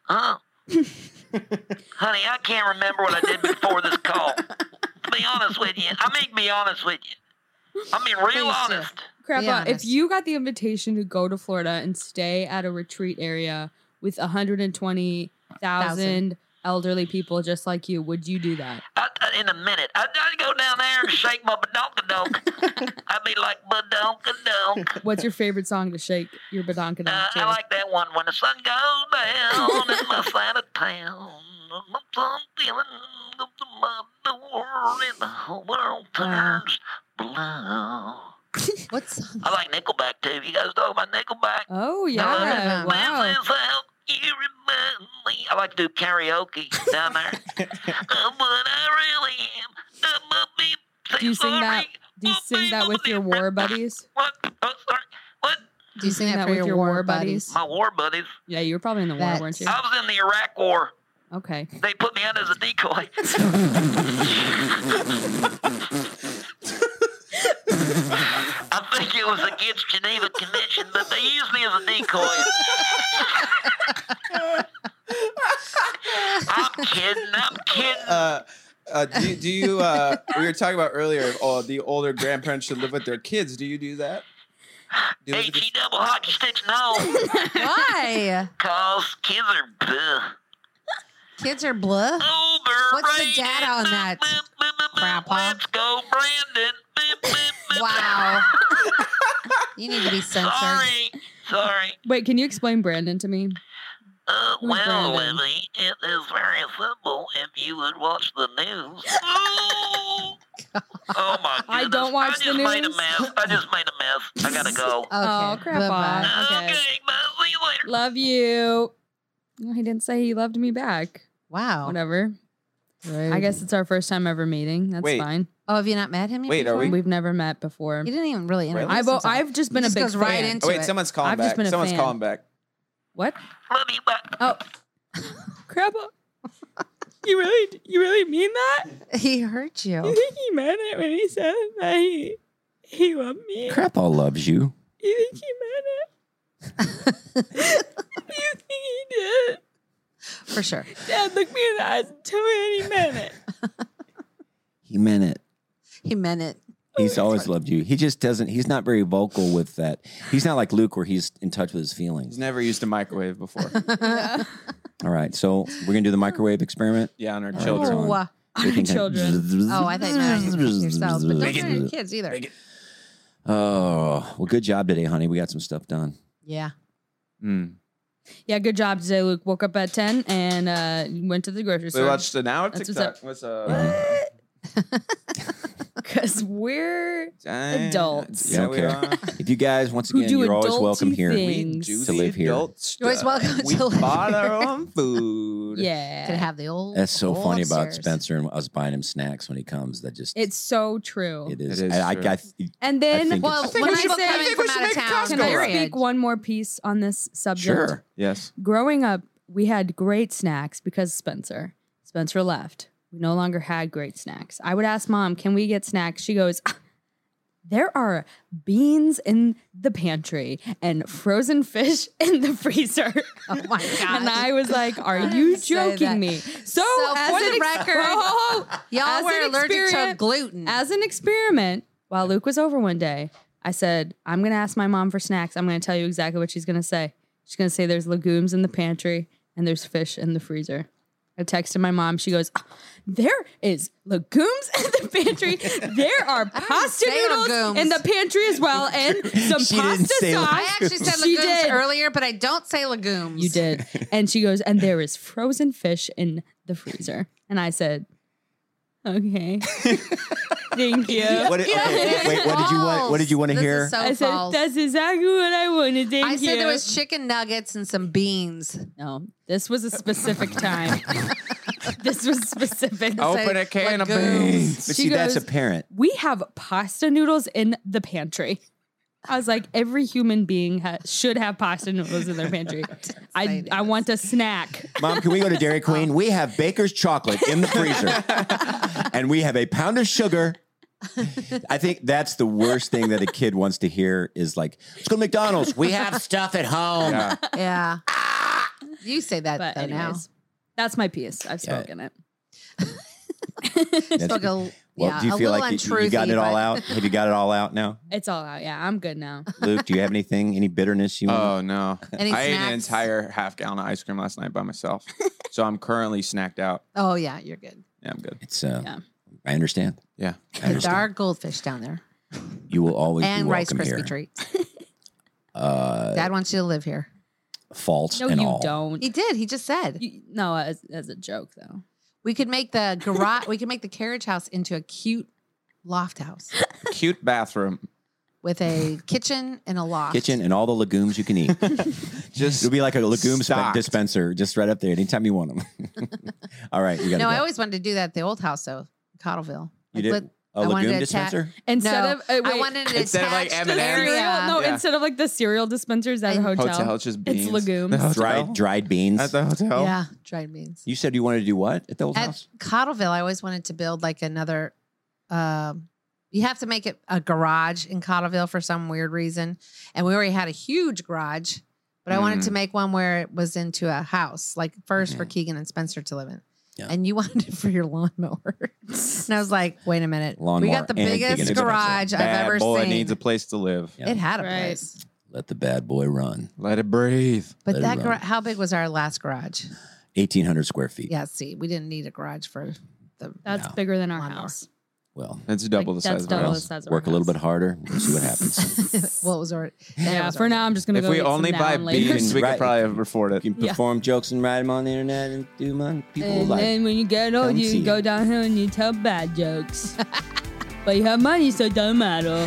E: Huh? Honey, I can't remember what I did before this call. To be honest with you, I mean, be honest with you. I mean, real
J: Please do.
E: honest.
J: Grandpa, uh, if
E: honest.
J: you got the invitation to go to Florida and stay at a retreat area with 120,000
E: Thousand.
J: elderly people just like you, would you do that?
E: I, I- in a minute, I, I'd go down there and shake my badonka donk. I'd be like badonka donk.
J: What's your favorite song to shake your badonka
E: Uh,
J: down to?
E: I like that one when the sun goes down in my side of town. I'm feeling up to
H: Uh,
E: my door and the whole world turns blue.
H: What What song?
E: I like Nickelback too. You guys talking about Nickelback?
J: Oh yeah,
E: yeah,
J: wow.
E: I like to do karaoke down there. Uh, but I really am.
J: Do you sing that? Do you sing that with your war buddies?
E: What? Oh, sorry. What?
H: Do you sing that for your war buddies?
E: My war Oh, buddies.
J: Yeah, you were probably in the war, weren't you?
E: I was in the Iraq War.
J: Okay.
E: They put me out as a decoy. I think it was against Geneva Convention, but they used me as a decoy. I'm kidding. I'm kidding.
L: Uh, uh, do, do you? Uh, we were talking about earlier. Oh, the older grandparents should live with their kids. Do you do that? Do you live with
E: H E double hockey sticks. No,
H: Why?
E: cause kids are. Ugh.
H: Kids are blah. What's the data on that? Grandpa. Let's
E: go, Brandon.
H: Wow. you need to be censored.
E: Sorry. Sorry.
J: Wait, can you explain Brandon to me?
E: Uh,
J: Who's
E: well,
J: Brandon?
E: Libby, it is very simple if you would watch the news. oh my goodness.
J: I don't watch
E: I
J: the
E: just made a
J: news.
E: mess. I just made a mess. I gotta go.
J: Oh,
E: bye-bye.
J: crap. Okay. Love you. Well, he didn't say he loved me back.
H: Wow.
J: Whatever. I guess it's our first time ever meeting. That's
H: Wait.
J: fine.
H: Oh, have you not met him? yet
J: Wait, are
H: before?
J: we- We've never met before.
H: You didn't even really introduce
J: I've,
H: himself.
J: I've just been
H: He
J: a big
H: goes right
J: fan.
H: into
L: Oh, wait,
H: it.
L: someone's calling
J: I've
L: back.
J: just been a
L: someone's
J: fan.
L: calling back.
J: What? Oh, crap! You really, you really mean that?
H: He hurt
J: You
H: you.
J: think he meant it when he said that he Oh, he loved me?
A: Grandpa loves you.
J: You think he meant it? you think he did?
H: For sure.
J: Dad, look me in the eyes and tell me that he meant it.
A: He meant it.
H: He meant it.
A: He's always loved you. He just doesn't. He's not very vocal with that. He's not like Luke, where he's in touch with his feelings.
L: He's never used a microwave before.
A: All right, so we're gonna do the microwave experiment.
L: Yeah, on our
A: All right,
L: children.
A: it's on.
H: Oh,
A: They can-
H: Oh, I thought you meant on yourself. But those aren't your kids either.
A: Oh, well, good job today, honey. We got some stuff done.
H: Yeah.
J: Yeah, good job today, Luke. Woke up at ten and uh, went to the grocery
L: We
J: store.
L: watched an hour of
J: That's what's
L: TikTok.
J: up.
L: What's uh?
J: Because we're
L: Dang.
J: adults.
A: Yeah,
L: we
A: okay.
L: are.
A: If you guys, once
J: Who
A: again,
J: do
A: you're always
J: adulty
A: welcome here
J: things.
A: to live here.
H: You're always welcome
L: We
H: to live
L: bought
H: here.
L: our own food.
J: Yeah.
H: Could have the old.
A: That's so
H: old
A: funny about
H: upstairs.
A: Spencer and us buying him snacks when he comes. That just
J: It's so true.
A: it is.
L: It is
A: I, I, I,
J: And then,
A: I think
H: well,
A: it's-
H: when I say coming from out of town,
J: can I
H: period.
J: speak one more piece on this subject?
A: sure.
L: Yes.
J: Growing up, we had great snacks because Spencer. Spencer left. We no longer had great snacks. I would ask mom, "Can we get snacks?" She goes, "Ah, "There are beans in the pantry and frozen fish in the freezer."
H: Oh my god!
J: And I was like, "Are
H: I
J: you
H: didn't say that.
J: joking me?" So,
H: So,
J: as
H: for
J: an
H: the
J: ex-
H: record,
J: Whoa, whoa, whoa.
H: y'all
J: As
H: were
J: an
H: allergic to
J: experiment-
H: gluten.
J: As an experiment, while Luke was over one day, I said, "I'm going to ask my mom for snacks. I'm going to tell you exactly what she's going to say. She's going to say there's legumes in the pantry and there's fish in the freezer." I texted my mom. She goes, "Ah, "There is legumes in the pantry. There are pasta
H: say
J: noodles
H: legumes.
J: in the pantry as well, and some
A: She didn't
J: pasta
A: say
J: sauce."
H: I actually said
J: She
H: legumes
J: did.
H: earlier, but I don't say legumes.
J: You did. And she goes, and there is frozen fish in the freezer. And I said, okay. Thank you.
A: What did, okay, wait, what did you want? What did you want to
H: This is
A: hear?
H: so
J: I said,
H: false.
J: that's exactly what I wanted. Thank
H: I
J: you.
H: said there was chicken nuggets and some beans.
J: no, this was a specific time. this was specific.
L: Open a can of beans.
A: But
J: She
A: see, that's a
J: goes-
A: parent.
J: we have pasta noodles in the pantry. I was like, every human being ha- should have pasta noodles in their pantry. I, I want a snack.
A: Mom, can we go to Dairy Queen? We have Baker's chocolate in the freezer, and we have a pound of sugar. I think that's the worst thing that a kid wants to hear is like, "Let's go to McDonald's. We have stuff at home."
L: Yeah.
H: Yeah. you say that though now.
J: Anyways, that's my piece. I've
A: Yeah.
J: spoken it.
A: That's-
H: Spoke a l-
A: well,
H: yeah,
A: do you
H: a
A: feel
H: little
A: like you- you, got
H: untruthy,
A: it all
H: but-
A: out? Have you got it all out now,
J: It's all out. Yeah, I'm good now.
A: Luke? Do you have anything? Any bitterness you? want?
L: Oh no!
H: Any
L: I ate an
H: snacks?
L: entire half gallon of ice cream last night by myself, so I'm currently snacked out.
H: Oh yeah, you're good.
L: Yeah, I'm good.
A: It's. Uh,
J: Yeah.
A: I understand.
L: Yeah.
A: I
H: There
A: understand.
H: are goldfish down there
A: You will always
H: and
A: be
H: Rice
A: welcome here.
H: Krispie treats.
A: Uh,
H: Dad wants you to live here.
A: faults
J: No,
A: and
J: you
A: all.
J: don't.
H: He did. He just said
J: You- no, as, as a joke though.
H: we could make the garage. we could make the carriage house into a cute loft house
L: Cute bathroom.
H: with a kitchen and a loft.
A: Kitchen and all the legumes you can eat.
L: just
A: it'll be like a legume sp-
H: stocked.
A: dispenser, just right up there, anytime you want them. all right, you got to
H: No,
A: go.
H: I always wanted to do that at the old house though, Cottleville.
A: You
H: Like,
A: did
H: let-
A: a
H: I wanted
A: legume
H: to atta-
A: dispenser.
J: Instead
H: No,
J: of uh,
H: I
J: wait.
H: wanted it
L: Instead of, like,
H: attached to
J: The
H: the
J: cereal-
H: area.
J: no,
A: Yeah.
J: instead of like the cereal dispensers at a hotel.
L: Hotel, it's just beans.
J: It's legumes.
A: dried dried beans at
L: the hotel.
H: Yeah, dried beans.
A: You said you wanted to do what at the old
H: At
A: house?
H: Cottleville, I always wanted to build like another. Um, you have to make it a garage in Cottleville for some weird reason, and we already had a huge garage, but I wanted
N: Mm.
H: to make one where it was into a house, like first for Keegan and Spencer to live in. And you wanted it for your lawnmower, and I was like, "Wait a minute, we got the biggest garage I've
L: Bad
H: ever
L: boy
H: seen.
L: needs a place to live.
H: It had a place,
A: Let the bad boy run.
L: Let it breathe.
H: but that gar- how big was our last garage?
A: eighteen hundred square feet.
H: Yeah, see, we didn't need a garage for the.
J: That's bigger than our house.
A: Well,
L: that's double the
J: that's
L: size of our
J: double the
L: house.
J: size of
A: Work a little bit harder and see what happens.
H: well, it was already.
J: Yeah, for now I'm just gonna
L: If
J: go
L: we
J: eat some
L: only
J: now
L: buy
J: and later.
L: beans, we could probably afford it.
A: You can
J: Yeah.
A: perform jokes and write them on the internet and do them on people
J: And
A: like.
J: then when you get old,
A: Come see
J: you
A: it.
J: go downhill and you tell bad jokes. but you have money, so it doesn't matter.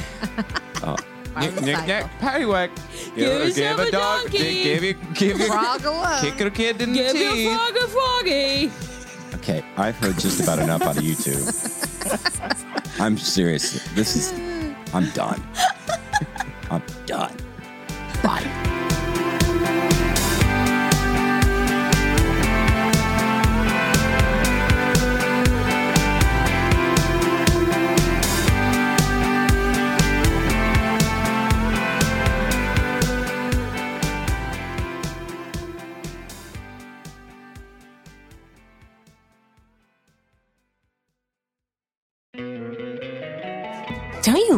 A: Oh.
L: Nick, nick, nick, paddywhack.
J: Give yourself a donkey.
L: Give you, give you,
J: Frog alone.
L: kick your kid in
J: Give
L: the
J: your
L: teeth.
J: frog a froggy.
A: Okay, I've heard just about enough out of you two. I'm serious. This is. I'm done. I'm done.
O: Don't you